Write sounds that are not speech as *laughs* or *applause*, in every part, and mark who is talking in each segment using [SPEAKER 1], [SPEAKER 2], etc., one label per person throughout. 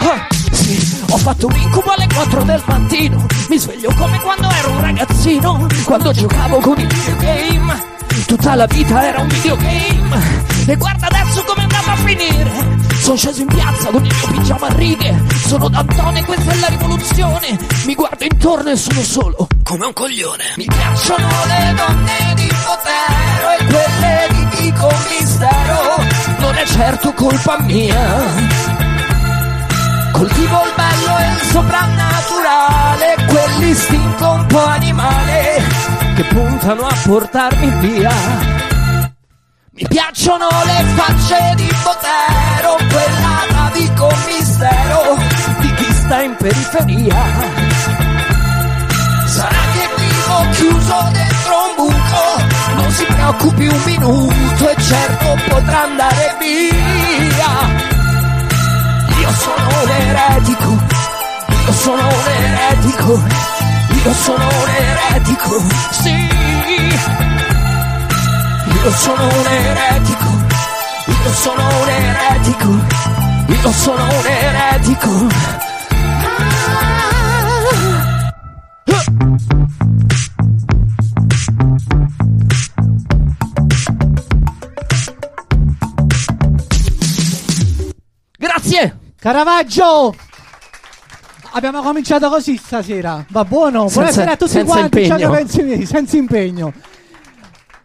[SPEAKER 1] Ah, fatto un incubo alle 4 del mattino. Mi sveglio come quando ero un ragazzino, quando giocavo con il videogame. Tutta la vita era un videogame. E guarda adesso come è andata a finire. Sono sceso in piazza con il mio pigiama a righe. Sono D'Antone, questa è la rivoluzione. Mi guardo intorno e sono solo come un coglione. Mi piacciono le donne di potere e quelle di dico mistero. Non è certo colpa mia. Coltivo il bello e il soprannaturale, quell'istinto un po' animale che puntano a portarmi via. Mi piacciono le facce di Botero, quella da dico mistero di chi sta in periferia. Sarà che vivo chiuso dentro un buco, non si preoccupi un minuto e certo potrà andare via. Io sono un eretico, io sono un eretico, io sono un eretico, sì. Io sono un eretico, io sono un eretico, io sono un eretico. Ah. Grazie!
[SPEAKER 2] Caravaggio! Abbiamo cominciato così stasera, va buono?
[SPEAKER 1] Senza-
[SPEAKER 2] Buonasera a tutti
[SPEAKER 1] senza
[SPEAKER 2] quanti, ciao
[SPEAKER 1] impegno.
[SPEAKER 2] ragazzi miei, senza impegno.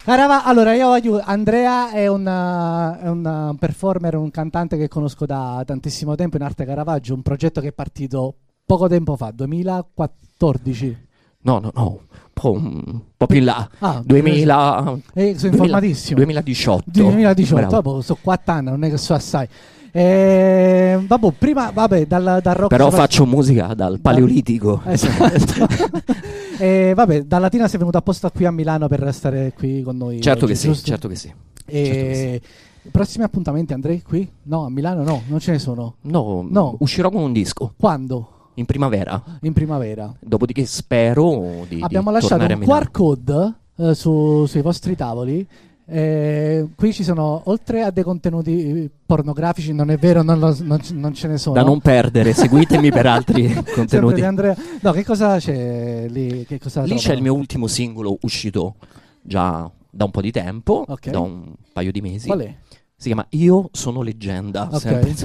[SPEAKER 2] Carava- allora io voglio, Andrea è un, eh, è un, eh, un performer, un cantante che conosco da tantissimo tempo in arte Caravaggio, un progetto che è partito poco tempo fa, 2014.
[SPEAKER 1] No, no, no, un po', un po' più in là.
[SPEAKER 2] Ah,
[SPEAKER 1] 2000.
[SPEAKER 2] Eh,
[SPEAKER 1] 2000
[SPEAKER 2] sono informatissimo.
[SPEAKER 1] 2018.
[SPEAKER 2] 2018,
[SPEAKER 1] Bravo.
[SPEAKER 2] dopo sto qua anni, boh, non è che so assai. Eh, vabbè, prima, vabbè, dal, dal rock...
[SPEAKER 1] Però
[SPEAKER 2] si è passato-
[SPEAKER 1] faccio musica dal paleolitico. *laughs* Certo
[SPEAKER 2] Esatto. Eh, vabbè, da Latina sei venuto apposta qui a Milano per restare qui con noi.
[SPEAKER 1] Certo
[SPEAKER 2] oggi,
[SPEAKER 1] che sì,
[SPEAKER 2] giusto?
[SPEAKER 1] certo che sì.
[SPEAKER 2] Eh,
[SPEAKER 1] certo che
[SPEAKER 2] Prossimi appuntamenti andrei qui? No, a Milano no, non ce ne sono.
[SPEAKER 1] No,
[SPEAKER 2] No.
[SPEAKER 1] uscirò con un disco
[SPEAKER 2] Quando?
[SPEAKER 1] in primavera.
[SPEAKER 2] In primavera.
[SPEAKER 1] Dopodiché spero di, di
[SPEAKER 2] Abbiamo lasciato
[SPEAKER 1] tornare a
[SPEAKER 2] un
[SPEAKER 1] Milano.
[SPEAKER 2] QR code eh, su- sui vostri tavoli. Eh, qui ci sono, oltre a dei contenuti eh, pornografici, non è vero, non, lo- non c- non ce ne sono.
[SPEAKER 1] da non perdere, seguitemi
[SPEAKER 2] *laughs*
[SPEAKER 1] per altri
[SPEAKER 2] Sempre
[SPEAKER 1] contenuti.
[SPEAKER 2] di Andrea. No, che cosa c'è lì? Che cosa
[SPEAKER 1] Lì c'è
[SPEAKER 2] trovano?
[SPEAKER 1] il mio ultimo singolo uscito già da un po' di tempo,
[SPEAKER 2] Ok.
[SPEAKER 1] da un paio di mesi.
[SPEAKER 2] Qual è?
[SPEAKER 1] Si chiama Io sono leggenda, *laughs*
[SPEAKER 2] Ok.
[SPEAKER 1] sempre,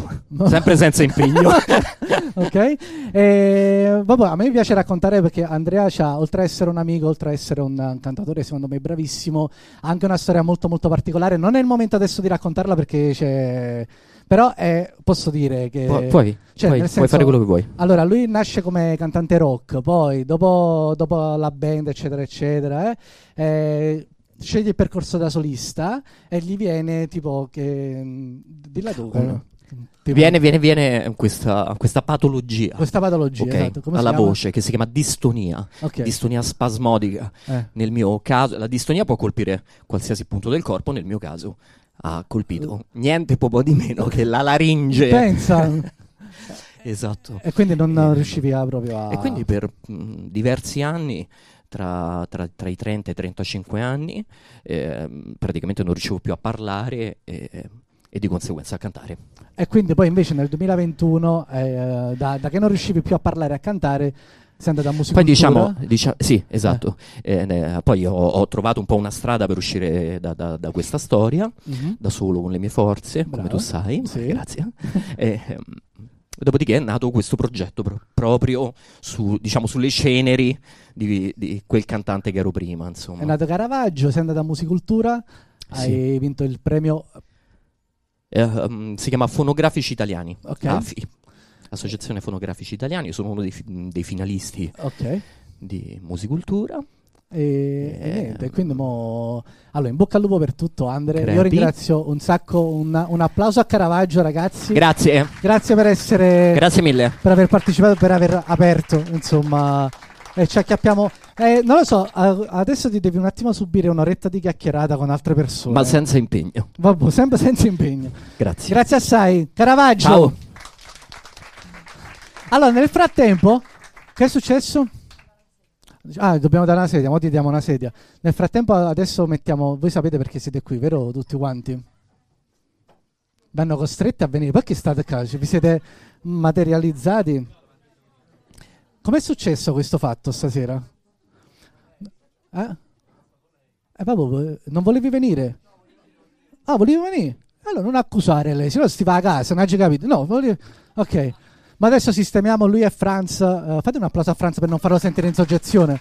[SPEAKER 1] sempre senza *laughs* impegno.
[SPEAKER 2] Eh, ok? E, vabbè, a me piace raccontare perché Andrea c'ha, oltre a essere un amico, oltre a essere un, eh, cantatore, secondo me bravissimo, ha anche una storia molto molto particolare. Non è il momento adesso di raccontarla perché c'è... Però eh, posso dire che...
[SPEAKER 1] Pu- puoi,
[SPEAKER 2] cioè,
[SPEAKER 1] puoi-
[SPEAKER 2] nel
[SPEAKER 1] puoi
[SPEAKER 2] senso-
[SPEAKER 1] fare quello che vuoi.
[SPEAKER 2] Allora, lui nasce come cantante rock, poi dopo, dopo la band, eccetera, eccetera, eh, eh, sceglie il percorso da solista e gli viene tipo che... mm, Dilla tu.
[SPEAKER 1] Uno.
[SPEAKER 2] eh. Tipo-
[SPEAKER 1] Viene, viene, viene questa, questa patologia.
[SPEAKER 2] Questa patologia,
[SPEAKER 1] ok,
[SPEAKER 2] esatto. Come si
[SPEAKER 1] alla
[SPEAKER 2] chiama?
[SPEAKER 1] voce che si chiama distonia,
[SPEAKER 2] Ok.
[SPEAKER 1] distonia spasmodica.
[SPEAKER 2] Eh.
[SPEAKER 1] Nel mio caso, la distonia può colpire qualsiasi punto del corpo, nel mio caso ha colpito niente po' di meno che la laringe.
[SPEAKER 2] *laughs* Pensa,
[SPEAKER 1] *laughs* Esatto.
[SPEAKER 2] e quindi non
[SPEAKER 1] Eh.
[SPEAKER 2] riuscivi a, proprio a.
[SPEAKER 1] E quindi per mh, diversi anni, tra, tra- tra i 30 e i 35 anni, ehm, praticamente non riuscivo più a parlare e, e di conseguenza a cantare.
[SPEAKER 2] E quindi poi invece nel 2021, eh, da, da che non riuscivi più a parlare e a cantare, sei andato a musica.
[SPEAKER 1] Poi diciamo, dicia- sì, esatto. Eh, ne- poi ho, ho trovato un po' una strada per uscire da, da- da questa storia,
[SPEAKER 2] Mhm.
[SPEAKER 1] da solo con le mie forze, come
[SPEAKER 2] Bravo.
[SPEAKER 1] tu sai,
[SPEAKER 2] Sì. *laughs*
[SPEAKER 1] grazie. E, ehm, dopodiché è nato questo progetto pro- proprio su- diciamo, sulle ceneri di, di quel cantante che ero prima, insomma.
[SPEAKER 2] È nato Caravaggio, sei andato a musicultura, hai vinto il premio.
[SPEAKER 1] Eh, um, si chiama Fonografici Italiani,
[SPEAKER 2] Ok.
[SPEAKER 1] AFI, Associazione Fonografici Italiani, sono uno dei, fi- dei finalisti
[SPEAKER 2] Ok. E,
[SPEAKER 1] di Musicultura.
[SPEAKER 2] e
[SPEAKER 1] Eh.
[SPEAKER 2] niente, quindi mo... Allora, in bocca al lupo per tutto, Andre. Io
[SPEAKER 1] Crepi.
[SPEAKER 2] ringrazio un sacco, un, un applauso a Caravaggio, ragazzi.
[SPEAKER 1] Grazie,
[SPEAKER 2] Grazie per essere
[SPEAKER 1] grazie mille.
[SPEAKER 2] per aver partecipato, per aver aperto, insomma. E ci acchiappiamo. Eh, non lo so, a- adesso ti devi un attimo subire un'oretta di chiacchierata con altre persone.
[SPEAKER 1] Ma senza impegno.
[SPEAKER 2] Vabbè, sempre senza impegno.
[SPEAKER 1] Grazie.
[SPEAKER 2] Grazie assai. Caravaggio.
[SPEAKER 1] Ciao.
[SPEAKER 2] Allora, nel frattempo, che è successo? Ah, dobbiamo dare una sedia, ora ti diamo una sedia. Nel frattempo adesso mettiamo, voi sapete perché siete qui, vero tutti quanti? Vanno costretti a venire, perché state qua? Ci- Vi siete materializzati? Com'è successo questo fatto stasera? Eh? Eh, proprio, non volevi venire? Ah, volevi venire? Allora non accusare lei, se no si va a casa, non hai capito. No, volevi... Ok. Ma adesso sistemiamo lui e Franz. eh, fate un applauso a Franz per non farlo sentire in soggezione.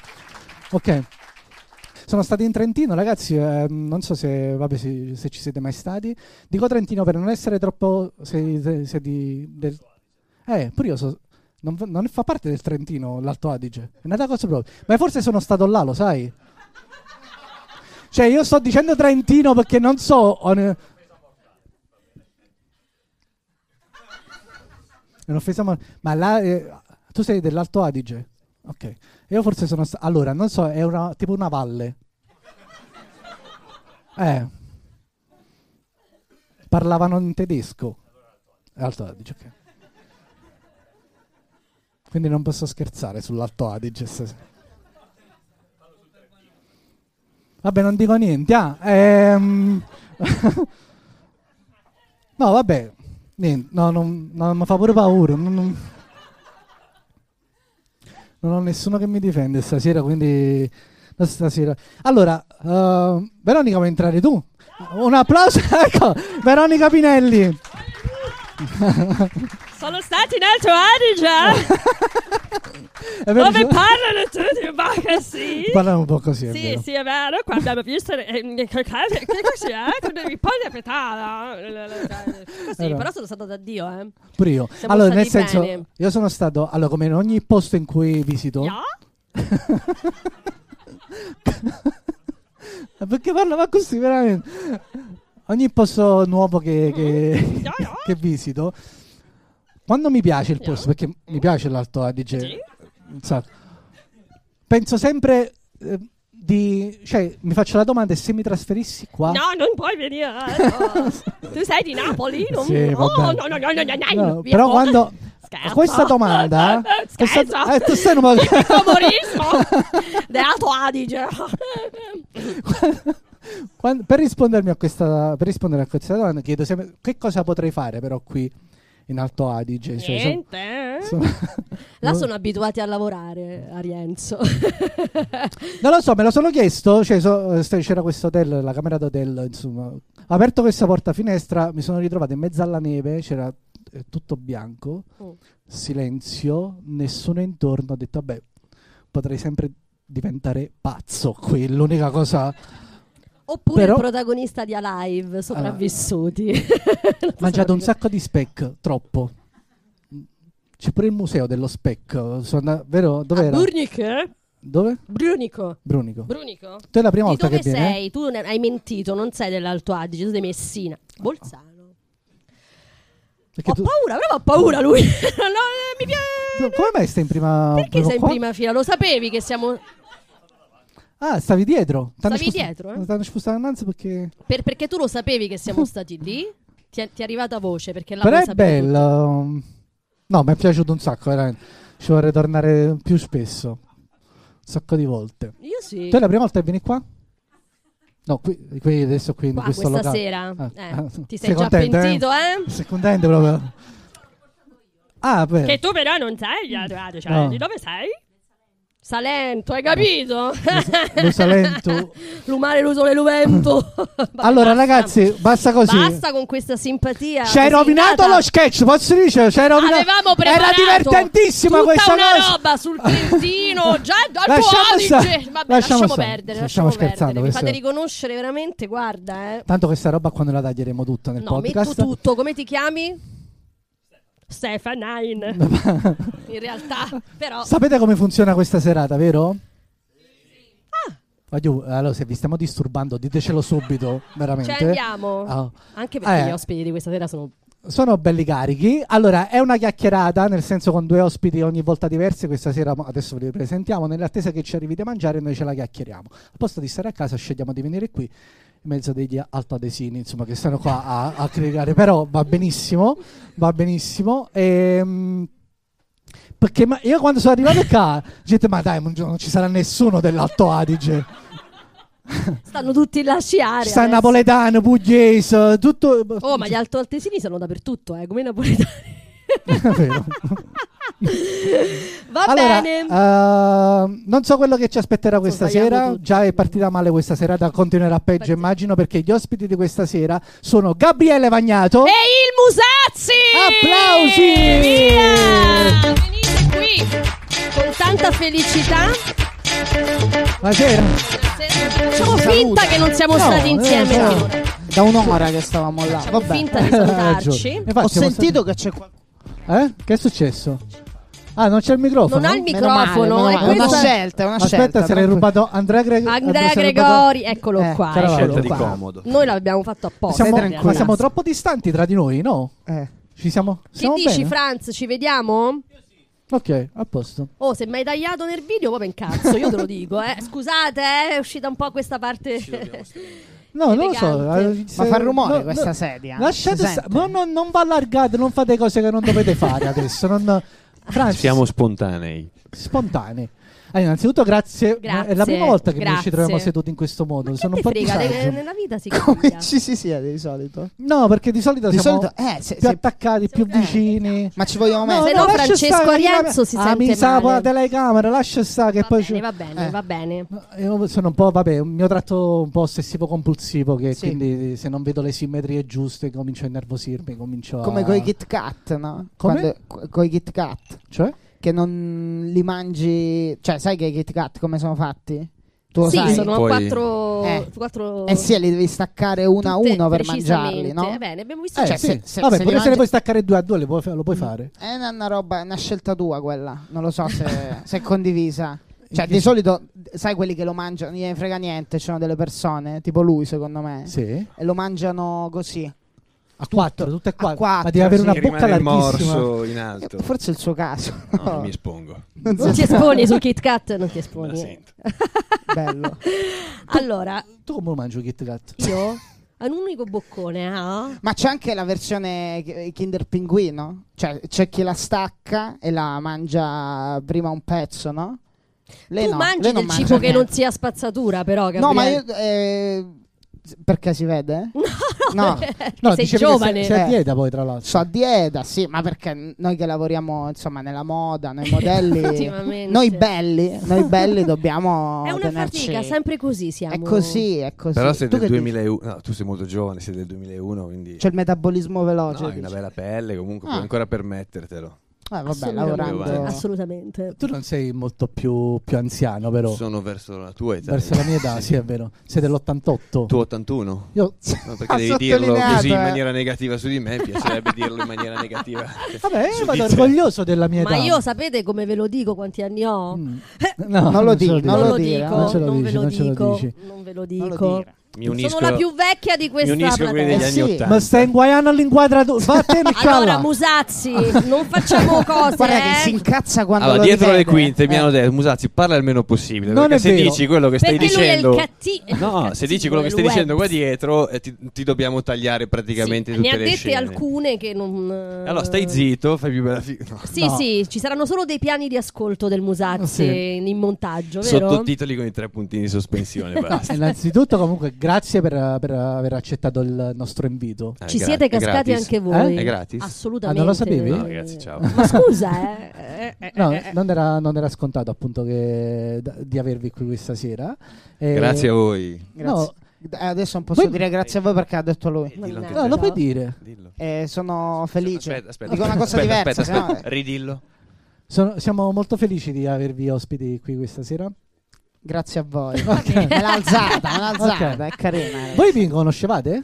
[SPEAKER 2] Ok. Sono stati in Trentino, ragazzi. eh, non so se, vabbè, se, se ci siete mai stati. Dico Trentino per non essere troppo. Se, se- se di, del- eh, pure io so- non, fa- non fa parte del Trentino l'Alto Adige. È una cosa proprio. Ma forse sono stato là, lo sai? Cioè, io sto dicendo Trentino perché non so. on- È un'offesa, ma, ma là, eh, tu sei dell'Alto Adige? Ok. Io forse sono sta- Allora, non so, è una, tipo una valle. Eh. Parlavano in tedesco. Alto Adige, ok. Quindi non posso scherzare sull'Alto Adige stasera. Vabbè, non dico niente. Ah, ehm... *laughs* no, vabbè. Niente, no, non, no, mi fa pure paura. non- non- non ho nessuno che mi difende stasera, quindi... no, Stasera. Allora, eh, Veronica vuoi entrare tu? Un applauso, *laughs* ecco, Veronica Pinelli.
[SPEAKER 3] Sono stati in Alto Adige
[SPEAKER 2] È vero,
[SPEAKER 3] dove parlano tutti un po' così.
[SPEAKER 2] Parla un po' così. è
[SPEAKER 3] Sì,
[SPEAKER 2] vero.
[SPEAKER 3] sì, è vero. Qua abbiamo visto. eh, Che che- che così è? Tu devi poi ripetare. Così,
[SPEAKER 2] Allora.
[SPEAKER 3] però sono stata da Dio, eh.
[SPEAKER 2] Pure io.
[SPEAKER 3] Siamo
[SPEAKER 2] allora,
[SPEAKER 3] stati
[SPEAKER 2] nel senso,
[SPEAKER 3] bene.
[SPEAKER 2] io sono stato, allora, come in ogni posto in cui visito,
[SPEAKER 3] Ja?
[SPEAKER 2] Eh, perché parlava così veramente. Ogni posto nuovo che, che-
[SPEAKER 3] Ja, ja.
[SPEAKER 2] che visito, quando mi piace il
[SPEAKER 3] Ja.
[SPEAKER 2] posto, perché mi piace l'Alto Adige,
[SPEAKER 3] Sì.
[SPEAKER 2] un sacco, esatto. penso sempre eh, di, cioè, mi faccio la domanda: se mi trasferissi qua,
[SPEAKER 3] No, non puoi venire. eh, no. tu sei di Napoli? Non...
[SPEAKER 2] Sì,
[SPEAKER 3] no,
[SPEAKER 2] vabbè.
[SPEAKER 3] no, no, no, no, no, no,
[SPEAKER 2] No,
[SPEAKER 3] via
[SPEAKER 2] però
[SPEAKER 3] fuori.
[SPEAKER 2] quando
[SPEAKER 3] Scherzo.
[SPEAKER 2] questa domanda,
[SPEAKER 3] Scherzo.
[SPEAKER 2] questa- eh, tu sei un po'-
[SPEAKER 3] Il comunismo dell'Alto Adige.
[SPEAKER 2] *laughs* Quan- per, rispondermi a questa, per rispondere a questa domanda, chiedo sempre che cosa potrei fare, però, qui in Alto Adige. Cioè, so-
[SPEAKER 3] Niente.
[SPEAKER 2] so-
[SPEAKER 3] Là
[SPEAKER 2] Mm.
[SPEAKER 3] sono abituati a lavorare
[SPEAKER 2] *laughs*
[SPEAKER 3] a Rienzo.
[SPEAKER 2] non lo so, me lo sono chiesto. cioè, so- st- c'era questo hotel, la camera d'hotel, insomma. Ho aperto questa porta finestra, mi sono ritrovato in mezzo alla neve, c'era eh, tutto bianco,
[SPEAKER 3] Mm.
[SPEAKER 2] silenzio, nessuno intorno. Ho detto, vabbè, potrei sempre diventare pazzo qui, è l'unica
[SPEAKER 3] *laughs*
[SPEAKER 2] cosa.
[SPEAKER 3] Oppure
[SPEAKER 2] Però- Ah.
[SPEAKER 3] il protagonista di Alive, sopravvissuti.
[SPEAKER 2] mangiato un sacco di speck, troppo. C'è pure il museo dello speck. Sono andato- vero? Dove
[SPEAKER 3] Ah, *laughs*
[SPEAKER 2] era?
[SPEAKER 3] Burnic? eh?
[SPEAKER 2] Dove?
[SPEAKER 3] Brunico.
[SPEAKER 2] Brunico.
[SPEAKER 3] Brunico?
[SPEAKER 2] tu è la prima
[SPEAKER 3] Di
[SPEAKER 2] volta
[SPEAKER 3] dove
[SPEAKER 2] che vieni? eh?
[SPEAKER 3] sei? Tu ne- hai mentito, non sei dell'Alto Adige, tu sei di Messina. Bolzano.
[SPEAKER 2] Perché
[SPEAKER 3] ho
[SPEAKER 2] tu-
[SPEAKER 3] paura, però ho paura lui. *laughs* no, eh, mi piace.
[SPEAKER 2] tu- come mai stai in prima?
[SPEAKER 3] Perché sei in
[SPEAKER 2] qua?
[SPEAKER 3] prima fila? Lo sapevi che siamo.
[SPEAKER 2] Ah, stavi dietro. T'hanno
[SPEAKER 3] Stavi
[SPEAKER 2] sposta-
[SPEAKER 3] dietro, eh?
[SPEAKER 2] T'hanno spostato innanzi perché.
[SPEAKER 3] per- perché tu lo sapevi che siamo stati lì? Ti è, ti è arrivata voce perché la
[SPEAKER 2] Però
[SPEAKER 3] vuoi
[SPEAKER 2] è
[SPEAKER 3] sapere tutto.
[SPEAKER 2] bello. No, mi è piaciuto un sacco, veramente. Ci vorrei tornare più spesso. Un sacco di volte.
[SPEAKER 3] Io sì.
[SPEAKER 2] Tu è la prima volta che vieni qua? No, qui, qui- adesso qui in
[SPEAKER 3] Qua,
[SPEAKER 2] questo
[SPEAKER 3] questa
[SPEAKER 2] locale.
[SPEAKER 3] sera.
[SPEAKER 2] Ah,
[SPEAKER 3] Eh,
[SPEAKER 2] ah,
[SPEAKER 3] ti sei, già
[SPEAKER 2] contenta, eh?
[SPEAKER 3] pentito, eh?
[SPEAKER 2] Sei contento proprio? Ah, beh.
[SPEAKER 3] Che tu però non sei graduato, cioè
[SPEAKER 2] No.
[SPEAKER 3] di dove sei? Salento, hai capito? *laughs*
[SPEAKER 2] Lo Salento.
[SPEAKER 3] Lumare l'usole Luvento.
[SPEAKER 2] *laughs* Allora, ragazzi, basta così.
[SPEAKER 3] Basta con questa simpatia.
[SPEAKER 2] Ci hai
[SPEAKER 3] così
[SPEAKER 2] rovinato
[SPEAKER 3] innata.
[SPEAKER 2] lo sketch, posso dire? Ci hai rovinato. Era
[SPEAKER 3] Avevamo preparato
[SPEAKER 2] divertentissima
[SPEAKER 3] tutta
[SPEAKER 2] questa
[SPEAKER 3] una
[SPEAKER 2] cosa.
[SPEAKER 3] roba
[SPEAKER 2] *laughs*
[SPEAKER 3] sul Trentino, già al
[SPEAKER 2] Lasciamo
[SPEAKER 3] Adige.
[SPEAKER 2] stare,
[SPEAKER 3] Vabbè,
[SPEAKER 2] lasciamo
[SPEAKER 3] lasciamo,
[SPEAKER 2] stare,
[SPEAKER 3] perdere,
[SPEAKER 2] stiamo
[SPEAKER 3] lasciamo
[SPEAKER 2] scherzando,
[SPEAKER 3] perdere. Mi fate
[SPEAKER 2] questo-
[SPEAKER 3] riconoscere veramente, guarda, eh.
[SPEAKER 2] Tanto questa roba quando la taglieremo tutta nel
[SPEAKER 3] No,
[SPEAKER 2] podcast.
[SPEAKER 3] metto tutto, come ti chiami?
[SPEAKER 2] *laughs*
[SPEAKER 3] Stefanine. In realtà, però
[SPEAKER 2] Sapete come funziona questa serata, vero?
[SPEAKER 3] Ah.
[SPEAKER 2] Voglio- Allora, se vi stiamo disturbando, ditecelo subito, veramente.
[SPEAKER 3] Ci Cioè, andiamo.
[SPEAKER 2] Ah.
[SPEAKER 3] Anche perché
[SPEAKER 2] Eh.
[SPEAKER 3] gli ospiti di questa sera sono.
[SPEAKER 2] Sono belli carichi. Allora, è una chiacchierata, nel senso con due ospiti ogni volta diversi. Questa sera mo- adesso ve li presentiamo. Nell'attesa che ci arrivite a mangiare, noi ce la chiacchieriamo. Al posto di stare a casa, scegliamo di venire qui in mezzo degli altoadesini, insomma, che stanno qua a, a criticare. Però va benissimo, va benissimo. Ehm, perché ma- io quando sono arrivato qua, gente, ma dai, un giorno non ci sarà nessuno dell'Alto Adige.
[SPEAKER 3] Stanno tutti là a sciare.
[SPEAKER 2] Ci sta il
[SPEAKER 3] adesso.
[SPEAKER 2] napoletano, pugliese, tutto. *laughs*
[SPEAKER 3] Oh, ma gli altoaltesini sono dappertutto, eh, come i napoletani.
[SPEAKER 2] È vero.
[SPEAKER 3] Va
[SPEAKER 2] allora, eh,
[SPEAKER 3] bene.
[SPEAKER 2] ehm, non so quello che ci aspetterà questa
[SPEAKER 3] sbagliamo
[SPEAKER 2] sera.
[SPEAKER 3] tutti.
[SPEAKER 2] Già è partita male questa sera, da- continuerà peggio,
[SPEAKER 3] Perché?
[SPEAKER 2] immagino, perché gli ospiti di questa sera sono Gabriele Vagnato.
[SPEAKER 3] E il Musazzi!
[SPEAKER 2] Applausi!
[SPEAKER 3] Via! Venite qui con tanta felicità.
[SPEAKER 2] Buonasera.
[SPEAKER 3] Facciamo
[SPEAKER 2] Saluta.
[SPEAKER 3] finta che non siamo
[SPEAKER 2] No,
[SPEAKER 3] stati
[SPEAKER 2] eh,
[SPEAKER 3] insieme
[SPEAKER 2] no. Eh,
[SPEAKER 3] finora.
[SPEAKER 4] Da un'ora che stavamo là.
[SPEAKER 3] Facciamo
[SPEAKER 4] Vabbè.
[SPEAKER 3] finta di
[SPEAKER 2] *laughs* Ragione.
[SPEAKER 3] salutarci.
[SPEAKER 2] Infatti
[SPEAKER 4] Ho
[SPEAKER 2] siamo
[SPEAKER 4] sentito che c'è qualcuno.
[SPEAKER 2] stati- Eh? Che è successo? Ah, non c'è il microfono?
[SPEAKER 3] Non ha il
[SPEAKER 4] Meno male,
[SPEAKER 3] microfono.
[SPEAKER 4] meno
[SPEAKER 3] e
[SPEAKER 4] male. È una
[SPEAKER 3] questa-
[SPEAKER 4] scelta, è una scelta.
[SPEAKER 2] Aspetta, se l'hai
[SPEAKER 4] tanto-
[SPEAKER 2] rubato Andrea, Gre-
[SPEAKER 3] Andrea
[SPEAKER 2] se l'hai rubato-
[SPEAKER 3] Gregori, eccolo
[SPEAKER 4] Eh,
[SPEAKER 3] qua.
[SPEAKER 2] ce l'avamo.
[SPEAKER 4] Eccolo
[SPEAKER 5] Scelta di
[SPEAKER 4] qua.
[SPEAKER 5] comodo.
[SPEAKER 3] Noi l'abbiamo fatto apposta.
[SPEAKER 4] Stai
[SPEAKER 2] Siamo-
[SPEAKER 3] in realtà.
[SPEAKER 2] ma
[SPEAKER 4] tranquilla.
[SPEAKER 2] siamo troppo distanti tra di noi, no?
[SPEAKER 4] Eh.
[SPEAKER 2] Ci siamo?
[SPEAKER 3] Che
[SPEAKER 2] siamo
[SPEAKER 3] dici,
[SPEAKER 2] bene?
[SPEAKER 3] Franz? Ci vediamo?
[SPEAKER 2] Ok, a posto.
[SPEAKER 3] Oh, se mi hai tagliato nel video, poi ben cazzo, io te lo dico,
[SPEAKER 4] *laughs*
[SPEAKER 3] eh. Scusate, eh, è uscita un po' questa parte.
[SPEAKER 2] No, non lo so.
[SPEAKER 3] Elegante.
[SPEAKER 2] eh, se-
[SPEAKER 4] Ma fa rumore
[SPEAKER 2] no,
[SPEAKER 4] questa
[SPEAKER 2] no,
[SPEAKER 3] Cioè,
[SPEAKER 4] sedia.
[SPEAKER 2] Lasciate
[SPEAKER 4] Si
[SPEAKER 2] sta-
[SPEAKER 4] sente?
[SPEAKER 2] ma non, non va allargate, non fate cose che non dovete fare adesso. Non... Francis,
[SPEAKER 5] Siamo spontanei.
[SPEAKER 2] spontanei. Ah, innanzitutto grazie.
[SPEAKER 3] Grazie,
[SPEAKER 2] È la prima volta che noi
[SPEAKER 3] grazie.
[SPEAKER 2] ci troviamo seduti in questo modo.
[SPEAKER 3] Che
[SPEAKER 2] Sono un po'
[SPEAKER 3] te frega,
[SPEAKER 2] disagio.
[SPEAKER 3] ne- nella vita si cambia.
[SPEAKER 4] Come ci si siede di solito?
[SPEAKER 2] No, perché di solito
[SPEAKER 4] Di
[SPEAKER 2] siamo
[SPEAKER 4] solito. Eh, se-
[SPEAKER 2] più
[SPEAKER 4] se-
[SPEAKER 2] attaccati, più
[SPEAKER 4] Eh.
[SPEAKER 2] vicini.
[SPEAKER 4] ma ci
[SPEAKER 3] No,
[SPEAKER 4] vogliamo mettere.
[SPEAKER 3] se no
[SPEAKER 2] lascia
[SPEAKER 3] Francesco
[SPEAKER 2] stare,
[SPEAKER 3] Arienzo si
[SPEAKER 2] ah,
[SPEAKER 3] sente
[SPEAKER 2] mi sa,
[SPEAKER 3] male.
[SPEAKER 2] guarda la telecamera, lascia stare che
[SPEAKER 3] Va
[SPEAKER 2] poi
[SPEAKER 3] bene,
[SPEAKER 2] ci-
[SPEAKER 3] va bene,
[SPEAKER 4] Eh.
[SPEAKER 3] va bene.
[SPEAKER 2] Io sono un po', vabbè, un mio tratto un po' ossessivo compulsivo che
[SPEAKER 4] Sì.
[SPEAKER 2] quindi se non vedo le simmetrie giuste comincio a innervosirmi, comincio a...
[SPEAKER 4] Come coi Kit Kat, no?
[SPEAKER 2] Come?
[SPEAKER 4] Quando- coi Kit Kat.
[SPEAKER 2] Cioè?
[SPEAKER 4] Che non li mangi. Cioè, sai che i Kit Kat come sono fatti? Tu lo
[SPEAKER 3] Sì,
[SPEAKER 4] sai?
[SPEAKER 3] sono
[SPEAKER 5] Poi-
[SPEAKER 3] quattro...
[SPEAKER 4] Eh.
[SPEAKER 3] quattro...
[SPEAKER 4] Eh sì, li devi staccare uno a
[SPEAKER 3] tutte
[SPEAKER 4] uno per
[SPEAKER 3] precisamente.
[SPEAKER 4] mangiarli, no?
[SPEAKER 3] Eh, bene, abbiamo visto...
[SPEAKER 2] Eh,
[SPEAKER 4] Cioè,
[SPEAKER 2] sì.
[SPEAKER 4] se- se-
[SPEAKER 2] vabbè,
[SPEAKER 4] se li
[SPEAKER 2] pure se
[SPEAKER 4] mangi-
[SPEAKER 2] ne puoi staccare due a due le puoi- lo
[SPEAKER 3] Mm.
[SPEAKER 2] puoi fare.
[SPEAKER 4] È una, una roba, è una scelta tua quella. Non lo so se, se è condivisa. Cioè,
[SPEAKER 2] che
[SPEAKER 4] di
[SPEAKER 2] s-
[SPEAKER 4] solito, sai quelli che lo mangiano, non gliene frega niente. Ci sono delle persone, tipo lui, secondo me.
[SPEAKER 3] Eh.
[SPEAKER 2] Sì.
[SPEAKER 4] E lo mangiano così.
[SPEAKER 2] A quattro, tutte e quattro. Ma
[SPEAKER 4] quattro,
[SPEAKER 2] devi avere
[SPEAKER 4] sì.
[SPEAKER 2] una
[SPEAKER 4] Che
[SPEAKER 2] bocca
[SPEAKER 5] rimane il
[SPEAKER 2] larghissima.
[SPEAKER 5] morso in alto.
[SPEAKER 4] Eh, Forse è il suo caso.
[SPEAKER 5] No,
[SPEAKER 4] *laughs*
[SPEAKER 5] non mi espongo.
[SPEAKER 3] Non ti esponi sul Kit Kat, non ti
[SPEAKER 5] Non
[SPEAKER 3] esponi.
[SPEAKER 5] la
[SPEAKER 2] Eh,
[SPEAKER 5] sento.
[SPEAKER 4] Bello.
[SPEAKER 3] Allora,
[SPEAKER 2] Tu come lo mangi il Kit Kat?
[SPEAKER 3] io ho un unico boccone, ah?
[SPEAKER 4] Ma c'è anche la versione chi- Kinder Pinguino? Cioè, c'è chi la stacca e la mangia prima un pezzo, no? Lei
[SPEAKER 3] tu
[SPEAKER 4] no,
[SPEAKER 3] mangi
[SPEAKER 4] lei non
[SPEAKER 3] del
[SPEAKER 4] mangia
[SPEAKER 3] cibo che non
[SPEAKER 4] niente.
[SPEAKER 3] sia spazzatura, però,
[SPEAKER 4] No, ma
[SPEAKER 3] Gabriele.
[SPEAKER 4] io. eh, perché
[SPEAKER 3] *laughs*
[SPEAKER 4] si vede? No, no.
[SPEAKER 2] No,
[SPEAKER 3] Eh, sei
[SPEAKER 2] dicevi che
[SPEAKER 3] giovane.
[SPEAKER 2] Sei, sei a
[SPEAKER 4] Eh.
[SPEAKER 2] dieta poi, tra l'altro.
[SPEAKER 4] So a dieta, sì, ma perché noi che lavoriamo insomma nella moda, noi modelli,
[SPEAKER 3] *laughs* Ultimamente.
[SPEAKER 4] noi belli, noi belli dobbiamo
[SPEAKER 3] È una
[SPEAKER 4] tenerci-
[SPEAKER 3] fatica, sempre così siamo.
[SPEAKER 4] È così, è così.
[SPEAKER 5] Però sei
[SPEAKER 4] Tu
[SPEAKER 5] del
[SPEAKER 4] che dici?
[SPEAKER 5] 2001, no, tu sei molto giovane, sei del 2001, quindi
[SPEAKER 2] Cioè,
[SPEAKER 4] C'è il metabolismo
[SPEAKER 5] No,
[SPEAKER 4] veloce.
[SPEAKER 5] hai una
[SPEAKER 4] dici.
[SPEAKER 5] bella pelle, comunque
[SPEAKER 4] Ah.
[SPEAKER 5] puoi ancora permettertelo.
[SPEAKER 4] Eh, vabbè,
[SPEAKER 3] Assolutamente.
[SPEAKER 5] Giovanni.
[SPEAKER 4] lavorando.
[SPEAKER 3] Assolutamente.
[SPEAKER 2] Tu non sei molto più, più anziano, però.
[SPEAKER 5] Sono verso la tua età.
[SPEAKER 2] Verso la mia età, sì, è vero. Sei dell'88.
[SPEAKER 5] Tu 81?
[SPEAKER 2] Io...
[SPEAKER 5] No, perché
[SPEAKER 4] Ha
[SPEAKER 5] devi dirlo
[SPEAKER 4] sottolineato,
[SPEAKER 5] così in
[SPEAKER 4] eh.
[SPEAKER 5] maniera negativa su di me, mi
[SPEAKER 3] *laughs*
[SPEAKER 5] piacerebbe dirlo in maniera negativa.
[SPEAKER 2] Vabbè,
[SPEAKER 5] su
[SPEAKER 2] io
[SPEAKER 5] di
[SPEAKER 2] vado
[SPEAKER 5] te.
[SPEAKER 2] orgoglioso della mia
[SPEAKER 3] Ma
[SPEAKER 2] età.
[SPEAKER 3] io sapete come ve lo dico quanti anni ho? *laughs*
[SPEAKER 2] Mm. No,
[SPEAKER 4] Non lo
[SPEAKER 2] ce
[SPEAKER 4] dico,
[SPEAKER 3] Non,
[SPEAKER 4] Non
[SPEAKER 3] lo
[SPEAKER 4] lo
[SPEAKER 3] dico,
[SPEAKER 4] dire,
[SPEAKER 2] non ce lo
[SPEAKER 3] non ve
[SPEAKER 2] dici,
[SPEAKER 3] lo
[SPEAKER 2] non ce lo
[SPEAKER 3] dico,
[SPEAKER 2] dici.
[SPEAKER 3] non ve lo
[SPEAKER 4] Non lo
[SPEAKER 3] dico.
[SPEAKER 4] dire.
[SPEAKER 5] Mi unisco,
[SPEAKER 3] Sono la più vecchia di
[SPEAKER 5] mi
[SPEAKER 3] questa
[SPEAKER 5] unisco a quelli degli
[SPEAKER 3] platea.
[SPEAKER 4] Eh
[SPEAKER 5] anni
[SPEAKER 4] sì.
[SPEAKER 5] 80.
[SPEAKER 2] Ma stai inguaiando l'inquadratura. Vattene qua
[SPEAKER 3] *laughs* Allora,
[SPEAKER 2] là.
[SPEAKER 3] Musazzi,
[SPEAKER 2] *laughs*
[SPEAKER 3] non facciamo cose.
[SPEAKER 4] Guarda
[SPEAKER 3] eh.
[SPEAKER 4] che si incazza quando
[SPEAKER 5] Allora,
[SPEAKER 4] lo
[SPEAKER 5] dietro le
[SPEAKER 4] rivede.
[SPEAKER 5] quinte mi
[SPEAKER 4] Eh.
[SPEAKER 5] hanno detto, Musazzi, parla il meno possibile.
[SPEAKER 2] Non
[SPEAKER 5] perché
[SPEAKER 2] è
[SPEAKER 5] se
[SPEAKER 2] vero.
[SPEAKER 5] dici quello che stai
[SPEAKER 3] Perché lui
[SPEAKER 5] dicendo...
[SPEAKER 3] è il catti- è il cattivo. *laughs*
[SPEAKER 5] No, se dici quello che stai
[SPEAKER 3] il
[SPEAKER 5] dicendo qua
[SPEAKER 3] web.
[SPEAKER 5] dietro, eh, ti, ti dobbiamo tagliare praticamente
[SPEAKER 3] Sì,
[SPEAKER 5] tutte
[SPEAKER 3] ne ha
[SPEAKER 5] le
[SPEAKER 3] dette
[SPEAKER 5] scene.
[SPEAKER 3] alcune che non. eh,
[SPEAKER 5] Allora, stai zitto, fai più bella fi- no.
[SPEAKER 3] Sì,
[SPEAKER 2] No.
[SPEAKER 3] sì, ci saranno solo dei piani di ascolto del Musazzi
[SPEAKER 2] Sì.
[SPEAKER 3] in montaggio, vero?
[SPEAKER 5] Sottotitoli con i tre puntini di
[SPEAKER 3] *laughs*
[SPEAKER 5] sospensione, basta.
[SPEAKER 2] Eh, Innanzitutto, comunque, grazie per, per aver accettato il nostro invito.
[SPEAKER 5] Eh,
[SPEAKER 3] Ci
[SPEAKER 5] gra-
[SPEAKER 3] siete
[SPEAKER 5] è
[SPEAKER 3] cascati
[SPEAKER 5] gratis.
[SPEAKER 3] anche voi.
[SPEAKER 5] Eh? È gratis?
[SPEAKER 3] Assolutamente.
[SPEAKER 2] Ah, non lo sapevi?
[SPEAKER 5] No, ragazzi, ciao.
[SPEAKER 3] Ma scusa, eh. eh, eh,
[SPEAKER 2] No,
[SPEAKER 3] eh, eh.
[SPEAKER 2] non era, non era scontato appunto che- da- di avervi qui questa sera. Eh,
[SPEAKER 5] Grazie oh. a voi.
[SPEAKER 4] Grazie. Eh, Adesso non posso
[SPEAKER 2] Voi-
[SPEAKER 4] dire grazie a voi perché ha detto lui.
[SPEAKER 5] *laughs* Eh, Dillo anche
[SPEAKER 3] Mannaggia.
[SPEAKER 5] te.
[SPEAKER 2] No, lo puoi dire.
[SPEAKER 5] Dillo.
[SPEAKER 4] Eh, sono felice.
[SPEAKER 5] Aspetta, aspetta.
[SPEAKER 4] Dico una cosa
[SPEAKER 5] aspetta,
[SPEAKER 4] diversa. eh,
[SPEAKER 5] Aspetta,
[SPEAKER 4] sennò-
[SPEAKER 5] aspetta. Ridillo.
[SPEAKER 2] Sono- siamo molto felici di avervi ospiti qui questa sera.
[SPEAKER 4] Grazie a
[SPEAKER 3] *laughs*
[SPEAKER 4] voi. Me l'ha alzata, me l'ha alzata,
[SPEAKER 2] Ok.
[SPEAKER 4] è carina. eh.
[SPEAKER 2] Voi vi conoscevate?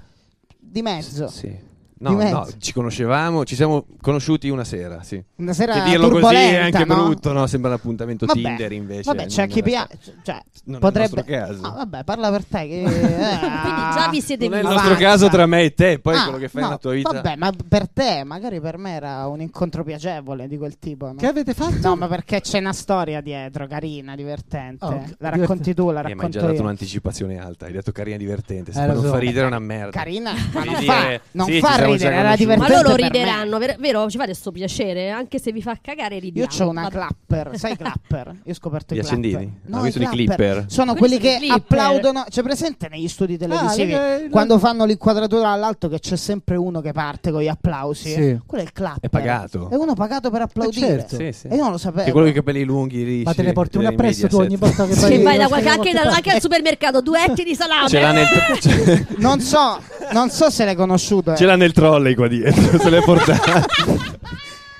[SPEAKER 4] Di mezzo.
[SPEAKER 5] Sì.
[SPEAKER 4] Di
[SPEAKER 5] No, no,
[SPEAKER 4] mezzo.
[SPEAKER 5] ci conoscevamo, ci siamo conosciuti una sera, sì.
[SPEAKER 4] Una sera
[SPEAKER 5] che dirlo così è
[SPEAKER 4] turbolenta,
[SPEAKER 5] anche
[SPEAKER 4] no?
[SPEAKER 5] brutto, no? Sembra l'appuntamento
[SPEAKER 4] Vabbè.
[SPEAKER 5] Tinder invece.
[SPEAKER 4] Vabbè, c'è
[SPEAKER 5] non
[SPEAKER 4] chi
[SPEAKER 5] era-
[SPEAKER 4] piace. Cioè,
[SPEAKER 5] Non
[SPEAKER 4] potrebbe.
[SPEAKER 5] è il nostro caso.
[SPEAKER 4] Ah, vabbè, parla per te.
[SPEAKER 5] *laughs*
[SPEAKER 4] Che... eh, Quindi
[SPEAKER 3] Quindi già vi siete
[SPEAKER 5] Ah, non è il
[SPEAKER 3] visti.
[SPEAKER 5] nostro
[SPEAKER 4] Avanza.
[SPEAKER 5] caso tra me e te, poi quello che fai nella tua vita.
[SPEAKER 4] Ah, Vabbè, ma per te, magari per me era un incontro piacevole di quel tipo. No?
[SPEAKER 2] Che avete fatto?
[SPEAKER 4] No, ma perché c'è una storia dietro, carina, divertente.
[SPEAKER 2] Ah, ok.
[SPEAKER 4] La racconti tu, la
[SPEAKER 5] Oh, Eh, ma hai
[SPEAKER 4] racconto
[SPEAKER 5] già dato
[SPEAKER 4] io.
[SPEAKER 5] un'anticipazione alta, hai detto carina divertente, se
[SPEAKER 2] Eh,
[SPEAKER 5] poi
[SPEAKER 2] lo
[SPEAKER 5] non
[SPEAKER 2] so.
[SPEAKER 5] fa ridere è una merda. *laughs*
[SPEAKER 4] Carina, ma
[SPEAKER 5] Devi
[SPEAKER 4] non fa,
[SPEAKER 5] dire,
[SPEAKER 4] non
[SPEAKER 5] sì,
[SPEAKER 4] fa
[SPEAKER 5] ci siamo
[SPEAKER 4] ridere, era
[SPEAKER 3] Ma
[SPEAKER 4] divertente.
[SPEAKER 3] loro
[SPEAKER 4] per me.
[SPEAKER 3] rideranno, ver- vero? Ci fate sto piacere, anche se vi fa cagare
[SPEAKER 4] Io
[SPEAKER 3] ridiamo.
[SPEAKER 4] ho una
[SPEAKER 3] Vabbè.
[SPEAKER 4] clapper, sai i clapper? Io ho scoperto
[SPEAKER 5] Gli
[SPEAKER 4] i clapper.
[SPEAKER 5] accendini?
[SPEAKER 4] No,
[SPEAKER 5] Ah,
[SPEAKER 4] i
[SPEAKER 5] questi sono i clipper.
[SPEAKER 4] Sono
[SPEAKER 3] Quelli
[SPEAKER 4] quelli
[SPEAKER 3] sono
[SPEAKER 4] che
[SPEAKER 3] i clipper.
[SPEAKER 4] applaudono. C'è presente negli
[SPEAKER 2] Ah,
[SPEAKER 4] studi televisivi
[SPEAKER 2] le- le-
[SPEAKER 4] quando fanno l'inquadratura all'alto che c'è sempre uno che parte con gli applausi?
[SPEAKER 2] Sì.
[SPEAKER 4] Quello è il clapper.
[SPEAKER 5] È pagato.
[SPEAKER 4] È uno pagato per applaudire. Eh,
[SPEAKER 2] certo.
[SPEAKER 5] Sì, sì.
[SPEAKER 4] E io non lo
[SPEAKER 5] Che
[SPEAKER 4] sapevo.
[SPEAKER 5] quello con i capelli lunghi lì.
[SPEAKER 2] Ma te
[SPEAKER 5] sì,
[SPEAKER 2] ne porti una
[SPEAKER 5] dai
[SPEAKER 2] appresso tu
[SPEAKER 5] Mediaset.
[SPEAKER 2] ogni volta
[SPEAKER 5] *laughs*
[SPEAKER 2] che vai
[SPEAKER 4] Sì,
[SPEAKER 3] Che vai da
[SPEAKER 2] da
[SPEAKER 3] qualche, anche,
[SPEAKER 2] parte.
[SPEAKER 3] da- anche al supermercato, due etti di salame.
[SPEAKER 5] Ce l'ha, nel, ce-
[SPEAKER 4] Non so, non so se l'hai conosciuto. eh.
[SPEAKER 5] ce l'ha nel trolley qua dietro, se l'è portato.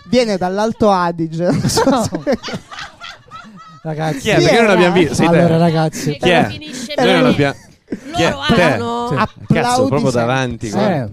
[SPEAKER 4] Viene dall'Alto Adige. Non so se-
[SPEAKER 2] Ragazzi,
[SPEAKER 5] Chi è? Perché non l'abbiamo visto? Sei te.
[SPEAKER 2] allora ragazzi,
[SPEAKER 5] Chi è?
[SPEAKER 3] Finisce
[SPEAKER 5] Noi non
[SPEAKER 3] bene.
[SPEAKER 5] l'abbiamo... Chi è?
[SPEAKER 3] Loro
[SPEAKER 5] Te?
[SPEAKER 3] hanno...
[SPEAKER 2] Sì.
[SPEAKER 4] Applaudi
[SPEAKER 5] Cazzo, proprio
[SPEAKER 4] sempre.
[SPEAKER 5] davanti. guarda.
[SPEAKER 2] eh,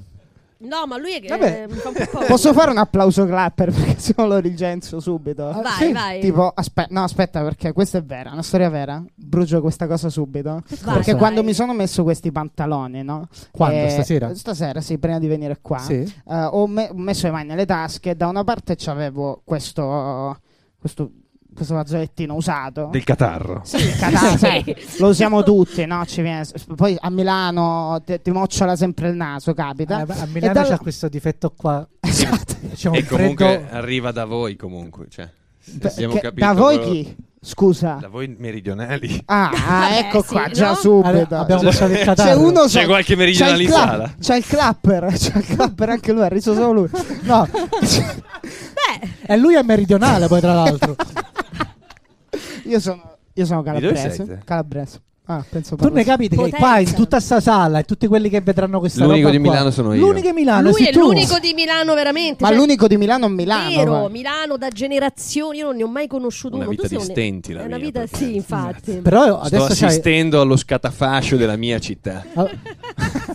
[SPEAKER 3] No, ma lui è che
[SPEAKER 4] Vabbè.
[SPEAKER 3] mi fa un po' paura.
[SPEAKER 4] Posso fare un applauso clapper perché *laughs* se no lo rigenzio subito.
[SPEAKER 3] Vai,
[SPEAKER 2] Ah, Sì,
[SPEAKER 3] vai.
[SPEAKER 4] Tipo, aspetta, no, aspetta, perché questa è vera, una storia vera. Brucio questa cosa subito.
[SPEAKER 3] Vai,
[SPEAKER 4] perché
[SPEAKER 3] vai.
[SPEAKER 4] quando mi sono messo questi pantaloni, no?
[SPEAKER 2] Quando?
[SPEAKER 4] Eh,
[SPEAKER 2] Stasera?
[SPEAKER 4] Stasera, sì, prima di venire qua.
[SPEAKER 2] sì.
[SPEAKER 4] eh, ho, me- ho messo le mani nelle tasche. Da una parte c'avevo questo. questo. questo fazzolettino usato.
[SPEAKER 5] Del catarro.
[SPEAKER 4] *laughs* Sì, il Catania, sai, lo usiamo tutti, no? Ci viene- poi a Milano te- ti mocciola sempre il naso, capita.
[SPEAKER 2] Eh, beh, a Milano
[SPEAKER 4] dalla-
[SPEAKER 2] c'è questo difetto qua.
[SPEAKER 4] *laughs* Esatto.
[SPEAKER 2] C'è un
[SPEAKER 5] E comunque
[SPEAKER 2] freddo. eh,
[SPEAKER 5] arriva da voi comunque. Cioè, se
[SPEAKER 4] Beh,
[SPEAKER 5] abbiamo
[SPEAKER 4] che-
[SPEAKER 5] capito
[SPEAKER 4] da voi
[SPEAKER 5] quello-
[SPEAKER 4] chi? Scusa.
[SPEAKER 5] Da voi meridionali.
[SPEAKER 4] Ah, ah,
[SPEAKER 3] Vabbè,
[SPEAKER 4] ecco
[SPEAKER 3] sì,
[SPEAKER 4] qua,
[SPEAKER 3] no?
[SPEAKER 4] già
[SPEAKER 2] Allora,
[SPEAKER 4] subito.
[SPEAKER 2] abbiamo lasciato il
[SPEAKER 4] Cioè, C'è
[SPEAKER 2] catarro.
[SPEAKER 4] uno
[SPEAKER 5] C'è
[SPEAKER 4] so-
[SPEAKER 5] qualche
[SPEAKER 4] c'è
[SPEAKER 5] meridionale
[SPEAKER 4] il,
[SPEAKER 5] in
[SPEAKER 4] cla-
[SPEAKER 5] sala.
[SPEAKER 4] c'è il clapper, *laughs* c'è il clapper anche lui, ha riso solo lui. No,
[SPEAKER 3] Beh,
[SPEAKER 2] E lui è meridionale, poi tra
[SPEAKER 4] *laughs*
[SPEAKER 2] l'altro.
[SPEAKER 4] io sono, io sono
[SPEAKER 5] Di dove
[SPEAKER 4] calabrese.
[SPEAKER 5] siete?
[SPEAKER 4] Calabrese. Ah, penso
[SPEAKER 2] tu ne
[SPEAKER 4] parlassi-
[SPEAKER 2] capite che
[SPEAKER 3] Potenza.
[SPEAKER 2] qua in tutta sta sala e tutti quelli che vedranno questa
[SPEAKER 5] L'unico
[SPEAKER 2] roba
[SPEAKER 5] di
[SPEAKER 2] qua-
[SPEAKER 5] Milano sono io.
[SPEAKER 2] L'unico di
[SPEAKER 4] Ah,
[SPEAKER 2] Milano,
[SPEAKER 3] lui
[SPEAKER 2] sei
[SPEAKER 3] è
[SPEAKER 2] tu.
[SPEAKER 3] l'unico di Milano veramente.
[SPEAKER 4] Ma
[SPEAKER 3] cioè,
[SPEAKER 4] l'unico di Milano è Milano.
[SPEAKER 3] vero,
[SPEAKER 4] guarda.
[SPEAKER 3] Milano da generazioni, io non ne ho mai conosciuto
[SPEAKER 5] Una
[SPEAKER 3] uno. Tu
[SPEAKER 5] vita
[SPEAKER 3] sei
[SPEAKER 5] di
[SPEAKER 3] un-
[SPEAKER 5] stenti, la
[SPEAKER 3] è una
[SPEAKER 5] mia,
[SPEAKER 3] vita,
[SPEAKER 5] proprio.
[SPEAKER 3] sì, infatti.
[SPEAKER 2] *laughs* Però
[SPEAKER 5] Sto
[SPEAKER 2] adesso c'hai
[SPEAKER 5] assistendo allo scatafascio della mia città.
[SPEAKER 2] Ah. *laughs*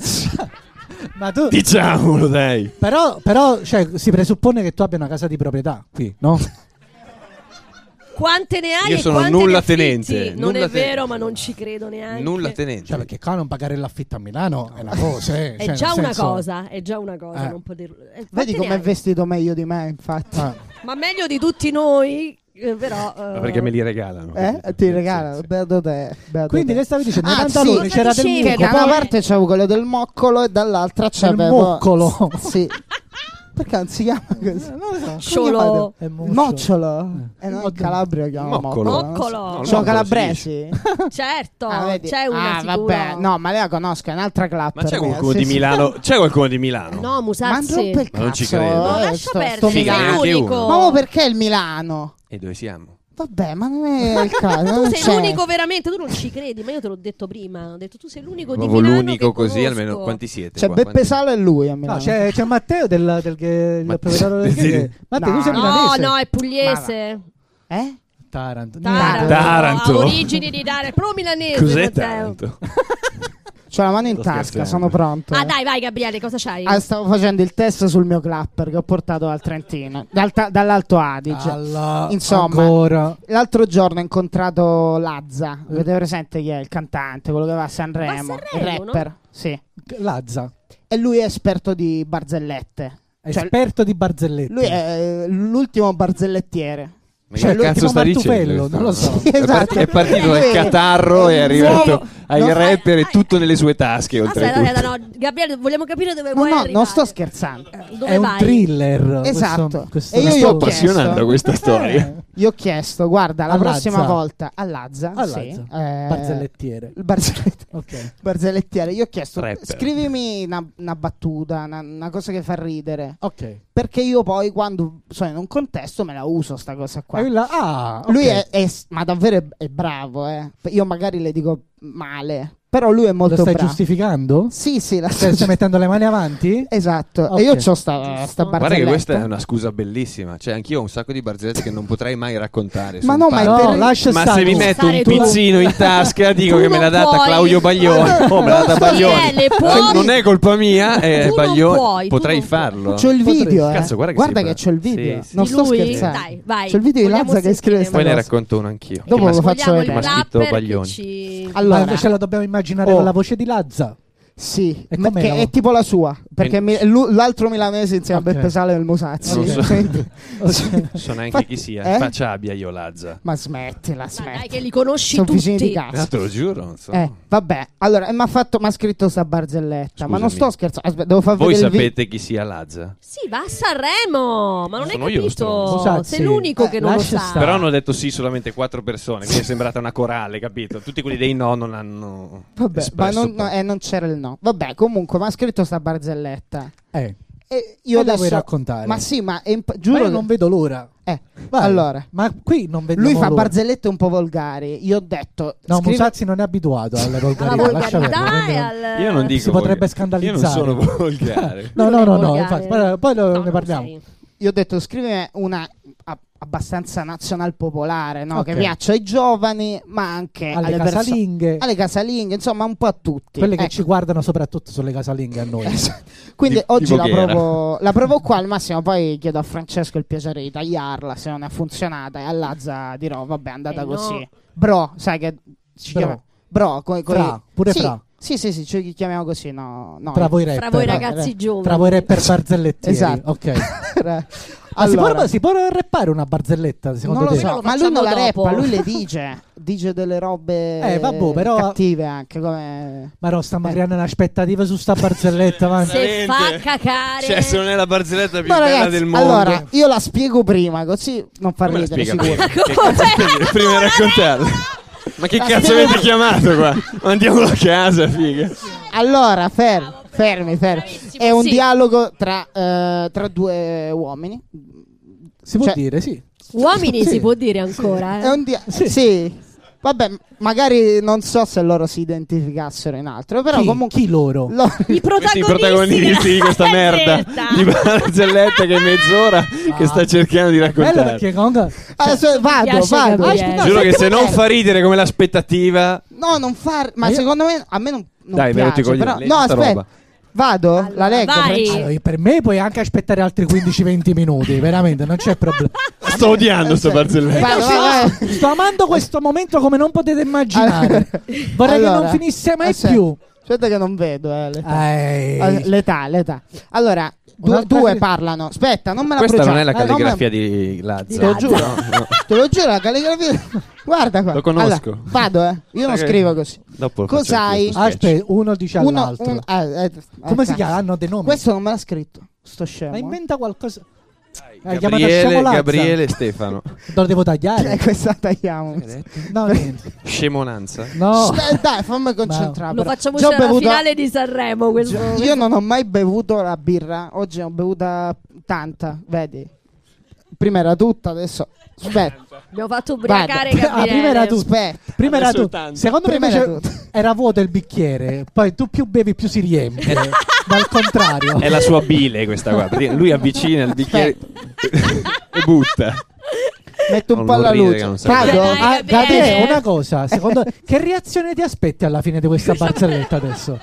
[SPEAKER 2] Ma tu
[SPEAKER 5] Diciamolo, dai.
[SPEAKER 2] però, però cioè, si presuppone che tu abbia una casa di proprietà qui, no? Cioè,
[SPEAKER 3] Quante ne hai?
[SPEAKER 5] Io
[SPEAKER 3] e
[SPEAKER 5] sono
[SPEAKER 3] quante
[SPEAKER 5] nulla
[SPEAKER 3] ne affitti?
[SPEAKER 5] tenente,
[SPEAKER 3] Non
[SPEAKER 5] nulla
[SPEAKER 3] è vero,
[SPEAKER 5] tenente.
[SPEAKER 3] ma non ci credo neanche.
[SPEAKER 5] Nulla tenente.
[SPEAKER 2] Cioè, perché qua non pagare l'affitto a Milano è una cosa, eh.
[SPEAKER 3] È
[SPEAKER 2] Cioè,
[SPEAKER 3] già
[SPEAKER 2] nel
[SPEAKER 3] una
[SPEAKER 2] senso-
[SPEAKER 3] cosa, è già una cosa.
[SPEAKER 2] Eh.
[SPEAKER 3] Non poterlo... eh, quante
[SPEAKER 4] Vedi
[SPEAKER 3] ne
[SPEAKER 4] com'è
[SPEAKER 3] hai?
[SPEAKER 4] vestito meglio di me, infatti.
[SPEAKER 2] Ah,
[SPEAKER 3] Ma meglio di tutti noi, eh, però.
[SPEAKER 5] Ma
[SPEAKER 3] eh,
[SPEAKER 5] perché me li regalano?
[SPEAKER 4] Eh? Ti regala,
[SPEAKER 5] Sì, sì.
[SPEAKER 4] beato te. beato
[SPEAKER 2] Quindi
[SPEAKER 4] te.
[SPEAKER 2] che stavi dicendo? I
[SPEAKER 4] Ah,
[SPEAKER 2] pantaloni
[SPEAKER 4] sì.
[SPEAKER 2] c'era del
[SPEAKER 3] Sì,
[SPEAKER 4] Che
[SPEAKER 2] mico,
[SPEAKER 4] da una
[SPEAKER 2] poi-
[SPEAKER 4] parte c'avevo quello del moccolo e dall'altra c'avevo
[SPEAKER 2] moccolo.
[SPEAKER 4] *laughs* Sì. Perché non si chiama così? Non lo so. Come
[SPEAKER 3] Sciolo.
[SPEAKER 4] chiamate?
[SPEAKER 2] È moccio.
[SPEAKER 4] Mocciolo. E noi in Calabria lo chiamano
[SPEAKER 5] Eh. Moccolo.
[SPEAKER 4] moccolo. non so.
[SPEAKER 3] Moccolo. No,
[SPEAKER 4] Sono
[SPEAKER 5] moccolo si
[SPEAKER 4] calabresi?
[SPEAKER 3] Certo,
[SPEAKER 4] Ah, vedi?
[SPEAKER 3] c'è una
[SPEAKER 4] Ah,
[SPEAKER 3] sicuro.
[SPEAKER 4] vabbè. No, ma lei la conosco, è un'altra clapper.
[SPEAKER 5] Ma c'è
[SPEAKER 4] mia,
[SPEAKER 5] qualcuno
[SPEAKER 4] sì,
[SPEAKER 5] di
[SPEAKER 4] sì.
[SPEAKER 5] Milano? C'è qualcuno di Milano?
[SPEAKER 3] No,
[SPEAKER 4] Ma non
[SPEAKER 3] Musazzi.
[SPEAKER 4] rompe il
[SPEAKER 5] Ma non ci
[SPEAKER 4] cazzo,
[SPEAKER 5] credo. eh.
[SPEAKER 4] eh,
[SPEAKER 5] No,
[SPEAKER 3] No,
[SPEAKER 4] sto-
[SPEAKER 3] lascia
[SPEAKER 4] sto
[SPEAKER 3] perdere,
[SPEAKER 5] Sì,
[SPEAKER 4] Milano.
[SPEAKER 5] neanche
[SPEAKER 3] sei
[SPEAKER 5] uno.
[SPEAKER 3] l'unico.
[SPEAKER 4] Ma mo perché il Milano?
[SPEAKER 5] E dove siamo?
[SPEAKER 4] Vabbè, ma non è Eh,
[SPEAKER 3] *laughs*
[SPEAKER 4] il caso.
[SPEAKER 3] tu
[SPEAKER 4] non
[SPEAKER 3] sei
[SPEAKER 4] c'è.
[SPEAKER 3] l'unico veramente, tu non ci credi, ma io te l'ho detto prima, ho detto tu sei l'unico di
[SPEAKER 5] Proprio
[SPEAKER 3] Milano
[SPEAKER 5] l'unico
[SPEAKER 3] che
[SPEAKER 5] così,
[SPEAKER 3] conosco.
[SPEAKER 5] almeno quanti siete?
[SPEAKER 4] C'è
[SPEAKER 5] qua?
[SPEAKER 4] Beppe
[SPEAKER 5] Quanti?
[SPEAKER 4] Sala e lui a Milano.
[SPEAKER 2] No, c'è, c'è Matteo del, del, che- il
[SPEAKER 5] Matteo-
[SPEAKER 2] proprietario del
[SPEAKER 5] *laughs* sì.
[SPEAKER 2] che- Matteo, tu sei
[SPEAKER 4] No,
[SPEAKER 3] No,
[SPEAKER 2] milanese.
[SPEAKER 3] no, è pugliese.
[SPEAKER 4] Eh?
[SPEAKER 2] Taranto.
[SPEAKER 3] Taranto.
[SPEAKER 5] Taranto.
[SPEAKER 3] Ha origini di dare, però milanese.
[SPEAKER 5] Cos'è
[SPEAKER 3] Matteo.
[SPEAKER 5] tanto?
[SPEAKER 4] C'ho la mano in
[SPEAKER 5] Sto
[SPEAKER 4] tasca,
[SPEAKER 5] scherzando.
[SPEAKER 4] sono pronto.
[SPEAKER 3] Ah
[SPEAKER 4] eh.
[SPEAKER 3] dai, vai Gabriele, cosa c'hai?
[SPEAKER 4] Ah, stavo facendo il test sul mio clapper che ho portato dal Trentino, dal ta- dall'Alto Adige.
[SPEAKER 2] Alla-
[SPEAKER 4] Insomma.
[SPEAKER 2] ancora.
[SPEAKER 4] L'altro giorno ho incontrato Lazza. Avete presente chi è il cantante, quello che va a
[SPEAKER 3] Va
[SPEAKER 4] Sanremo?
[SPEAKER 3] a Sanremo,
[SPEAKER 4] il rapper. Sì.
[SPEAKER 2] Lazza,
[SPEAKER 4] E lui è esperto di barzellette. Cioè,
[SPEAKER 2] esperto di barzellette.
[SPEAKER 4] lui è eh, l'ultimo barzellettiere.
[SPEAKER 5] Ma
[SPEAKER 2] Cioè,
[SPEAKER 5] che cazzo
[SPEAKER 2] l'ultimo
[SPEAKER 5] sta
[SPEAKER 2] Martufello,
[SPEAKER 5] dicendo?
[SPEAKER 2] non lo so.
[SPEAKER 5] È part-
[SPEAKER 4] Esatto.
[SPEAKER 5] È partito dal catarro e è arrivato ai
[SPEAKER 3] No,
[SPEAKER 5] rapper e
[SPEAKER 3] eh,
[SPEAKER 5] tutto nelle sue
[SPEAKER 4] Ah,
[SPEAKER 5] tasche.
[SPEAKER 3] Aspetta,
[SPEAKER 5] Oltretutto.
[SPEAKER 3] aspetta, Ah, no, Gabriele, vogliamo capire dove
[SPEAKER 4] No,
[SPEAKER 3] vuoi
[SPEAKER 4] no,
[SPEAKER 3] arrivare. Eh,
[SPEAKER 4] non sto scherzando.
[SPEAKER 3] Dove
[SPEAKER 2] è un
[SPEAKER 3] vai?
[SPEAKER 2] thriller.
[SPEAKER 4] Esatto.
[SPEAKER 2] questo- questo-
[SPEAKER 4] E io
[SPEAKER 5] Mi
[SPEAKER 4] gli
[SPEAKER 5] sto
[SPEAKER 4] ho chiesto-
[SPEAKER 5] appassionando a questa storia.
[SPEAKER 4] Gli ho chiesto, guarda, la
[SPEAKER 2] A Lazza.
[SPEAKER 4] prossima volta a Lazza,
[SPEAKER 2] A
[SPEAKER 4] sì,
[SPEAKER 2] Lazza.
[SPEAKER 4] eh,
[SPEAKER 2] Barzellettiere.
[SPEAKER 4] il barzellettiere.
[SPEAKER 2] Ok.
[SPEAKER 4] Barzellettiere, gli ho chiesto
[SPEAKER 5] Rapper.
[SPEAKER 4] scrivimi una, una battuta, una, una cosa che fa ridere.
[SPEAKER 2] Ok.
[SPEAKER 4] Perché io poi quando sono in un contesto me la uso sta cosa qua.
[SPEAKER 2] E lui là- ah, ok.
[SPEAKER 4] Lui è, è- ma davvero è, è bravo, eh. Io magari le dico male, però lui è
[SPEAKER 2] Lo
[SPEAKER 4] molto
[SPEAKER 2] stai
[SPEAKER 4] bravo.
[SPEAKER 2] giustificando?
[SPEAKER 4] Sì, sì, la
[SPEAKER 2] Stai, stai mettendo le mani avanti?
[SPEAKER 4] *laughs* Esatto.
[SPEAKER 2] Ok.
[SPEAKER 4] E io ho sta,
[SPEAKER 3] Giusto.
[SPEAKER 4] sta
[SPEAKER 3] Guarda
[SPEAKER 5] Guarda che
[SPEAKER 4] barzelletta.
[SPEAKER 5] questa è una scusa bellissima. Cioè, anch'io ho un sacco di barzellette che non potrei mai raccontare.
[SPEAKER 4] Ma
[SPEAKER 5] son
[SPEAKER 4] no, ma è
[SPEAKER 5] pazzo.
[SPEAKER 4] terribile.
[SPEAKER 2] No, lascia
[SPEAKER 5] Ma
[SPEAKER 2] stare.
[SPEAKER 5] se mi
[SPEAKER 2] tu.
[SPEAKER 5] metto un
[SPEAKER 3] Stare tu.
[SPEAKER 5] pizzino in
[SPEAKER 4] *laughs*
[SPEAKER 5] tasca, dico
[SPEAKER 3] Tu
[SPEAKER 5] che me l'ha
[SPEAKER 3] non
[SPEAKER 5] data
[SPEAKER 3] puoi.
[SPEAKER 5] Claudio Baglione. Oh, me l'ha
[SPEAKER 4] eh,
[SPEAKER 5] data Baglione.
[SPEAKER 3] Gabriele, puoi-
[SPEAKER 5] Non è colpa mia, è
[SPEAKER 3] Tu non
[SPEAKER 5] Baglione.
[SPEAKER 3] puoi, tu
[SPEAKER 5] Potrei
[SPEAKER 3] non puoi.
[SPEAKER 5] farlo.
[SPEAKER 4] C'ho il
[SPEAKER 2] Potresti-
[SPEAKER 4] video, eh.
[SPEAKER 5] Cazzo, guarda che si
[SPEAKER 4] che
[SPEAKER 5] parla.
[SPEAKER 4] c'ho il video.
[SPEAKER 5] Sì, sì.
[SPEAKER 4] Non
[SPEAKER 3] Di
[SPEAKER 4] sto
[SPEAKER 3] lui?
[SPEAKER 4] scherzando.
[SPEAKER 3] Dai, vai.
[SPEAKER 4] C'ho il video di
[SPEAKER 3] Vogliamo
[SPEAKER 4] Lazza che
[SPEAKER 3] sentire.
[SPEAKER 4] scrive sta
[SPEAKER 5] Poi ne
[SPEAKER 4] cosa.
[SPEAKER 5] racconto uno anch'io.
[SPEAKER 4] Dopo
[SPEAKER 5] Che
[SPEAKER 4] lo
[SPEAKER 5] ma-
[SPEAKER 4] faccio
[SPEAKER 3] Vogliamo il
[SPEAKER 5] Ma ha
[SPEAKER 4] vedere.
[SPEAKER 5] scritto
[SPEAKER 3] rapper
[SPEAKER 5] Baglioni.
[SPEAKER 3] che ci...
[SPEAKER 2] Ma
[SPEAKER 4] Allora,
[SPEAKER 2] invece la dobbiamo immaginare
[SPEAKER 4] Oh.
[SPEAKER 2] con la voce di Lazza.
[SPEAKER 4] sì,
[SPEAKER 2] E
[SPEAKER 4] ma
[SPEAKER 2] com'era?
[SPEAKER 4] che è tipo la sua. Perché
[SPEAKER 5] E-
[SPEAKER 4] mi- lu- l'altro milanese insieme
[SPEAKER 2] Ok.
[SPEAKER 4] a Beppe Sale e il Musazzi.
[SPEAKER 5] Non
[SPEAKER 2] *laughs*
[SPEAKER 5] so.
[SPEAKER 4] Senti. *laughs* Eh,
[SPEAKER 5] So neanche
[SPEAKER 4] Infatti-
[SPEAKER 5] chi sia.
[SPEAKER 4] eh?
[SPEAKER 5] Faccia abbia io Lazza.
[SPEAKER 4] Ma smettila,
[SPEAKER 6] Ma dai,
[SPEAKER 4] smettila.
[SPEAKER 6] che li conosci
[SPEAKER 4] Sono vicini di
[SPEAKER 6] tutti.
[SPEAKER 4] casa.
[SPEAKER 5] Ah, te lo giuro. non so.
[SPEAKER 4] Eh, vabbè, allora, e mi ha fatto, m'ha scritto sta barzelletta, ma non
[SPEAKER 5] Scusami.
[SPEAKER 4] sto scherzando, aspetta, devo far
[SPEAKER 5] Voi
[SPEAKER 4] vedere il vi-
[SPEAKER 5] sapete chi sia Lazza?
[SPEAKER 6] Sì, va a Sanremo, ma non
[SPEAKER 5] Sono
[SPEAKER 6] hai
[SPEAKER 5] io lo stronzo.
[SPEAKER 6] capito.
[SPEAKER 2] Musazzi.
[SPEAKER 6] Sei l'unico
[SPEAKER 2] Eh,
[SPEAKER 6] che non lo
[SPEAKER 2] lascia
[SPEAKER 6] sa.
[SPEAKER 2] stare.
[SPEAKER 5] Però hanno detto sì solamente quattro persone, quindi è sembrata una corale, capito? Tutti quelli dei no non hanno
[SPEAKER 4] Vabbè, ma
[SPEAKER 5] espresso
[SPEAKER 4] non,
[SPEAKER 5] pa-
[SPEAKER 4] no, eh, non c'era il no. Vabbè, comunque, mi ha scritto sta barzelletta.
[SPEAKER 2] Eh,
[SPEAKER 4] E io
[SPEAKER 2] Eh, la
[SPEAKER 4] adesso...
[SPEAKER 2] vuoi raccontare?
[SPEAKER 4] Ma sì, ma è imp-
[SPEAKER 2] ma
[SPEAKER 4] giuro...
[SPEAKER 2] io non vedo l'ora.
[SPEAKER 4] eh,
[SPEAKER 2] Vai.
[SPEAKER 4] Allora,
[SPEAKER 2] Ma qui non vedo
[SPEAKER 4] lui fa
[SPEAKER 2] l'ora.
[SPEAKER 4] barzellette un po' volgari, io ho detto...
[SPEAKER 2] No,
[SPEAKER 4] scrive- Ah,
[SPEAKER 2] Musazzi non è abituato alle
[SPEAKER 6] Alla
[SPEAKER 2] volgarità. lascia
[SPEAKER 6] volgarità e
[SPEAKER 2] perdere.
[SPEAKER 6] al...
[SPEAKER 5] Io non dico
[SPEAKER 2] si potrebbe
[SPEAKER 5] volga-
[SPEAKER 2] scandalizzare.
[SPEAKER 5] Io non
[SPEAKER 4] *laughs*
[SPEAKER 5] sono *laughs* volgare.
[SPEAKER 2] No, no,
[SPEAKER 6] Non è
[SPEAKER 2] no, no,
[SPEAKER 6] volgare.
[SPEAKER 2] infatti, poi, poi lo-
[SPEAKER 6] No,
[SPEAKER 2] ne
[SPEAKER 6] non
[SPEAKER 2] parliamo.
[SPEAKER 6] sei.
[SPEAKER 4] Io ho detto scrivimi una a- abbastanza nazional popolare, no?
[SPEAKER 2] Ok.
[SPEAKER 4] Che piaccia ai giovani, ma anche alle,
[SPEAKER 2] Alle,
[SPEAKER 4] perso-
[SPEAKER 2] casalinghe,
[SPEAKER 4] alle casalinghe, insomma, un po' a tutti.
[SPEAKER 2] quelle che
[SPEAKER 4] Ecco. Eh,
[SPEAKER 2] ci guardano soprattutto sulle casalinghe a noi.
[SPEAKER 4] Quindi
[SPEAKER 5] Di-
[SPEAKER 4] oggi
[SPEAKER 5] tipo
[SPEAKER 4] la
[SPEAKER 5] che era.
[SPEAKER 4] provo, la provo qua al massimo, poi chiedo a Francesco il piacere di tagliarla se non è funzionata e a Lazza dirò vabbè è andata
[SPEAKER 6] Eh, no.
[SPEAKER 4] così. Bro, sai che ci
[SPEAKER 2] Bro.
[SPEAKER 4] chiama- Bro, coi- coi-
[SPEAKER 2] Fra, pure
[SPEAKER 4] sì,
[SPEAKER 2] fra.
[SPEAKER 4] Sì, sì, sì, ci chiamiamo così, no. no. *laughs*
[SPEAKER 2] Tra voi rapper.
[SPEAKER 6] Fra voi
[SPEAKER 2] eh,
[SPEAKER 6] ragazzi
[SPEAKER 2] eh,
[SPEAKER 6] giovani.
[SPEAKER 2] Tra voi rapper barzellettieri.
[SPEAKER 4] Esatto.
[SPEAKER 2] Ok.
[SPEAKER 4] *laughs*
[SPEAKER 2] Ma
[SPEAKER 4] allora,
[SPEAKER 2] Ah, si, può, si può rappare una barzelletta, secondo
[SPEAKER 4] non lo
[SPEAKER 2] te?
[SPEAKER 4] so,
[SPEAKER 6] Lo
[SPEAKER 4] ma lui non la
[SPEAKER 6] facciamo
[SPEAKER 4] reppa,
[SPEAKER 6] dopo. *laughs*
[SPEAKER 4] lui le dice, dice delle robe
[SPEAKER 2] Eh, vabbè, però-
[SPEAKER 4] cattive anche come
[SPEAKER 2] Ma no, stiamo
[SPEAKER 4] Eh.
[SPEAKER 2] creando un'aspettativa su sta
[SPEAKER 4] *laughs*
[SPEAKER 2] barzelletta, ma...
[SPEAKER 5] Sì.
[SPEAKER 6] Se fa
[SPEAKER 5] Veramente.
[SPEAKER 6] cacare.
[SPEAKER 5] Cioè, se non è la barzelletta più
[SPEAKER 4] No,
[SPEAKER 5] bella
[SPEAKER 4] ragazzi,
[SPEAKER 5] del mondo.
[SPEAKER 4] allora io la spiego prima, così non fa
[SPEAKER 5] Come la
[SPEAKER 4] ridere
[SPEAKER 5] spiega
[SPEAKER 4] sicuro.
[SPEAKER 5] prima? *laughs* Che cazzo devi dire? Prima di raccontarla. Ma che
[SPEAKER 4] La
[SPEAKER 5] cazzo
[SPEAKER 4] spiego
[SPEAKER 5] avete chiamato qua? Andiamolo a casa, figa.
[SPEAKER 4] Allora, fermi, fermi, fermi.
[SPEAKER 6] Ah, bravissimo,
[SPEAKER 4] È un
[SPEAKER 6] sì.
[SPEAKER 4] dialogo tra, eh, tra due uomini.
[SPEAKER 2] Si può
[SPEAKER 4] Cioè-
[SPEAKER 2] dire, sì.
[SPEAKER 6] Uomini
[SPEAKER 2] Sì.
[SPEAKER 6] si può dire ancora.
[SPEAKER 4] È
[SPEAKER 6] Eh?
[SPEAKER 4] un dia- sì. Vabbè, m- magari non so se loro si identificassero in altro, però
[SPEAKER 2] chi,
[SPEAKER 4] comunque...
[SPEAKER 2] chi Cioè, loro?
[SPEAKER 4] lo-
[SPEAKER 6] I
[SPEAKER 5] Questi
[SPEAKER 6] protagonisti,
[SPEAKER 5] protagonisti di
[SPEAKER 6] della *laughs*
[SPEAKER 3] *laughs*
[SPEAKER 5] questa merda
[SPEAKER 6] Gazzetta.
[SPEAKER 5] di barzelletta che è mezz'ora che sta cercando di
[SPEAKER 2] Bello
[SPEAKER 5] raccontare.
[SPEAKER 2] perché comunque...
[SPEAKER 4] Adesso Ah, vado,
[SPEAKER 6] piace
[SPEAKER 4] vado.
[SPEAKER 2] Ah,
[SPEAKER 6] Gabriele.
[SPEAKER 4] Aspetta,
[SPEAKER 5] Giuro
[SPEAKER 4] aspetta,
[SPEAKER 5] che se non
[SPEAKER 4] aspetta.
[SPEAKER 5] fa ridere come l'aspettativa,
[SPEAKER 4] No, non far... Ma
[SPEAKER 2] Ma io-
[SPEAKER 4] secondo me... A me non... non
[SPEAKER 5] Dai, venuti
[SPEAKER 4] piace,
[SPEAKER 5] coglioni,
[SPEAKER 4] però...
[SPEAKER 5] leggi
[SPEAKER 4] No,
[SPEAKER 5] sta
[SPEAKER 4] aspetta.
[SPEAKER 5] roba.
[SPEAKER 4] Vado? la
[SPEAKER 6] Allora,
[SPEAKER 4] leggo?
[SPEAKER 6] vai.
[SPEAKER 4] Francesco?
[SPEAKER 2] Allora, per me puoi anche aspettare altri 15-20 minuti, veramente, non c'è problema.
[SPEAKER 5] sto odiando sto
[SPEAKER 4] Eh,
[SPEAKER 5] barzelletta.
[SPEAKER 4] Vado,
[SPEAKER 2] Io
[SPEAKER 4] *laughs* vai,
[SPEAKER 2] sto- Sto amando questo momento come non potete immaginare. Vorrei che non
[SPEAKER 4] Allora,
[SPEAKER 2] finisse mai
[SPEAKER 4] aspetta,
[SPEAKER 2] più.
[SPEAKER 4] Aspetta che non vedo, eh. le-
[SPEAKER 2] Ehi.
[SPEAKER 4] Ah, L'età, l'età. Allora, du-
[SPEAKER 2] Un'altra
[SPEAKER 4] due
[SPEAKER 2] cri-
[SPEAKER 4] parlano. Aspetta, non me la
[SPEAKER 5] Questa non è la
[SPEAKER 4] bruciare. Eh, non
[SPEAKER 5] calligrafia
[SPEAKER 4] me-
[SPEAKER 5] di
[SPEAKER 4] Te
[SPEAKER 5] Lazza.
[SPEAKER 4] lo giuro, te lo giuro, la calligrafia. *laughs* Guarda qua.
[SPEAKER 5] Lo conosco.
[SPEAKER 4] Allora, vado, eh. Io non
[SPEAKER 5] Ok.
[SPEAKER 4] scrivo così.
[SPEAKER 5] Dopo
[SPEAKER 4] Cos'hai?
[SPEAKER 5] faccio anch'io questo sketch.
[SPEAKER 2] Ah, Aspetta, uno dice
[SPEAKER 4] Uno,
[SPEAKER 2] all'altro.
[SPEAKER 4] un- eh, eh,
[SPEAKER 2] Come si
[SPEAKER 4] eh,
[SPEAKER 2] chiama? Hanno dei nomi.
[SPEAKER 4] Questo non me l'ha scritto. Sto
[SPEAKER 2] Ma
[SPEAKER 4] scemo. eh.
[SPEAKER 2] inventa qualcosa. Hai chiamato
[SPEAKER 5] Gabriele,
[SPEAKER 2] scemo Lazza?
[SPEAKER 5] Gabriele
[SPEAKER 4] *laughs*
[SPEAKER 5] e Stefano.
[SPEAKER 2] Lo devo
[SPEAKER 4] *laughs* Eh,
[SPEAKER 2] tagliare?
[SPEAKER 4] questa tagliamo.
[SPEAKER 2] No, niente.
[SPEAKER 5] Scemonanza.
[SPEAKER 4] *laughs*
[SPEAKER 2] No.
[SPEAKER 4] Sta- dai, fammi concentrare.
[SPEAKER 6] Lo
[SPEAKER 4] Ah, però.
[SPEAKER 6] facciamo
[SPEAKER 4] Già ho
[SPEAKER 6] uscire alla
[SPEAKER 4] bevuto-
[SPEAKER 6] finale di Sanremo. Questo,
[SPEAKER 4] Io non ho mai bevuto la birra. Oggi ne ho bevuta tanta, vedi. Prima era tutta, adesso. Aspetta,
[SPEAKER 6] Abbiamo fatto ubriacare
[SPEAKER 4] Vado.
[SPEAKER 2] Ah,
[SPEAKER 6] Gabriele.
[SPEAKER 2] prima era tu.
[SPEAKER 4] aspetta.
[SPEAKER 2] Prima era
[SPEAKER 5] Adesso
[SPEAKER 2] tu.
[SPEAKER 5] è tanto.
[SPEAKER 2] Secondo me
[SPEAKER 4] Prima era
[SPEAKER 2] invece era vuoto il bicchiere. Poi tu più bevi, più si
[SPEAKER 4] *laughs*
[SPEAKER 2] riempie. Ma al contrario.
[SPEAKER 5] È la sua bile questa qua. perché Lui avvicina il bicchiere *laughs* e butta.
[SPEAKER 4] Metto un
[SPEAKER 5] Non
[SPEAKER 4] po' alla
[SPEAKER 5] ridere,
[SPEAKER 4] luce.
[SPEAKER 5] che non so-
[SPEAKER 4] Vado?
[SPEAKER 6] Dai,
[SPEAKER 2] Ah,
[SPEAKER 6] Gabriele.
[SPEAKER 2] Gabriele, una cosa, secondo *laughs* che reazione ti aspetti alla fine di questa barzelletta *laughs* adesso?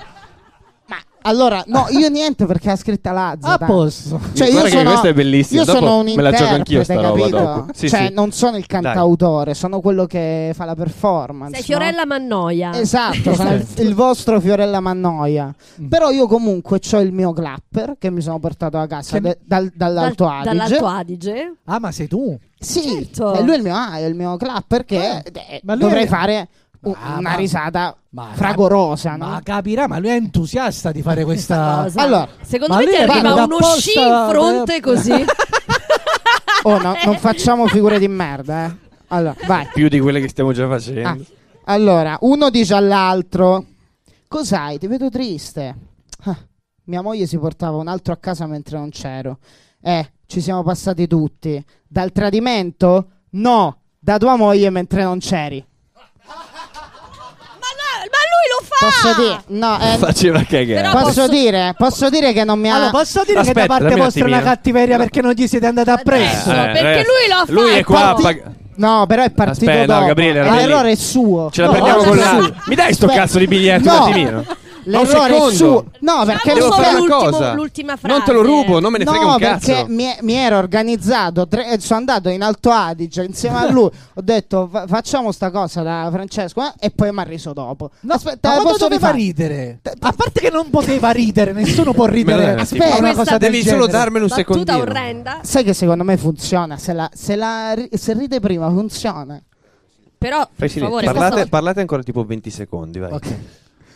[SPEAKER 4] Allora, no, io niente perché ha scritta Lazza.
[SPEAKER 2] A
[SPEAKER 4] dai.
[SPEAKER 2] posto.
[SPEAKER 4] Cioè,
[SPEAKER 5] Guarda
[SPEAKER 4] io
[SPEAKER 5] che
[SPEAKER 4] sono,
[SPEAKER 5] questa è bellissima.
[SPEAKER 4] Io
[SPEAKER 5] Dopo
[SPEAKER 4] sono un
[SPEAKER 5] me la gioco anch'io sta
[SPEAKER 4] interprete,
[SPEAKER 5] roba
[SPEAKER 4] capito?
[SPEAKER 5] dopo. Sì,
[SPEAKER 4] cioè,
[SPEAKER 5] sì.
[SPEAKER 4] non sono il cantautore, sono quello che fa la performance.
[SPEAKER 6] Sei
[SPEAKER 4] no?
[SPEAKER 6] Fiorella Mannoia.
[SPEAKER 2] Ah.
[SPEAKER 4] Esatto, sono il, il vostro Fiorella Mannoia.
[SPEAKER 2] Mm.
[SPEAKER 4] Però io comunque ho il mio clapper che mi sono portato a casa
[SPEAKER 2] Che-
[SPEAKER 4] de- dal- dall'Alto
[SPEAKER 6] Dal-
[SPEAKER 4] Adige.
[SPEAKER 6] Dall'Alto Adige.
[SPEAKER 2] Ah, ma sei tu?
[SPEAKER 4] Sì,
[SPEAKER 6] Certo.
[SPEAKER 4] e lui è il mio, ah, è il mio clapper che eh,
[SPEAKER 2] Ah. Ma lui
[SPEAKER 4] dovrei
[SPEAKER 2] è-
[SPEAKER 4] fare u-
[SPEAKER 2] Ah,
[SPEAKER 4] una
[SPEAKER 2] ma-
[SPEAKER 4] risata
[SPEAKER 2] ma-
[SPEAKER 4] fragorosa, no?
[SPEAKER 2] Ma capirà, ma lui è entusiasta di fare Cioè, questa.
[SPEAKER 6] Cosa?
[SPEAKER 4] allora,
[SPEAKER 6] Secondo
[SPEAKER 2] Ah, ma
[SPEAKER 6] me
[SPEAKER 2] lui
[SPEAKER 6] ti
[SPEAKER 2] è
[SPEAKER 6] arriva
[SPEAKER 2] venuto
[SPEAKER 6] uno
[SPEAKER 2] apposta
[SPEAKER 6] sci in fronte
[SPEAKER 2] per-
[SPEAKER 6] così.
[SPEAKER 4] Oh, no, non facciamo figure di merda, eh. Allora, vai.
[SPEAKER 5] Più di quelle che stiamo già facendo.
[SPEAKER 4] Ah, allora, uno dice all'altro: Cos'hai? Ti vedo triste. "Ah, mia moglie si portava un altro a casa mentre non c'ero. Eh, ci siamo passati tutti. Dal tradimento? No, da tua moglie mentre non c'eri.
[SPEAKER 6] Ma, no, ma lui lo fa!
[SPEAKER 3] Ah!
[SPEAKER 4] Posso dire? No, eh,
[SPEAKER 5] Faceva cagare.
[SPEAKER 6] Però-
[SPEAKER 4] posso,
[SPEAKER 6] posso-
[SPEAKER 4] dire? Posso dire che non mi ha.
[SPEAKER 2] Eh, Allora, posso dire che
[SPEAKER 5] Aspetta,
[SPEAKER 2] da parte
[SPEAKER 5] dammi un
[SPEAKER 2] vostra è una
[SPEAKER 5] attimino.
[SPEAKER 2] cattiveria perché non gli siete andati appresso?
[SPEAKER 6] Eh, perché lui l'ha
[SPEAKER 5] Lui
[SPEAKER 6] fatto.
[SPEAKER 5] è qua a
[SPEAKER 4] Parti-
[SPEAKER 5] pag-
[SPEAKER 4] No, però è partito
[SPEAKER 5] Aspetta, no,
[SPEAKER 4] dopo.
[SPEAKER 5] Gabriele, era
[SPEAKER 4] Ma
[SPEAKER 5] lì.
[SPEAKER 4] l'errore è suo.
[SPEAKER 5] Ce la
[SPEAKER 4] No,
[SPEAKER 5] prendiamo
[SPEAKER 4] no,
[SPEAKER 5] con
[SPEAKER 4] no,
[SPEAKER 5] la.
[SPEAKER 4] su.
[SPEAKER 5] Mi dai sto
[SPEAKER 4] Aspetta.
[SPEAKER 5] cazzo di biglietto
[SPEAKER 4] No.
[SPEAKER 5] un attimino?
[SPEAKER 4] L'errore
[SPEAKER 5] Un
[SPEAKER 4] è suo.
[SPEAKER 5] secondo.
[SPEAKER 4] No, perché
[SPEAKER 5] Devo
[SPEAKER 4] lui
[SPEAKER 5] fare
[SPEAKER 4] per-
[SPEAKER 5] una
[SPEAKER 3] l'ultimo-
[SPEAKER 5] cosa.
[SPEAKER 3] l'ultima
[SPEAKER 5] Non te lo
[SPEAKER 3] frase.
[SPEAKER 5] rubo, non me ne frega
[SPEAKER 4] no,
[SPEAKER 5] un
[SPEAKER 4] perché
[SPEAKER 5] cazzo.
[SPEAKER 4] mi, mi ero organizzato, tre- eh, sono andato in Alto Adige insieme a
[SPEAKER 5] *laughs*
[SPEAKER 4] lui. Ho detto "Fa- facciamo sta cosa da Francesco eh, e poi mi ha riso dopo.
[SPEAKER 2] No,
[SPEAKER 4] Aspetta,
[SPEAKER 2] ma
[SPEAKER 4] la
[SPEAKER 2] quando
[SPEAKER 4] posso
[SPEAKER 2] doveva
[SPEAKER 4] rifare?
[SPEAKER 2] ridere? A parte che non poteva ridere, nessuno può
[SPEAKER 5] Me
[SPEAKER 2] ridere.
[SPEAKER 5] lo-
[SPEAKER 2] Aspetta, una
[SPEAKER 3] Questa-
[SPEAKER 2] cosa del
[SPEAKER 5] Devi solo
[SPEAKER 2] genere.
[SPEAKER 5] darmelo un
[SPEAKER 3] Battuta
[SPEAKER 5] secondino.
[SPEAKER 3] orrenda.
[SPEAKER 4] Sai che secondo me funziona, se, la- se la ri- se ride prima funziona.
[SPEAKER 3] Però,
[SPEAKER 5] Fai
[SPEAKER 3] per
[SPEAKER 5] silenzio.
[SPEAKER 3] favore,
[SPEAKER 5] parlate,
[SPEAKER 3] questo-
[SPEAKER 5] parlate ancora tipo 20 secondi, vai.
[SPEAKER 2] Ok.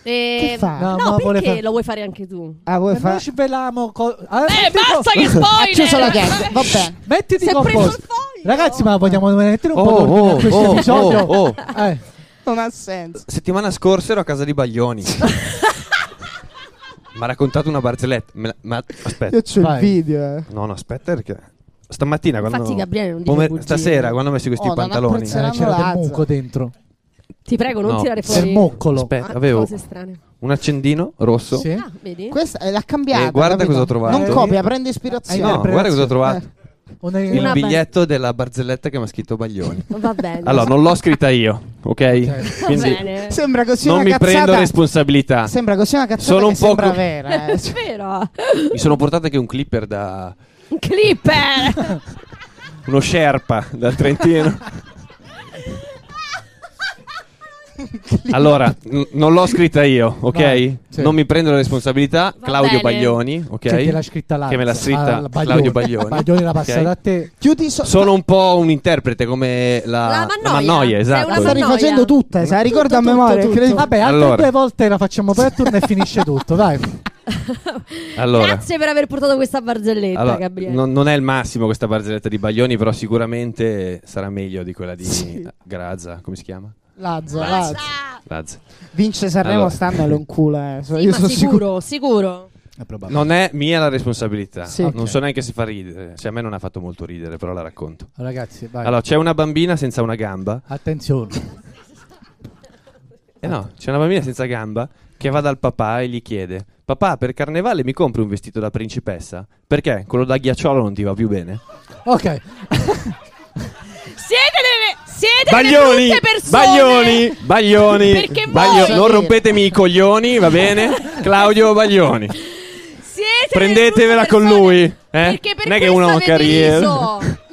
[SPEAKER 3] Eh,
[SPEAKER 4] Che fa?
[SPEAKER 2] No,
[SPEAKER 3] No,
[SPEAKER 2] ma vuole
[SPEAKER 3] perché
[SPEAKER 2] fa-
[SPEAKER 3] lo vuoi fare anche tu?
[SPEAKER 4] Ah, vuoi
[SPEAKER 2] E
[SPEAKER 4] fa-
[SPEAKER 2] noi ci veliamo co- Ah,
[SPEAKER 3] Eh,
[SPEAKER 2] mettiti co-
[SPEAKER 3] basta che
[SPEAKER 2] *laughs*
[SPEAKER 4] Ha
[SPEAKER 3] spoiler!
[SPEAKER 4] chiuso la gag, va bene.
[SPEAKER 2] Mettiti
[SPEAKER 3] Si è
[SPEAKER 2] con
[SPEAKER 3] preso
[SPEAKER 2] posto.
[SPEAKER 3] il foglio!
[SPEAKER 2] Ragazzi, ma vogliamo mettere un
[SPEAKER 5] Oh,
[SPEAKER 2] po' d'ordine a
[SPEAKER 5] oh,
[SPEAKER 2] questo
[SPEAKER 5] oh,
[SPEAKER 2] episodio?
[SPEAKER 5] oh, oh.
[SPEAKER 2] Eh,
[SPEAKER 4] Non ha senso.
[SPEAKER 5] Settimana scorsa ero a casa di Baglioni. Mi ha raccontato una barzelletta. Me la- ma aspetta.
[SPEAKER 4] Io c'ho
[SPEAKER 2] Vai.
[SPEAKER 4] il video. eh.
[SPEAKER 5] No, no, aspetta perché... Stamattina quando...
[SPEAKER 3] Infatti Gabriele non dice bugie.
[SPEAKER 5] Stasera quando ho messo questi
[SPEAKER 4] Oh, non
[SPEAKER 5] pantaloni...
[SPEAKER 4] apprezzerà-
[SPEAKER 2] eh, c'era del
[SPEAKER 4] Lazza.
[SPEAKER 2] mucco dentro.
[SPEAKER 3] *laughs* Ti prego, non
[SPEAKER 5] No.
[SPEAKER 3] tirare
[SPEAKER 5] Sì.
[SPEAKER 2] Del
[SPEAKER 3] fuori
[SPEAKER 2] moccolo.
[SPEAKER 5] Aspetta,
[SPEAKER 3] Ah,
[SPEAKER 5] avevo
[SPEAKER 3] cose strane.
[SPEAKER 5] un accendino rosso.
[SPEAKER 2] Sì.
[SPEAKER 3] Ah, vedi?
[SPEAKER 4] Questa eh, l'ha cambiata.
[SPEAKER 5] Eh, guarda
[SPEAKER 4] capito?
[SPEAKER 5] cosa ho trovato. Eh,
[SPEAKER 4] Non copia, prende ispirazione.
[SPEAKER 5] No,
[SPEAKER 2] Sempre
[SPEAKER 5] guarda cosa ho
[SPEAKER 2] razzo.
[SPEAKER 5] trovato.
[SPEAKER 2] Una-
[SPEAKER 5] Il
[SPEAKER 3] Eh, Una-
[SPEAKER 5] biglietto della barzelletta che mi ha scritto Baglioni.
[SPEAKER 3] Va bene.
[SPEAKER 5] *laughs* Allora, non l'ho scritta io, ok?
[SPEAKER 2] Ok.
[SPEAKER 3] Va
[SPEAKER 5] Quindi
[SPEAKER 3] bene.
[SPEAKER 4] Sembra così
[SPEAKER 5] non
[SPEAKER 4] una
[SPEAKER 5] mi
[SPEAKER 4] cazzata.
[SPEAKER 5] prendo responsabilità.
[SPEAKER 4] Sembra così una cazzata
[SPEAKER 5] Sono un
[SPEAKER 4] che
[SPEAKER 5] po'
[SPEAKER 4] sembra
[SPEAKER 5] co-
[SPEAKER 4] vera.
[SPEAKER 3] *laughs* È
[SPEAKER 4] eh.
[SPEAKER 5] *laughs*
[SPEAKER 3] vero.
[SPEAKER 5] Mi sono portato anche un clipper da
[SPEAKER 3] Un eh. clipper.
[SPEAKER 5] uno Sherpa
[SPEAKER 2] *laughs*
[SPEAKER 5] da Trentino. Allora, n- non l'ho scritta io, ok?
[SPEAKER 2] No, sì.
[SPEAKER 5] Non mi prendo la responsabilità.
[SPEAKER 3] Va
[SPEAKER 5] Claudio
[SPEAKER 3] bene.
[SPEAKER 5] Baglioni, ok?
[SPEAKER 2] Che gliel'ha scritta Lazza.
[SPEAKER 5] Che me l'ha scritta
[SPEAKER 2] Ah,
[SPEAKER 5] Claudio
[SPEAKER 2] *laughs*
[SPEAKER 5] Baglioni.
[SPEAKER 2] Baglioni l'ha passata
[SPEAKER 5] Ok?
[SPEAKER 2] a te.
[SPEAKER 4] Chiudi so-
[SPEAKER 5] Sono un po' un interprete come la,
[SPEAKER 3] La Mannoia. Sei
[SPEAKER 5] esatto.
[SPEAKER 3] una
[SPEAKER 4] La sta
[SPEAKER 3] Mannoia.
[SPEAKER 4] rifacendo tutta, se la ricordo a memoria.
[SPEAKER 2] Tutto.
[SPEAKER 4] credi-
[SPEAKER 2] Vabbè, altre
[SPEAKER 5] Allora.
[SPEAKER 2] due volte la facciamo *laughs* poi a turno e finisce tutto, dai.
[SPEAKER 5] Allora,
[SPEAKER 3] Grazie per aver portato questa barzelletta,
[SPEAKER 5] allora,
[SPEAKER 3] Gabriele.
[SPEAKER 5] non, non è il massimo questa barzelletta di Baglioni, però sicuramente sarà meglio di quella di
[SPEAKER 4] Sì.
[SPEAKER 5] Grazza, come si chiama?
[SPEAKER 4] Lazza,
[SPEAKER 3] Basta!
[SPEAKER 4] Lazza.
[SPEAKER 5] Grazza.
[SPEAKER 4] Vince Sanremo
[SPEAKER 5] Allora.
[SPEAKER 4] stanno lo un culo, eh. So-
[SPEAKER 3] Sì,
[SPEAKER 4] Io
[SPEAKER 3] ma
[SPEAKER 4] sono
[SPEAKER 3] sicuro,
[SPEAKER 4] sicuro.
[SPEAKER 3] sicuro.
[SPEAKER 2] È probabile.
[SPEAKER 5] Non è mia la responsabilità.
[SPEAKER 4] Sì.
[SPEAKER 5] Non
[SPEAKER 2] Ok.
[SPEAKER 5] so neanche se fa ridere. Cioè, a me non ha fatto molto ridere, però la racconto.
[SPEAKER 2] Ragazzi, vai.
[SPEAKER 5] Allora, c'è una bambina senza una gamba. *laughs*
[SPEAKER 2] Attenzione.
[SPEAKER 5] Eh no, c'è una bambina senza gamba che va dal papà e gli chiede: Papà, per carnevale mi compri un vestito da principessa? Perché quello da ghiacciolo non ti va più bene?
[SPEAKER 2] Ok.
[SPEAKER 3] Siete delle, siete
[SPEAKER 5] Baglioni!
[SPEAKER 3] delle brutte persone.
[SPEAKER 5] Baglioni! Baglioni!
[SPEAKER 3] Perché
[SPEAKER 5] Baglio-
[SPEAKER 3] voi-
[SPEAKER 5] non rompetemi i coglioni, va bene? Claudio Baglioni.
[SPEAKER 3] Eh. Siete
[SPEAKER 5] Prendetevela
[SPEAKER 3] delle brutte
[SPEAKER 5] con
[SPEAKER 3] persone,
[SPEAKER 5] lui, eh?
[SPEAKER 3] Perché per
[SPEAKER 5] Non è che
[SPEAKER 3] questo
[SPEAKER 5] uno ha una
[SPEAKER 3] avete
[SPEAKER 5] carriera.
[SPEAKER 3] riso.
[SPEAKER 5] *laughs*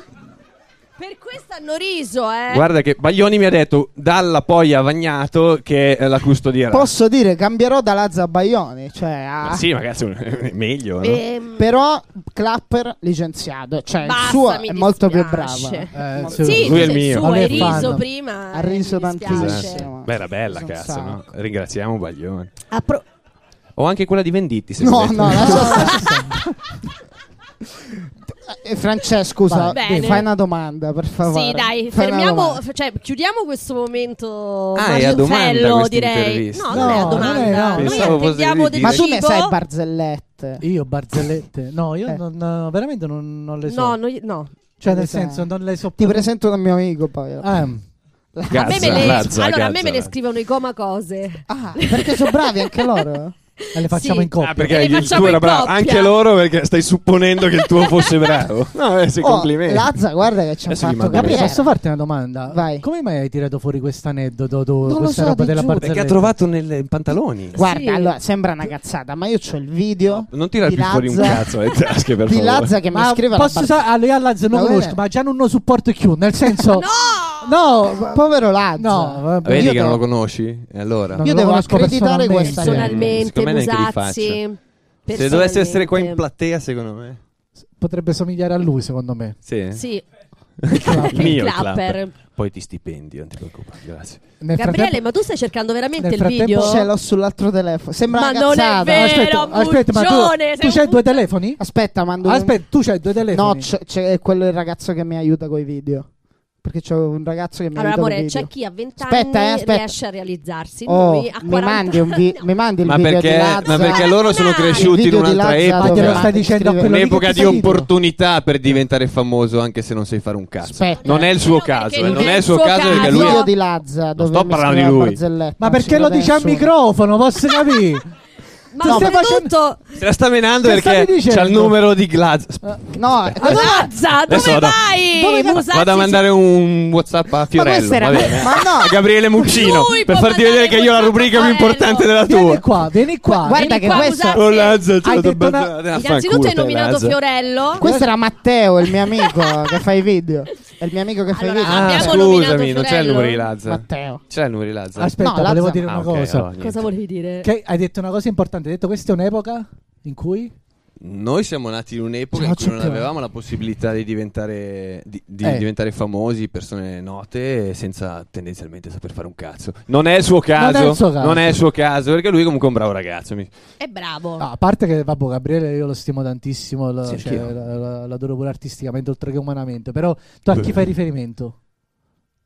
[SPEAKER 3] Per questo hanno riso, eh.
[SPEAKER 5] Guarda che Baglioni mi ha detto dalla poi a Vagnato che eh, la custodirà.
[SPEAKER 4] Posso dire, cambierò da Lazza a Baioni. Cioè, a-
[SPEAKER 5] Ma sì, ma cazzo, *laughs* è meglio, no?
[SPEAKER 3] Ehm,
[SPEAKER 4] Però Clapper licenziato, cioè
[SPEAKER 3] Basta,
[SPEAKER 4] il suo
[SPEAKER 3] mi
[SPEAKER 4] è molto più bravo.
[SPEAKER 3] dispiace.
[SPEAKER 2] Eh,
[SPEAKER 3] sì,
[SPEAKER 5] Lui è il
[SPEAKER 3] se-
[SPEAKER 5] mio.
[SPEAKER 3] su,
[SPEAKER 2] Vabbè,
[SPEAKER 3] hai riso
[SPEAKER 2] fanno.
[SPEAKER 3] prima.
[SPEAKER 4] Ha
[SPEAKER 3] eh,
[SPEAKER 4] riso
[SPEAKER 3] mi dispiace.
[SPEAKER 4] tantissimo.
[SPEAKER 5] Beh, era bella,
[SPEAKER 4] Sono
[SPEAKER 5] cazzo,
[SPEAKER 4] sacco.
[SPEAKER 5] no? Ringraziamo Baglioni.
[SPEAKER 3] Ha pro-
[SPEAKER 5] O anche quella di Venditti, se
[SPEAKER 4] No,
[SPEAKER 5] volete. Ah,
[SPEAKER 4] no,
[SPEAKER 5] *laughs*
[SPEAKER 4] lascia stare. Eh, Francesco, scusa,
[SPEAKER 2] Vai.
[SPEAKER 4] dimmi,
[SPEAKER 3] Bene.
[SPEAKER 4] fai una domanda, per favore.
[SPEAKER 3] Sì, dai,
[SPEAKER 4] Fai una
[SPEAKER 3] fermiamo,
[SPEAKER 4] domanda.
[SPEAKER 3] f- cioè, chiudiamo questo momento.
[SPEAKER 5] Ah, è a domanda
[SPEAKER 3] macello,
[SPEAKER 5] questa
[SPEAKER 3] direi.
[SPEAKER 5] intervista.
[SPEAKER 3] No, non è a
[SPEAKER 2] No, non è, no.
[SPEAKER 3] domanda. Noi
[SPEAKER 5] Pensavo fosse
[SPEAKER 3] attendiamo
[SPEAKER 5] di
[SPEAKER 3] del
[SPEAKER 5] dire-
[SPEAKER 4] Ma tu ne
[SPEAKER 3] cibo.
[SPEAKER 4] sai barzellette?
[SPEAKER 2] Io barzellette. No, io
[SPEAKER 4] Eh.
[SPEAKER 2] non, eh, veramente non, non le so.
[SPEAKER 3] No, noi- no.
[SPEAKER 2] cioè, nel
[SPEAKER 4] Questa-
[SPEAKER 2] senso, non le so.
[SPEAKER 4] Ti presento un mio amico poi.
[SPEAKER 2] Ehm,
[SPEAKER 3] A Ah, me me
[SPEAKER 5] Gazza,
[SPEAKER 3] le,
[SPEAKER 5] Lazza,
[SPEAKER 3] allora, a me
[SPEAKER 5] Gazza,
[SPEAKER 3] me le
[SPEAKER 5] Lazza.
[SPEAKER 3] scrivono i coma cose.
[SPEAKER 4] Ah, perché sono bravi anche loro?
[SPEAKER 2] e le facciamo
[SPEAKER 3] Sì.
[SPEAKER 2] in coppia.
[SPEAKER 5] Ah, perché
[SPEAKER 3] Li
[SPEAKER 5] il
[SPEAKER 3] facciamo in
[SPEAKER 5] tuo era bravo.
[SPEAKER 3] coppia.
[SPEAKER 5] Anche loro perché stai supponendo che il tuo
[SPEAKER 4] *laughs*
[SPEAKER 5] fosse bravo. No, eh, sì,
[SPEAKER 4] Oh,
[SPEAKER 5] complimenti. Eh
[SPEAKER 4] Lazza, guarda che ci ha
[SPEAKER 5] Adesso gli
[SPEAKER 4] fatto
[SPEAKER 5] mando
[SPEAKER 2] Gabriele,
[SPEAKER 5] Vabbè.
[SPEAKER 4] capire.
[SPEAKER 2] posso farti una domanda?
[SPEAKER 4] Vai.
[SPEAKER 2] Come mai hai tirato fuori questo aneddoto, do-
[SPEAKER 4] lo
[SPEAKER 2] questa
[SPEAKER 4] so,
[SPEAKER 2] roba
[SPEAKER 4] ti
[SPEAKER 2] della
[SPEAKER 4] giuro.
[SPEAKER 5] Perché
[SPEAKER 2] barzelletta?
[SPEAKER 5] ha trovato nel- nei pantaloni.
[SPEAKER 4] Guarda,
[SPEAKER 3] Sì.
[SPEAKER 4] allora sembra una cazzata, ma io ho il video
[SPEAKER 5] Non tirare
[SPEAKER 4] Di
[SPEAKER 5] più fuori un
[SPEAKER 4] Lazza.
[SPEAKER 5] cazzo alle tasche, per
[SPEAKER 4] di
[SPEAKER 5] favore.
[SPEAKER 4] Lazza che mi
[SPEAKER 2] Ma
[SPEAKER 4] scrive la
[SPEAKER 2] posso
[SPEAKER 4] bar-
[SPEAKER 2] sa- allora, io a Lazio non
[SPEAKER 4] Ma
[SPEAKER 2] conosco,
[SPEAKER 4] guarda-
[SPEAKER 2] ma già non lo supporto più, nel
[SPEAKER 4] *laughs*
[SPEAKER 2] senso...
[SPEAKER 3] No!
[SPEAKER 2] No,
[SPEAKER 4] Povero Lazza.
[SPEAKER 2] no, vabbè.
[SPEAKER 5] Ah, Vedi
[SPEAKER 4] Io
[SPEAKER 5] che non
[SPEAKER 4] devo-
[SPEAKER 5] lo conosci? E allora?
[SPEAKER 2] Non
[SPEAKER 4] Io
[SPEAKER 2] lo
[SPEAKER 4] devo
[SPEAKER 2] conosco
[SPEAKER 4] accreditare
[SPEAKER 2] personalmente.
[SPEAKER 4] questa
[SPEAKER 3] Eh, Personalmente,
[SPEAKER 5] Secondo me neanche li
[SPEAKER 3] Musazzi.
[SPEAKER 5] Se dovesse essere qua in
[SPEAKER 3] personalmente.
[SPEAKER 5] platea, secondo me.
[SPEAKER 2] Potrebbe somigliare a lui, secondo
[SPEAKER 5] *laughs*
[SPEAKER 2] me. Cioè,
[SPEAKER 5] Sì.
[SPEAKER 3] Sì,
[SPEAKER 5] Il mio
[SPEAKER 3] Il
[SPEAKER 5] il
[SPEAKER 3] clapper.
[SPEAKER 5] clapper. Poi ti stipendi, non ti preoccupare. Grazie.
[SPEAKER 2] Nel
[SPEAKER 3] Gabriele,
[SPEAKER 2] frattempo-
[SPEAKER 3] ma tu stai cercando veramente
[SPEAKER 2] nel
[SPEAKER 3] il
[SPEAKER 2] frattempo
[SPEAKER 3] video?
[SPEAKER 4] Ce l'ho sull'altro telefono. Sembra
[SPEAKER 3] Ma
[SPEAKER 4] una
[SPEAKER 3] non è
[SPEAKER 4] cazzata.
[SPEAKER 3] vero.
[SPEAKER 2] Ah, aspetta,
[SPEAKER 3] Era un
[SPEAKER 2] aspetta, ma
[SPEAKER 3] bugione,
[SPEAKER 2] tu,
[SPEAKER 3] sei
[SPEAKER 2] tu
[SPEAKER 3] un
[SPEAKER 2] c'hai due
[SPEAKER 3] bugione.
[SPEAKER 2] telefoni?
[SPEAKER 4] Aspetta, mando un-
[SPEAKER 2] Aspetta, tu c'hai due telefoni.
[SPEAKER 4] No, c'è, c'è quello il ragazzo che mi aiuta con i video. Perché c'è un ragazzo che mi
[SPEAKER 3] Allora,
[SPEAKER 4] aiuta con i
[SPEAKER 3] amore,
[SPEAKER 4] video.
[SPEAKER 3] c'è chi a 20
[SPEAKER 4] Aspetta, eh,
[SPEAKER 3] anni
[SPEAKER 4] aspetta.
[SPEAKER 3] riesce a realizzarsi.
[SPEAKER 4] Oh,
[SPEAKER 3] Noi a
[SPEAKER 4] mi
[SPEAKER 3] 40
[SPEAKER 4] mandi,
[SPEAKER 2] *laughs*
[SPEAKER 4] un vi- mi mandi il
[SPEAKER 5] Ma
[SPEAKER 4] video di
[SPEAKER 5] perché,
[SPEAKER 4] Lazza.
[SPEAKER 5] ma perché loro sono
[SPEAKER 3] Il
[SPEAKER 5] cresciuti in
[SPEAKER 4] video di
[SPEAKER 5] un'altra
[SPEAKER 4] Lazza
[SPEAKER 5] epoca.
[SPEAKER 2] Ma glielo
[SPEAKER 4] dove-
[SPEAKER 2] stai dicendo a
[SPEAKER 4] scrive-
[SPEAKER 2] quello lì
[SPEAKER 5] Un'epoca
[SPEAKER 2] che ti
[SPEAKER 5] di
[SPEAKER 2] fa ridere?
[SPEAKER 5] opportunità per diventare famoso anche se non sai fare un cazzo.
[SPEAKER 4] Aspetta.
[SPEAKER 5] Non è il suo
[SPEAKER 3] Perché
[SPEAKER 5] caso, eh,
[SPEAKER 3] non
[SPEAKER 5] non
[SPEAKER 3] è
[SPEAKER 5] è il suo
[SPEAKER 3] il suo
[SPEAKER 5] caso perché
[SPEAKER 4] Il
[SPEAKER 3] caso.
[SPEAKER 5] lui
[SPEAKER 4] video
[SPEAKER 3] No.
[SPEAKER 4] di Lazza. Dove
[SPEAKER 5] sto
[SPEAKER 4] mi
[SPEAKER 5] parlando di
[SPEAKER 4] scrive la
[SPEAKER 5] lui.
[SPEAKER 4] barzelletta,
[SPEAKER 2] Ah, Ma
[SPEAKER 4] non
[SPEAKER 2] perché
[SPEAKER 4] ci
[SPEAKER 2] lo diciamo
[SPEAKER 4] crede
[SPEAKER 2] dice al
[SPEAKER 4] nessuno. *laughs*
[SPEAKER 2] microfono? Posso capire? Ti
[SPEAKER 3] Ma
[SPEAKER 2] stai
[SPEAKER 3] soprattutto
[SPEAKER 5] Se la sta menando
[SPEAKER 2] Che stavi
[SPEAKER 5] perché
[SPEAKER 2] dicendo?
[SPEAKER 5] c'ha il numero di Glaz.
[SPEAKER 4] No, questo-
[SPEAKER 3] Lazza, dove
[SPEAKER 5] Adesso vado-
[SPEAKER 3] vai?
[SPEAKER 2] Dove vai?
[SPEAKER 3] Musazzi
[SPEAKER 5] Vado a mandare un WhatsApp a Fiorello.
[SPEAKER 4] questo era-
[SPEAKER 5] va bene?
[SPEAKER 4] ma no.
[SPEAKER 5] *laughs* A Gabriele Muccino
[SPEAKER 3] Lui
[SPEAKER 5] per
[SPEAKER 3] può
[SPEAKER 5] farti
[SPEAKER 3] mandare
[SPEAKER 5] vedere che io ho la
[SPEAKER 3] WhatsApp
[SPEAKER 5] rubrica
[SPEAKER 3] a
[SPEAKER 5] più importante della
[SPEAKER 2] Vieni
[SPEAKER 5] tua.
[SPEAKER 2] qua, vieni qua.
[SPEAKER 4] Guarda
[SPEAKER 3] Vieni
[SPEAKER 4] che
[SPEAKER 3] qua,
[SPEAKER 4] questo,
[SPEAKER 3] Musazzi.
[SPEAKER 5] Oh, Lazza, ce
[SPEAKER 2] Hai
[SPEAKER 5] l'ho
[SPEAKER 2] detto
[SPEAKER 5] da-
[SPEAKER 2] una-
[SPEAKER 5] da-
[SPEAKER 3] Innanzitutto
[SPEAKER 5] fanculo,
[SPEAKER 3] hai nominato
[SPEAKER 5] Lazza.
[SPEAKER 3] Fiorello.
[SPEAKER 4] questo era Matteo, il mio amico che fa i video. È il mio amico che fa i
[SPEAKER 3] Allora,
[SPEAKER 4] video.
[SPEAKER 5] Ah,
[SPEAKER 3] Abbiamo
[SPEAKER 5] scusami,
[SPEAKER 3] nominato
[SPEAKER 5] non c'è il
[SPEAKER 3] Fiorello?
[SPEAKER 5] numero di Lazza.
[SPEAKER 4] Matteo.
[SPEAKER 5] C'è il numero di Lazza.
[SPEAKER 2] Aspetta,
[SPEAKER 4] No, Lazza
[SPEAKER 2] volevo
[SPEAKER 4] no.
[SPEAKER 2] dire una
[SPEAKER 5] Ah, ok,
[SPEAKER 2] cosa.
[SPEAKER 5] allora, niente.
[SPEAKER 3] Cosa volevi dire?
[SPEAKER 2] Che hai detto una cosa importante, hai detto questa è un'epoca in cui
[SPEAKER 5] Noi siamo nati in un'epoca
[SPEAKER 4] Ciao,
[SPEAKER 5] in cui non
[SPEAKER 4] Giuseppe.
[SPEAKER 5] avevamo la possibilità di diventare, di, di
[SPEAKER 2] Eh.
[SPEAKER 5] diventare famosi, persone note, senza tendenzialmente saper fare un cazzo. Non è il suo caso,
[SPEAKER 2] il suo caso.
[SPEAKER 5] non è il suo caso, perché lui è comunque un bravo ragazzo. mi-
[SPEAKER 3] È bravo.
[SPEAKER 2] No, Ah, a parte che vabbè, Gabriele io lo stimo tantissimo, lo,
[SPEAKER 5] Sì,
[SPEAKER 2] cioè,
[SPEAKER 5] anch'io.
[SPEAKER 2] la- la- l'adoro pure artisticamente oltre che umanamente, però tu a chi
[SPEAKER 5] Beh.
[SPEAKER 2] fai riferimento?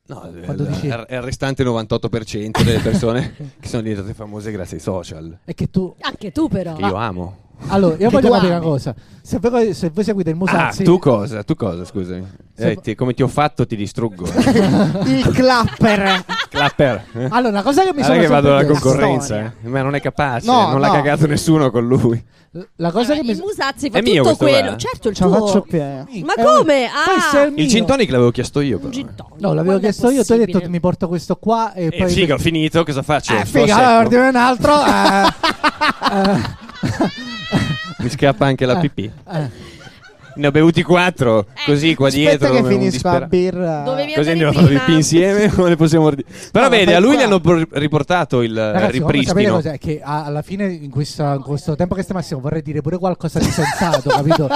[SPEAKER 5] No, è-
[SPEAKER 2] Quando dici-
[SPEAKER 5] è è il restante 98% delle persone *laughs* che sono diventate famose grazie ai social.
[SPEAKER 2] È che tu
[SPEAKER 3] Anche tu però.
[SPEAKER 5] Che io amo.
[SPEAKER 2] Allora, io
[SPEAKER 4] Che
[SPEAKER 2] voglio
[SPEAKER 4] tu
[SPEAKER 2] capire una
[SPEAKER 4] ami.
[SPEAKER 2] cosa. Se voi, se voi seguite il
[SPEAKER 5] Ah,
[SPEAKER 2] Musazzi,
[SPEAKER 5] tu cosa? Tu cosa, scusami?
[SPEAKER 2] Se-
[SPEAKER 5] Eh, ti- come ti ho fatto ti distruggo.
[SPEAKER 4] *laughs*
[SPEAKER 2] *laughs*
[SPEAKER 4] Il
[SPEAKER 5] *laughs*
[SPEAKER 4] clapper.
[SPEAKER 5] Clapper. Eh?
[SPEAKER 2] Allora, una cosa che mi
[SPEAKER 5] Guarda
[SPEAKER 2] sono
[SPEAKER 5] che vado alla
[SPEAKER 2] sempre chiesto-
[SPEAKER 5] concorrenza, eh. ma non è capace,
[SPEAKER 4] No,
[SPEAKER 5] non l'ha
[SPEAKER 4] no.
[SPEAKER 5] cagato nessuno con lui.
[SPEAKER 2] La cosa che mi
[SPEAKER 3] Ah, il Musazzi fa
[SPEAKER 5] È mio
[SPEAKER 3] tutto
[SPEAKER 5] questo,
[SPEAKER 3] quello.
[SPEAKER 5] guarda.
[SPEAKER 3] Certo, il
[SPEAKER 4] Ce la
[SPEAKER 3] tuo.
[SPEAKER 4] faccio piena.
[SPEAKER 3] Ma
[SPEAKER 2] Eh,
[SPEAKER 3] come?
[SPEAKER 2] questo è
[SPEAKER 3] Ah,
[SPEAKER 5] Il gin tonic l'avevo chiesto io
[SPEAKER 3] un
[SPEAKER 5] però. eh.
[SPEAKER 3] gin tonic.
[SPEAKER 2] No, l'avevo
[SPEAKER 3] Quando è
[SPEAKER 2] chiesto io, tu hai detto
[SPEAKER 3] possibile?
[SPEAKER 2] mi porto questo qua e
[SPEAKER 5] Eh, certo,
[SPEAKER 2] poi
[SPEAKER 5] figa, ho finito, cosa faccio? ecco,
[SPEAKER 2] Eh,
[SPEAKER 5] Sto
[SPEAKER 2] figa,
[SPEAKER 5] secco.
[SPEAKER 2] allora ordine un altro.
[SPEAKER 5] *laughs*
[SPEAKER 2] eh.
[SPEAKER 5] Mi scappa anche la pipì.
[SPEAKER 2] eh.
[SPEAKER 5] Ne ho bevuti quattro, così qua
[SPEAKER 4] Aspetta
[SPEAKER 5] dietro.
[SPEAKER 4] che
[SPEAKER 5] come un
[SPEAKER 4] finisco la
[SPEAKER 5] disperato.
[SPEAKER 4] birra.
[SPEAKER 3] Dovevi
[SPEAKER 5] Così
[SPEAKER 3] andare
[SPEAKER 5] andiamo a fare
[SPEAKER 3] prima.
[SPEAKER 5] pipì insieme o ne possiamo ordinare? Però
[SPEAKER 4] No,
[SPEAKER 5] vedi,
[SPEAKER 4] fai
[SPEAKER 5] a lui
[SPEAKER 4] qua.
[SPEAKER 5] gli hanno por- riportato il eh,
[SPEAKER 2] Ragazzi, comunque sapete
[SPEAKER 5] ripristino.
[SPEAKER 2] cos'è? Che a- alla fine, in, questa- in questo tempo che stiamo assieme, vorrei dire pure qualcosa di sensato, *laughs* capito?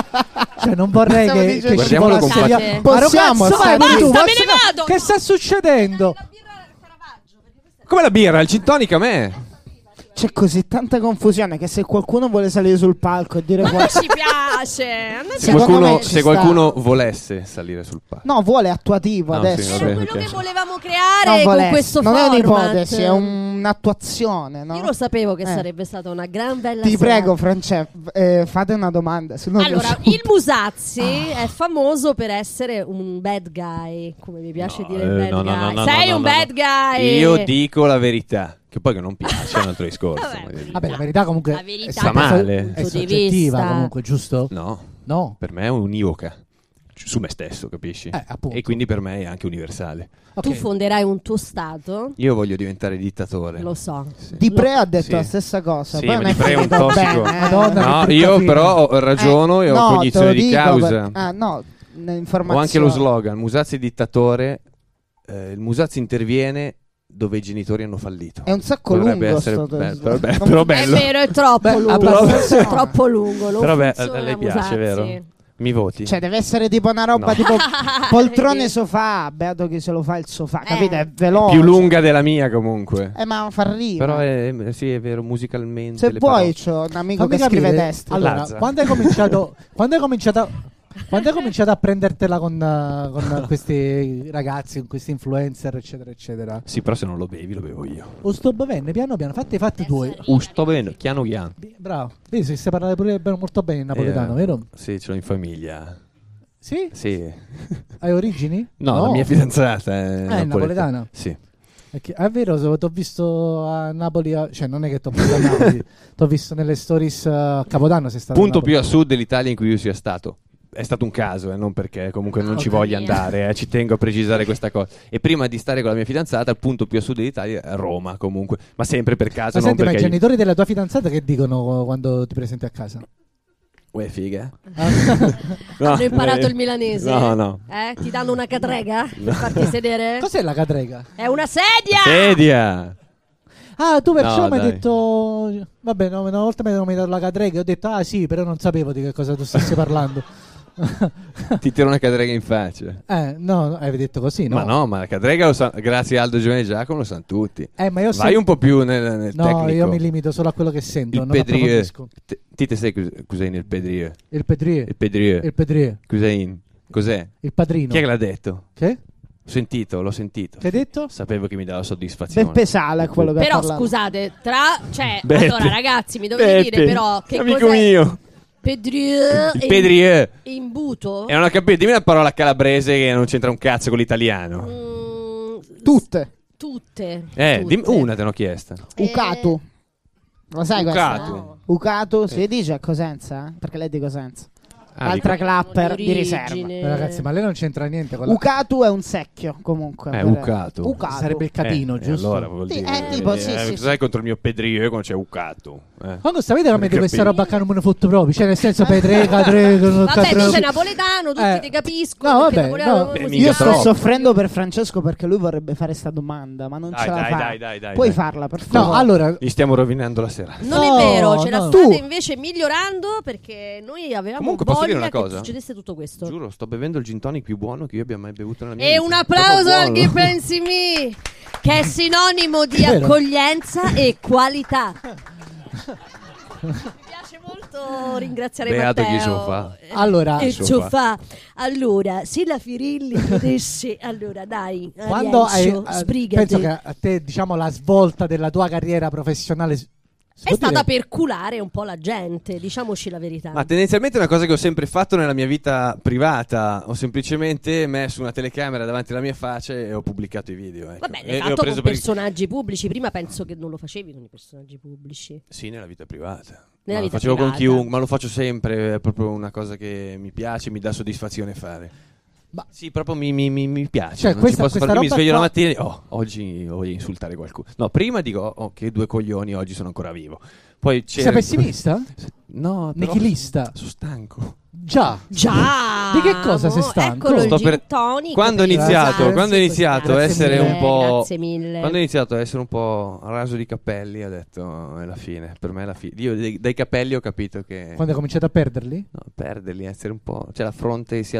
[SPEAKER 2] Cioè, non vorrei
[SPEAKER 4] Stiamo
[SPEAKER 2] che, che
[SPEAKER 4] dicendo-
[SPEAKER 5] Guardiamolo con
[SPEAKER 2] scivolasse via.
[SPEAKER 3] faccia.
[SPEAKER 2] Ma ero
[SPEAKER 4] Possiamo
[SPEAKER 2] cazzo, vai,
[SPEAKER 4] stare-
[SPEAKER 2] vai tu,
[SPEAKER 3] Basta, me
[SPEAKER 2] cazzo,
[SPEAKER 3] ne vado!
[SPEAKER 2] Che sta succedendo?
[SPEAKER 5] Come la birra, il gin tonic a me.
[SPEAKER 4] C'è così tanta confusione che se qualcuno vuole salire sul palco e dire
[SPEAKER 3] Ma non
[SPEAKER 4] qualcosa.
[SPEAKER 3] ci piace. a noi
[SPEAKER 5] Se
[SPEAKER 4] Secondo
[SPEAKER 5] qualcuno,
[SPEAKER 4] me ci
[SPEAKER 5] se
[SPEAKER 4] sta.
[SPEAKER 5] qualcuno volesse salire sul palco.
[SPEAKER 4] No, vuole attuativo
[SPEAKER 5] Ah, sì,
[SPEAKER 4] adesso.
[SPEAKER 5] vabbè.
[SPEAKER 3] Era quello
[SPEAKER 5] ok.
[SPEAKER 3] che volevamo
[SPEAKER 4] Non
[SPEAKER 3] creare con
[SPEAKER 4] volesse.
[SPEAKER 3] questo
[SPEAKER 4] non
[SPEAKER 3] format.
[SPEAKER 4] è un'ipotesi, è un'attuazione, no?
[SPEAKER 3] Io lo sapevo che
[SPEAKER 4] Eh.
[SPEAKER 3] sarebbe stata una gran bella
[SPEAKER 4] Ti
[SPEAKER 3] serata.
[SPEAKER 4] prego, Francesco, eh, fate una domanda. se no non
[SPEAKER 3] Allora,
[SPEAKER 4] so-
[SPEAKER 3] il Musazzi
[SPEAKER 4] Ah.
[SPEAKER 3] è famoso per essere un bad guy, come mi piace
[SPEAKER 5] No,
[SPEAKER 3] dire
[SPEAKER 5] eh,
[SPEAKER 3] bad
[SPEAKER 5] no, no,
[SPEAKER 3] guy.
[SPEAKER 5] no, no,
[SPEAKER 3] Sei
[SPEAKER 5] no,
[SPEAKER 3] un
[SPEAKER 5] no,
[SPEAKER 3] bad
[SPEAKER 5] no.
[SPEAKER 3] guy.
[SPEAKER 5] Io dico la verità, che poi che non piace, è un
[SPEAKER 3] *laughs*
[SPEAKER 5] altro discorso.
[SPEAKER 3] Vabbè,
[SPEAKER 5] voglio dire.
[SPEAKER 2] Vabbè, la verità comunque
[SPEAKER 3] La verità
[SPEAKER 5] sta
[SPEAKER 2] sempre
[SPEAKER 5] male.
[SPEAKER 2] so- È
[SPEAKER 3] Punto di
[SPEAKER 2] soggettiva
[SPEAKER 3] vista.
[SPEAKER 2] comunque, giusto?
[SPEAKER 5] No,
[SPEAKER 2] No.
[SPEAKER 5] per me è univoca. Su me stesso, capisci?
[SPEAKER 2] Eh, appunto.
[SPEAKER 5] E quindi per me è anche universale.
[SPEAKER 2] Ok.
[SPEAKER 3] Tu fonderai un tuo stato,
[SPEAKER 5] Io voglio diventare dittatore.
[SPEAKER 3] lo so.
[SPEAKER 5] Sì.
[SPEAKER 4] Di Pre ha detto
[SPEAKER 5] Sì.
[SPEAKER 4] la stessa cosa.
[SPEAKER 5] Sì,
[SPEAKER 4] poi
[SPEAKER 5] ma
[SPEAKER 4] non
[SPEAKER 5] Di Pre è un
[SPEAKER 4] finito
[SPEAKER 5] tossico.
[SPEAKER 4] bene, eh.
[SPEAKER 2] Madonna,
[SPEAKER 5] No,
[SPEAKER 2] che
[SPEAKER 5] io
[SPEAKER 2] truccatino.
[SPEAKER 5] però ragiono
[SPEAKER 4] Eh,
[SPEAKER 5] e ho
[SPEAKER 4] no, te
[SPEAKER 5] cognizione
[SPEAKER 4] lo
[SPEAKER 5] di
[SPEAKER 4] dico
[SPEAKER 5] causa.
[SPEAKER 4] per- Ah, no,
[SPEAKER 5] Ho
[SPEAKER 4] informazioni.
[SPEAKER 5] anche lo slogan, Musazzi dittatore, eh, il Musazzi interviene dove i genitori hanno fallito.
[SPEAKER 4] È un sacco
[SPEAKER 5] Dovrebbe
[SPEAKER 4] lungo
[SPEAKER 5] essere
[SPEAKER 4] sto
[SPEAKER 5] be-
[SPEAKER 4] slogan.
[SPEAKER 5] però, be-
[SPEAKER 4] Non-
[SPEAKER 5] però
[SPEAKER 3] È
[SPEAKER 5] bello.
[SPEAKER 3] vero, è troppo
[SPEAKER 2] Beh,
[SPEAKER 3] lungo.
[SPEAKER 2] abbastanza-
[SPEAKER 3] È troppo lungo. non
[SPEAKER 5] Però beh,
[SPEAKER 3] funziona,
[SPEAKER 5] Eh, a lei piace,
[SPEAKER 3] Musazzi.
[SPEAKER 5] vero? Mi voti?
[SPEAKER 4] Cioè, deve essere tipo una roba
[SPEAKER 5] No. *laughs*
[SPEAKER 4] tipo poltrone
[SPEAKER 3] Vedi?
[SPEAKER 4] sofà. Beato che se lo fa il sofà,
[SPEAKER 3] Eh.
[SPEAKER 4] capite? È
[SPEAKER 5] È
[SPEAKER 4] veloce.
[SPEAKER 2] Oh,
[SPEAKER 5] più lunga
[SPEAKER 2] cioè.
[SPEAKER 5] della mia comunque.
[SPEAKER 4] Eh, ma fa rima.
[SPEAKER 5] Però è, sì, è vero, musicalmente.
[SPEAKER 4] Se
[SPEAKER 5] le
[SPEAKER 4] vuoi,
[SPEAKER 5] parole-
[SPEAKER 4] c'ho un amico
[SPEAKER 2] Fammi
[SPEAKER 4] che scrive
[SPEAKER 2] capire,
[SPEAKER 4] testi.
[SPEAKER 2] Allora,
[SPEAKER 5] Lazza.
[SPEAKER 2] quando hai *laughs* cominciato quando hai cominciato a- quando hai cominciato a prendertela con, eh, *laughs* con questi ragazzi, con questi influencer, eccetera, eccetera?
[SPEAKER 5] Sì, però se non lo bevi, lo bevo io.
[SPEAKER 2] O sto bevendo piano piano, fatti i
[SPEAKER 3] Eh,
[SPEAKER 2] fatti tuoi.
[SPEAKER 5] Uh, sto bevendo, piano piano.
[SPEAKER 2] Bi- Bravo. Vedi, se sai parlare pure bene- molto bene il napoletano,
[SPEAKER 5] Eh,
[SPEAKER 2] vero?
[SPEAKER 5] Sì, ce l'ho in famiglia.
[SPEAKER 2] Sì?
[SPEAKER 5] Sì.
[SPEAKER 2] Hai origini?
[SPEAKER 5] No, la mia fidanzata è napoletana.
[SPEAKER 2] Ah, napoletana.
[SPEAKER 5] Sì.
[SPEAKER 2] È che- è vero, ti ho visto a Napoli, a- cioè non è che ti ho visto a
[SPEAKER 5] *laughs*
[SPEAKER 2] Napoli, ti ho visto nelle stories eh, a Capodanno sei stato a
[SPEAKER 5] Punto
[SPEAKER 2] Napoli.
[SPEAKER 5] più a sud dell'Italia in cui io sia stato. È stato un caso, eh, non perché comunque
[SPEAKER 2] Ah,
[SPEAKER 5] non ci
[SPEAKER 3] Porca
[SPEAKER 5] voglio
[SPEAKER 3] mia.
[SPEAKER 5] andare, eh, ci tengo a precisare questa cosa. E prima di stare con la mia fidanzata, il punto più a sud dell'Italia è Roma comunque, ma sempre per
[SPEAKER 2] Ma
[SPEAKER 5] caso, non
[SPEAKER 2] senti, ma i
[SPEAKER 5] perché...
[SPEAKER 2] genitori della tua fidanzata che dicono quando ti presenti a casa?
[SPEAKER 5] Uè, figa.
[SPEAKER 2] Ah.
[SPEAKER 5] *laughs* eh,
[SPEAKER 3] No, Hanno imparato il milanese.
[SPEAKER 5] No, no.
[SPEAKER 3] Eh? Ti danno una
[SPEAKER 5] *laughs*
[SPEAKER 3] cadrega per farti sedere?
[SPEAKER 2] Cos'è la cadrega?
[SPEAKER 3] È una sedia!
[SPEAKER 5] Sedia!
[SPEAKER 2] Ah, tu perciò
[SPEAKER 5] No,
[SPEAKER 2] mi hai
[SPEAKER 5] dai.
[SPEAKER 2] detto. Vabbè, no, una volta mi hanno nominato la cadrega. e Ho detto, ah sì, però non sapevo di che cosa tu
[SPEAKER 5] *laughs*
[SPEAKER 2] stessi parlando. *laughs*
[SPEAKER 5] Ti tiro una cadrega in faccia.
[SPEAKER 2] eh, no, avevi detto così, no?
[SPEAKER 5] Ma no, ma la cadrega, lo sa- grazie a Aldo, Giovanni e Giacomo, lo sanno tutti.
[SPEAKER 2] Eh, ma io
[SPEAKER 5] Vai
[SPEAKER 2] sen-
[SPEAKER 5] un po' più nel, nel
[SPEAKER 2] No,
[SPEAKER 5] tecnico.
[SPEAKER 2] io mi limito solo a quello che sento.
[SPEAKER 5] il
[SPEAKER 2] non
[SPEAKER 5] pedrie.
[SPEAKER 2] approfondisco.
[SPEAKER 5] Te- Ti te sai cos- cos'è il pedrie?
[SPEAKER 2] Il pedrie.
[SPEAKER 5] Il pedrie.
[SPEAKER 2] Il pedrie.
[SPEAKER 5] Cos'è? in- Cos'è?
[SPEAKER 2] Il padrino.
[SPEAKER 5] Chi è che l'ha detto?
[SPEAKER 2] Che?
[SPEAKER 5] Ho sentito, l'ho sentito.
[SPEAKER 2] Che hai detto?
[SPEAKER 5] Sapevo che mi dava soddisfazione.
[SPEAKER 4] Beppe Sala è quello che ha
[SPEAKER 3] Però
[SPEAKER 4] parlato.
[SPEAKER 3] scusate, tra cioè,
[SPEAKER 5] Beppe.
[SPEAKER 3] allora ragazzi, mi dovete dire però che
[SPEAKER 5] amico
[SPEAKER 3] cos'è
[SPEAKER 5] mio.
[SPEAKER 3] Pedrieu
[SPEAKER 5] Il
[SPEAKER 3] e-
[SPEAKER 5] Pedrieu.
[SPEAKER 3] e imbuto?
[SPEAKER 5] E non ho capito, dimmi una parola calabrese che non c'entra un cazzo con l'italiano.
[SPEAKER 3] Mm,
[SPEAKER 4] Tutte.
[SPEAKER 3] tutte.
[SPEAKER 5] Eh,
[SPEAKER 3] tutte.
[SPEAKER 5] dimmi una te l'ho chiesta.
[SPEAKER 3] Eh,
[SPEAKER 4] Ucatu. Lo sai questa?
[SPEAKER 5] Ucato.
[SPEAKER 3] No.
[SPEAKER 4] Ucato si dice a Cosenza? eh? Perché lei è di Cosenza.
[SPEAKER 5] Ah,
[SPEAKER 4] L'altra clapper di,
[SPEAKER 3] Origine.
[SPEAKER 4] riserva.
[SPEAKER 3] Eh.
[SPEAKER 2] Beh, ragazzi, ma lei non c'entra niente con la...
[SPEAKER 4] Ucatu è un secchio comunque.
[SPEAKER 5] Eh,
[SPEAKER 4] Per-
[SPEAKER 5] Ucato.
[SPEAKER 4] Ucato.
[SPEAKER 2] Sarebbe il
[SPEAKER 5] dico-
[SPEAKER 2] capino,
[SPEAKER 5] eh,
[SPEAKER 2] giusto?
[SPEAKER 5] Allora vuol
[SPEAKER 4] Sì,
[SPEAKER 5] dire.
[SPEAKER 4] eh, tipo, sì, sì,
[SPEAKER 5] Sai contro il mio Pedrieu quando c'è Ucato. Eh.
[SPEAKER 2] Comunque sapete veramente
[SPEAKER 5] Perché
[SPEAKER 2] questa
[SPEAKER 5] capino?
[SPEAKER 2] roba che non me ne fotto proprio, cioè nel
[SPEAKER 3] *laughs*
[SPEAKER 2] senso pedrega, trega, non
[SPEAKER 3] Vabbè, tu sei
[SPEAKER 2] catrega.
[SPEAKER 3] napoletano, tutti
[SPEAKER 2] Eh.
[SPEAKER 3] ti capiscono.
[SPEAKER 2] No,
[SPEAKER 3] perché
[SPEAKER 2] vabbè,
[SPEAKER 3] napoletano
[SPEAKER 2] no.
[SPEAKER 3] non
[SPEAKER 5] Beh,
[SPEAKER 3] usi
[SPEAKER 4] Io
[SPEAKER 5] mica
[SPEAKER 3] tanto.
[SPEAKER 4] sto
[SPEAKER 5] troppo.
[SPEAKER 4] soffrendo per Francesco perché lui vorrebbe fare sta domanda, ma non
[SPEAKER 5] Dai,
[SPEAKER 4] ce la
[SPEAKER 5] dai,
[SPEAKER 4] fa.
[SPEAKER 5] dai, dai, dai,
[SPEAKER 4] Puoi
[SPEAKER 5] dai.
[SPEAKER 4] farla, per favore.
[SPEAKER 2] No, allora,
[SPEAKER 5] Gli stiamo rovinando la sera.
[SPEAKER 3] Non
[SPEAKER 2] No,
[SPEAKER 3] è vero, ce la
[SPEAKER 2] no.
[SPEAKER 3] state
[SPEAKER 2] Tu-
[SPEAKER 3] invece migliorando perché noi avevamo
[SPEAKER 5] Comunque,
[SPEAKER 3] voglia
[SPEAKER 5] posso dire una
[SPEAKER 3] che
[SPEAKER 5] cosa?
[SPEAKER 3] succedesse tutto questo.
[SPEAKER 5] Giuro, sto bevendo il gin tonic più buono che io abbia mai bevuto nella mia
[SPEAKER 3] E
[SPEAKER 5] vita.
[SPEAKER 3] un applauso
[SPEAKER 5] Proprio
[SPEAKER 3] al
[SPEAKER 5] buono.
[SPEAKER 3] Chi Pensi Me, che è
[SPEAKER 5] *laughs*
[SPEAKER 3] sinonimo di
[SPEAKER 2] È vero.
[SPEAKER 3] accoglienza e qualità.
[SPEAKER 2] *laughs*
[SPEAKER 3] Mi piace molto ringraziare
[SPEAKER 5] Beato
[SPEAKER 3] Matteo.
[SPEAKER 5] chi so fa.
[SPEAKER 3] Eh,
[SPEAKER 2] allora,
[SPEAKER 3] e
[SPEAKER 5] so
[SPEAKER 3] so
[SPEAKER 5] fa.
[SPEAKER 3] fa. Allora, se la Firilli vedesse, allora dai,
[SPEAKER 2] quando hai,
[SPEAKER 3] Arienzo,
[SPEAKER 2] eh,
[SPEAKER 3] sbrigati.
[SPEAKER 2] penso che a te diciamo la svolta della tua carriera professionale s- si
[SPEAKER 3] È
[SPEAKER 2] può
[SPEAKER 3] stata
[SPEAKER 2] dire?
[SPEAKER 3] per culare un po' la gente, diciamoci la verità.
[SPEAKER 5] Ma tendenzialmente è una cosa che ho sempre fatto nella mia vita privata. Ho semplicemente messo una telecamera davanti alla mia faccia e ho pubblicato i video. Ecco.
[SPEAKER 3] Vabbè,
[SPEAKER 5] e
[SPEAKER 3] l'hai
[SPEAKER 5] e
[SPEAKER 3] fatto con
[SPEAKER 5] per il-
[SPEAKER 3] personaggi pubblici. Prima penso che non lo facevi con i personaggi pubblici.
[SPEAKER 5] Sì, nella vita privata.
[SPEAKER 3] Nella
[SPEAKER 5] ma lo
[SPEAKER 3] vita
[SPEAKER 5] facevo con
[SPEAKER 3] privata.
[SPEAKER 5] chiunque, ma lo faccio sempre. È proprio una cosa che mi piace, mi dà soddisfazione fare.
[SPEAKER 2] Ma-
[SPEAKER 5] Sì, proprio mi, mi- mi- mi piace.
[SPEAKER 2] Cioè,
[SPEAKER 5] non
[SPEAKER 2] questa-
[SPEAKER 5] ci posso
[SPEAKER 2] questa
[SPEAKER 5] fare. Mi
[SPEAKER 2] roba
[SPEAKER 5] sveglio
[SPEAKER 2] qua-
[SPEAKER 5] la mattina e oh, oggi voglio insultare qualcuno. No, prima dico oh, che due coglioni oggi sono ancora vivo. Poi c'è.
[SPEAKER 2] Sei pessimista?
[SPEAKER 5] No, però-
[SPEAKER 2] Nichilista?
[SPEAKER 5] Sono stanco.
[SPEAKER 2] Già.
[SPEAKER 3] Già! Ecco,
[SPEAKER 2] Di che cosa sei stanco?
[SPEAKER 3] Eccolo il
[SPEAKER 5] Sto
[SPEAKER 3] gin
[SPEAKER 5] per-
[SPEAKER 3] tonic
[SPEAKER 5] Quando ho
[SPEAKER 3] per
[SPEAKER 5] iniziato-
[SPEAKER 3] rilassarsi,
[SPEAKER 5] quando ho iniziato
[SPEAKER 3] così.
[SPEAKER 2] a essere
[SPEAKER 3] Grazie
[SPEAKER 2] un
[SPEAKER 3] mille,
[SPEAKER 5] po'-
[SPEAKER 3] Grazie mille.
[SPEAKER 5] Quando ho iniziato a essere un po' raso di capelli, ho detto "Oh, è la fine. Per me è la fine. Io dai, dai capelli ho capito che.
[SPEAKER 2] Quando hai cominciato a perderli?
[SPEAKER 5] No, perderli, essere un po'. Cioè, la fronte si è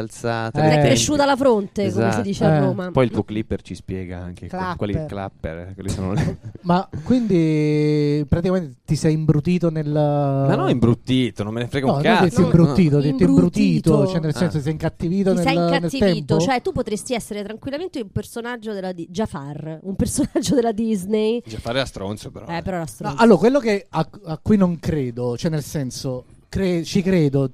[SPEAKER 2] Eh.
[SPEAKER 5] alzata. i
[SPEAKER 3] Ti è
[SPEAKER 5] tempi.
[SPEAKER 3] cresciuta la fronte, come si
[SPEAKER 5] Esatto.
[SPEAKER 3] dice
[SPEAKER 2] Eh.
[SPEAKER 3] a Roma.
[SPEAKER 5] Poi il tuo clipper ci spiega anche
[SPEAKER 4] Clapper.
[SPEAKER 5] quali clapper, eh,
[SPEAKER 2] *laughs*
[SPEAKER 5] quelli sono le...
[SPEAKER 2] Ma quindi praticamente ti sei imbrutito nel...
[SPEAKER 5] Ma no, imbruttito, non me ne frega
[SPEAKER 2] No,
[SPEAKER 5] un
[SPEAKER 2] non
[SPEAKER 5] cazzo.
[SPEAKER 2] che ti sei
[SPEAKER 5] no.
[SPEAKER 2] imbrutito, ti- ti sei
[SPEAKER 3] Imbrutito.
[SPEAKER 2] imbrutito, cioè nel
[SPEAKER 5] Ah.
[SPEAKER 2] senso ti sei incattivito
[SPEAKER 3] Ti
[SPEAKER 2] nel,
[SPEAKER 3] sei
[SPEAKER 2] nel
[SPEAKER 3] incattivito,
[SPEAKER 2] tempo.
[SPEAKER 3] cioè tu potresti essere tranquillamente un personaggio della Di- Jafar, un personaggio della Disney.
[SPEAKER 5] Già fare la stronzo però.
[SPEAKER 3] Eh, però era
[SPEAKER 2] No,
[SPEAKER 3] stronzo.
[SPEAKER 2] allora, quello che a, a cui non credo, cioè nel senso, cre- ci credo.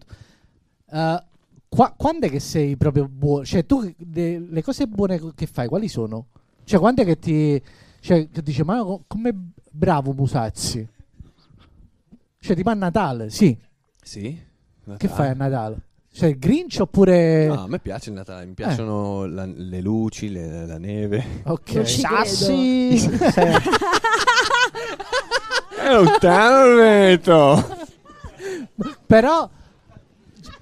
[SPEAKER 2] eh, qua- quando è che sei proprio buono? Cioè, tu che- de- le cose buone co- che fai, quali sono? Cioè, quando è che ti cioè, che dici, ma co- come bravo Musazzi? Cioè, tipo a Natale, sì.
[SPEAKER 5] Sì?
[SPEAKER 2] Che
[SPEAKER 5] Natale.
[SPEAKER 2] fai a Natale? Cioè, il Grinch oppure...
[SPEAKER 5] No, a me piace il Natale,
[SPEAKER 2] Eh.
[SPEAKER 5] mi piacciono la- le luci, le- la neve.
[SPEAKER 2] Ok.
[SPEAKER 3] Non ci
[SPEAKER 4] Sassi. Sì.
[SPEAKER 5] *laughs* È lontano il vento!
[SPEAKER 2] Però...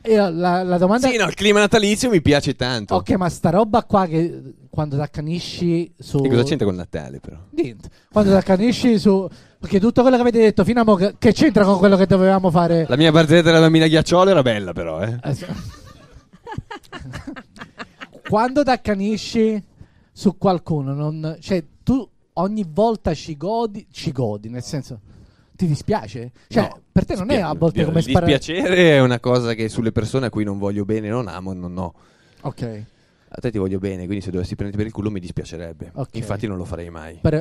[SPEAKER 2] io la, la domanda
[SPEAKER 5] Sì, no, il clima natalizio mi piace tanto.
[SPEAKER 2] Ok, ma sta roba qua che quando ti accanisci su...
[SPEAKER 5] E cosa c'entra col Natale però?
[SPEAKER 2] Niente. Quando ti accanisci su... Perché tutto quello che avete detto fino a mo che, che c'entra con quello che dovevamo fare...
[SPEAKER 5] La mia barzelletta della bambina ghiacciolo era bella però, eh.
[SPEAKER 2] Eh, sì. *laughs* quando ti accanisci su qualcuno, non... Cioè, tu ogni volta ci godi... Ci godi, nel senso... Ti dispiace? Cioè,
[SPEAKER 5] No,
[SPEAKER 2] per te non è a volte come sparare...
[SPEAKER 5] Il dispiacere è una cosa che sulle persone a cui non voglio bene, non amo, non ho.
[SPEAKER 2] Ok.
[SPEAKER 5] A te ti voglio bene, quindi se dovessi prenderti per il culo mi dispiacerebbe.
[SPEAKER 2] Ok.
[SPEAKER 5] Infatti non lo farei mai.
[SPEAKER 2] Per...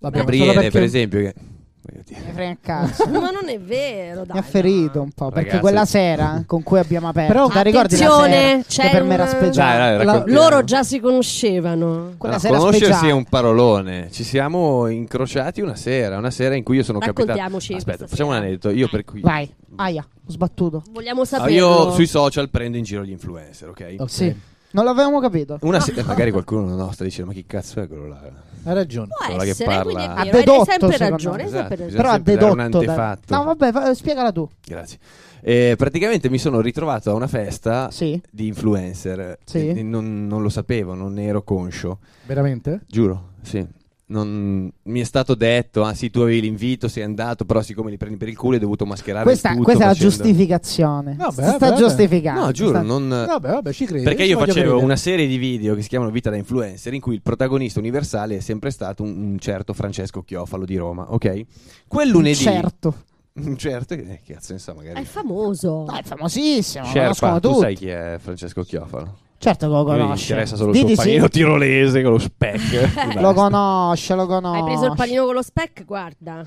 [SPEAKER 2] Vabbè, ma
[SPEAKER 5] Gabriele,
[SPEAKER 2] solo perché-
[SPEAKER 5] per esempio, che... voglio dire.
[SPEAKER 4] Mi frega il cazzo.
[SPEAKER 3] Ma non è vero, *laughs* dai.
[SPEAKER 4] Mi ha ferito un po' perché
[SPEAKER 5] Ragazzi.
[SPEAKER 4] quella sera con cui abbiamo aperto,
[SPEAKER 2] Però-
[SPEAKER 4] la ricordi la sera
[SPEAKER 3] Attenzione,
[SPEAKER 4] che
[SPEAKER 3] c'è
[SPEAKER 4] per me era
[SPEAKER 3] un-
[SPEAKER 4] speciale.
[SPEAKER 5] Dai, dai,
[SPEAKER 2] La-
[SPEAKER 5] raccontiamo.
[SPEAKER 3] Loro già si conoscevano.
[SPEAKER 4] Quella
[SPEAKER 5] No,
[SPEAKER 4] sera
[SPEAKER 5] conoscersi
[SPEAKER 4] speciale.
[SPEAKER 5] è un parolone. Ci siamo incrociati una sera, una sera in cui io sono capitato.
[SPEAKER 3] Raccontiamoci
[SPEAKER 5] Aspetta,
[SPEAKER 3] questa
[SPEAKER 5] facciamo un
[SPEAKER 3] sera.
[SPEAKER 5] aneddoto. Io per cui
[SPEAKER 4] Vai. Aia, ho sbattuto.
[SPEAKER 3] Vogliamo
[SPEAKER 5] Ah,
[SPEAKER 3] sapere.
[SPEAKER 5] io sui social prendo in giro gli influencer, ok?
[SPEAKER 2] Ok,
[SPEAKER 4] Sì. Non l'avevamo capito.
[SPEAKER 5] Una sera, magari qualcuno no, sta dicendo, ma chi cazzo è quello là?
[SPEAKER 2] Hai ragione.
[SPEAKER 3] Può
[SPEAKER 5] Quella che
[SPEAKER 3] essere,
[SPEAKER 5] parla-
[SPEAKER 3] quindi è
[SPEAKER 5] Ha
[SPEAKER 3] vero, hai
[SPEAKER 4] dedotto,
[SPEAKER 3] sempre
[SPEAKER 4] secondo
[SPEAKER 3] ragione.
[SPEAKER 4] me.
[SPEAKER 3] hai sempre
[SPEAKER 5] Esatto,
[SPEAKER 3] ragione.
[SPEAKER 5] bisogna
[SPEAKER 4] Però ha
[SPEAKER 5] sempre dare
[SPEAKER 4] dedotto.
[SPEAKER 5] un
[SPEAKER 4] dai.
[SPEAKER 5] antefatto.
[SPEAKER 4] No, vabbè, fa- spiegala tu.
[SPEAKER 5] Grazie. Eh, praticamente mi sono ritrovato a una festa
[SPEAKER 4] Sì.
[SPEAKER 5] di influencer.
[SPEAKER 4] Sì.
[SPEAKER 5] E- e non- non lo sapevo, non ne ero conscio.
[SPEAKER 2] Veramente?
[SPEAKER 5] Giuro, sì. Non- mi è stato detto, ah sì, tu avevi l'invito, sei andato, però siccome li prendi per il culo hai dovuto mascherare
[SPEAKER 4] Questa,
[SPEAKER 5] il tutto.
[SPEAKER 4] questa è la
[SPEAKER 5] facendo-
[SPEAKER 4] giustificazione.
[SPEAKER 2] Vabbè,
[SPEAKER 4] Si sta
[SPEAKER 2] vabbè.
[SPEAKER 4] giustificando.
[SPEAKER 5] No, giuro,
[SPEAKER 4] Sta-
[SPEAKER 5] non...
[SPEAKER 2] Vabbè, vabbè, ci credo.
[SPEAKER 5] Eh, Perché
[SPEAKER 2] ci
[SPEAKER 5] io
[SPEAKER 2] voglio
[SPEAKER 5] facevo
[SPEAKER 2] credere.
[SPEAKER 5] una serie di video che si chiamano Vita da Influencer in cui il protagonista universale è sempre stato un, un certo Francesco Chiofalo di Roma, ok? Quel lunedì...
[SPEAKER 4] Certo.
[SPEAKER 5] *laughs* Un certo, che cazzo, insomma, magari...
[SPEAKER 3] È famoso.
[SPEAKER 4] No, è famosissimo. lo
[SPEAKER 5] Sherpa,
[SPEAKER 4] conoscono
[SPEAKER 5] tu
[SPEAKER 4] tutti.
[SPEAKER 5] sai chi è Francesco Chiofalo?
[SPEAKER 4] Certo che lo
[SPEAKER 5] Lui gli
[SPEAKER 4] conosce.
[SPEAKER 5] interessa solo il
[SPEAKER 4] Dì
[SPEAKER 5] suo
[SPEAKER 4] di sì.
[SPEAKER 5] panino tirolese con
[SPEAKER 4] *laughs*
[SPEAKER 5] lo speck. e basta.
[SPEAKER 4] Lo conosce, lo conosce.
[SPEAKER 3] Hai preso il panino con lo speck? Guarda.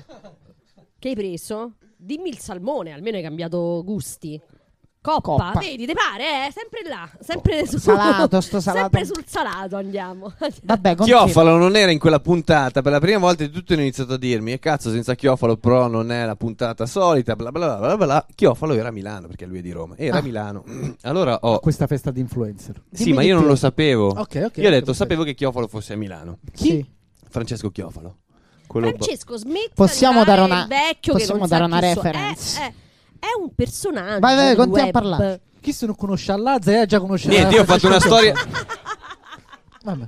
[SPEAKER 3] Che hai preso? Dimmi il salmone, almeno hai cambiato gusti. Coppa,
[SPEAKER 4] Coppa.
[SPEAKER 3] vedi, te pare? Eh? Sempre là, sempre sul
[SPEAKER 4] Salato, sto salato.
[SPEAKER 3] Sempre sul salato andiamo.
[SPEAKER 4] Vabbè, continua.
[SPEAKER 5] Chiofalo non era in quella puntata. Per la prima volta di tutto hanno iniziato a dirmi: E cazzo, senza Chiofalo, però non è la puntata solita. Bla bla bla bla bla. bla. Chiofalo era a Milano perché lui è di Roma. Era a
[SPEAKER 4] Ah.
[SPEAKER 5] Milano. *clears throat* Allora ho.
[SPEAKER 2] Questa festa di influencer.
[SPEAKER 5] Sì,
[SPEAKER 4] Dimmi
[SPEAKER 5] ma
[SPEAKER 4] di
[SPEAKER 5] io non
[SPEAKER 4] più.
[SPEAKER 5] lo sapevo.
[SPEAKER 2] Ok, ok.
[SPEAKER 5] Io ho detto: sapevo che Chiofalo fosse a Milano.
[SPEAKER 4] Sì.
[SPEAKER 5] Francesco Chiofalo. Quello
[SPEAKER 3] Francesco Smith dai,
[SPEAKER 4] Possiamo dare una-
[SPEAKER 3] il vecchio che
[SPEAKER 4] possiamo
[SPEAKER 3] non
[SPEAKER 4] dare
[SPEAKER 3] sa
[SPEAKER 4] una
[SPEAKER 3] chi so-
[SPEAKER 4] reference?
[SPEAKER 3] È, è- è un personaggio.
[SPEAKER 4] Vai, vai,
[SPEAKER 3] del
[SPEAKER 4] continua a
[SPEAKER 3] web.
[SPEAKER 4] parlare.
[SPEAKER 2] eh, Chi se non conosce Allazza eh, già conosce
[SPEAKER 5] Niente, io ho fatto una storia.
[SPEAKER 2] Vabbè.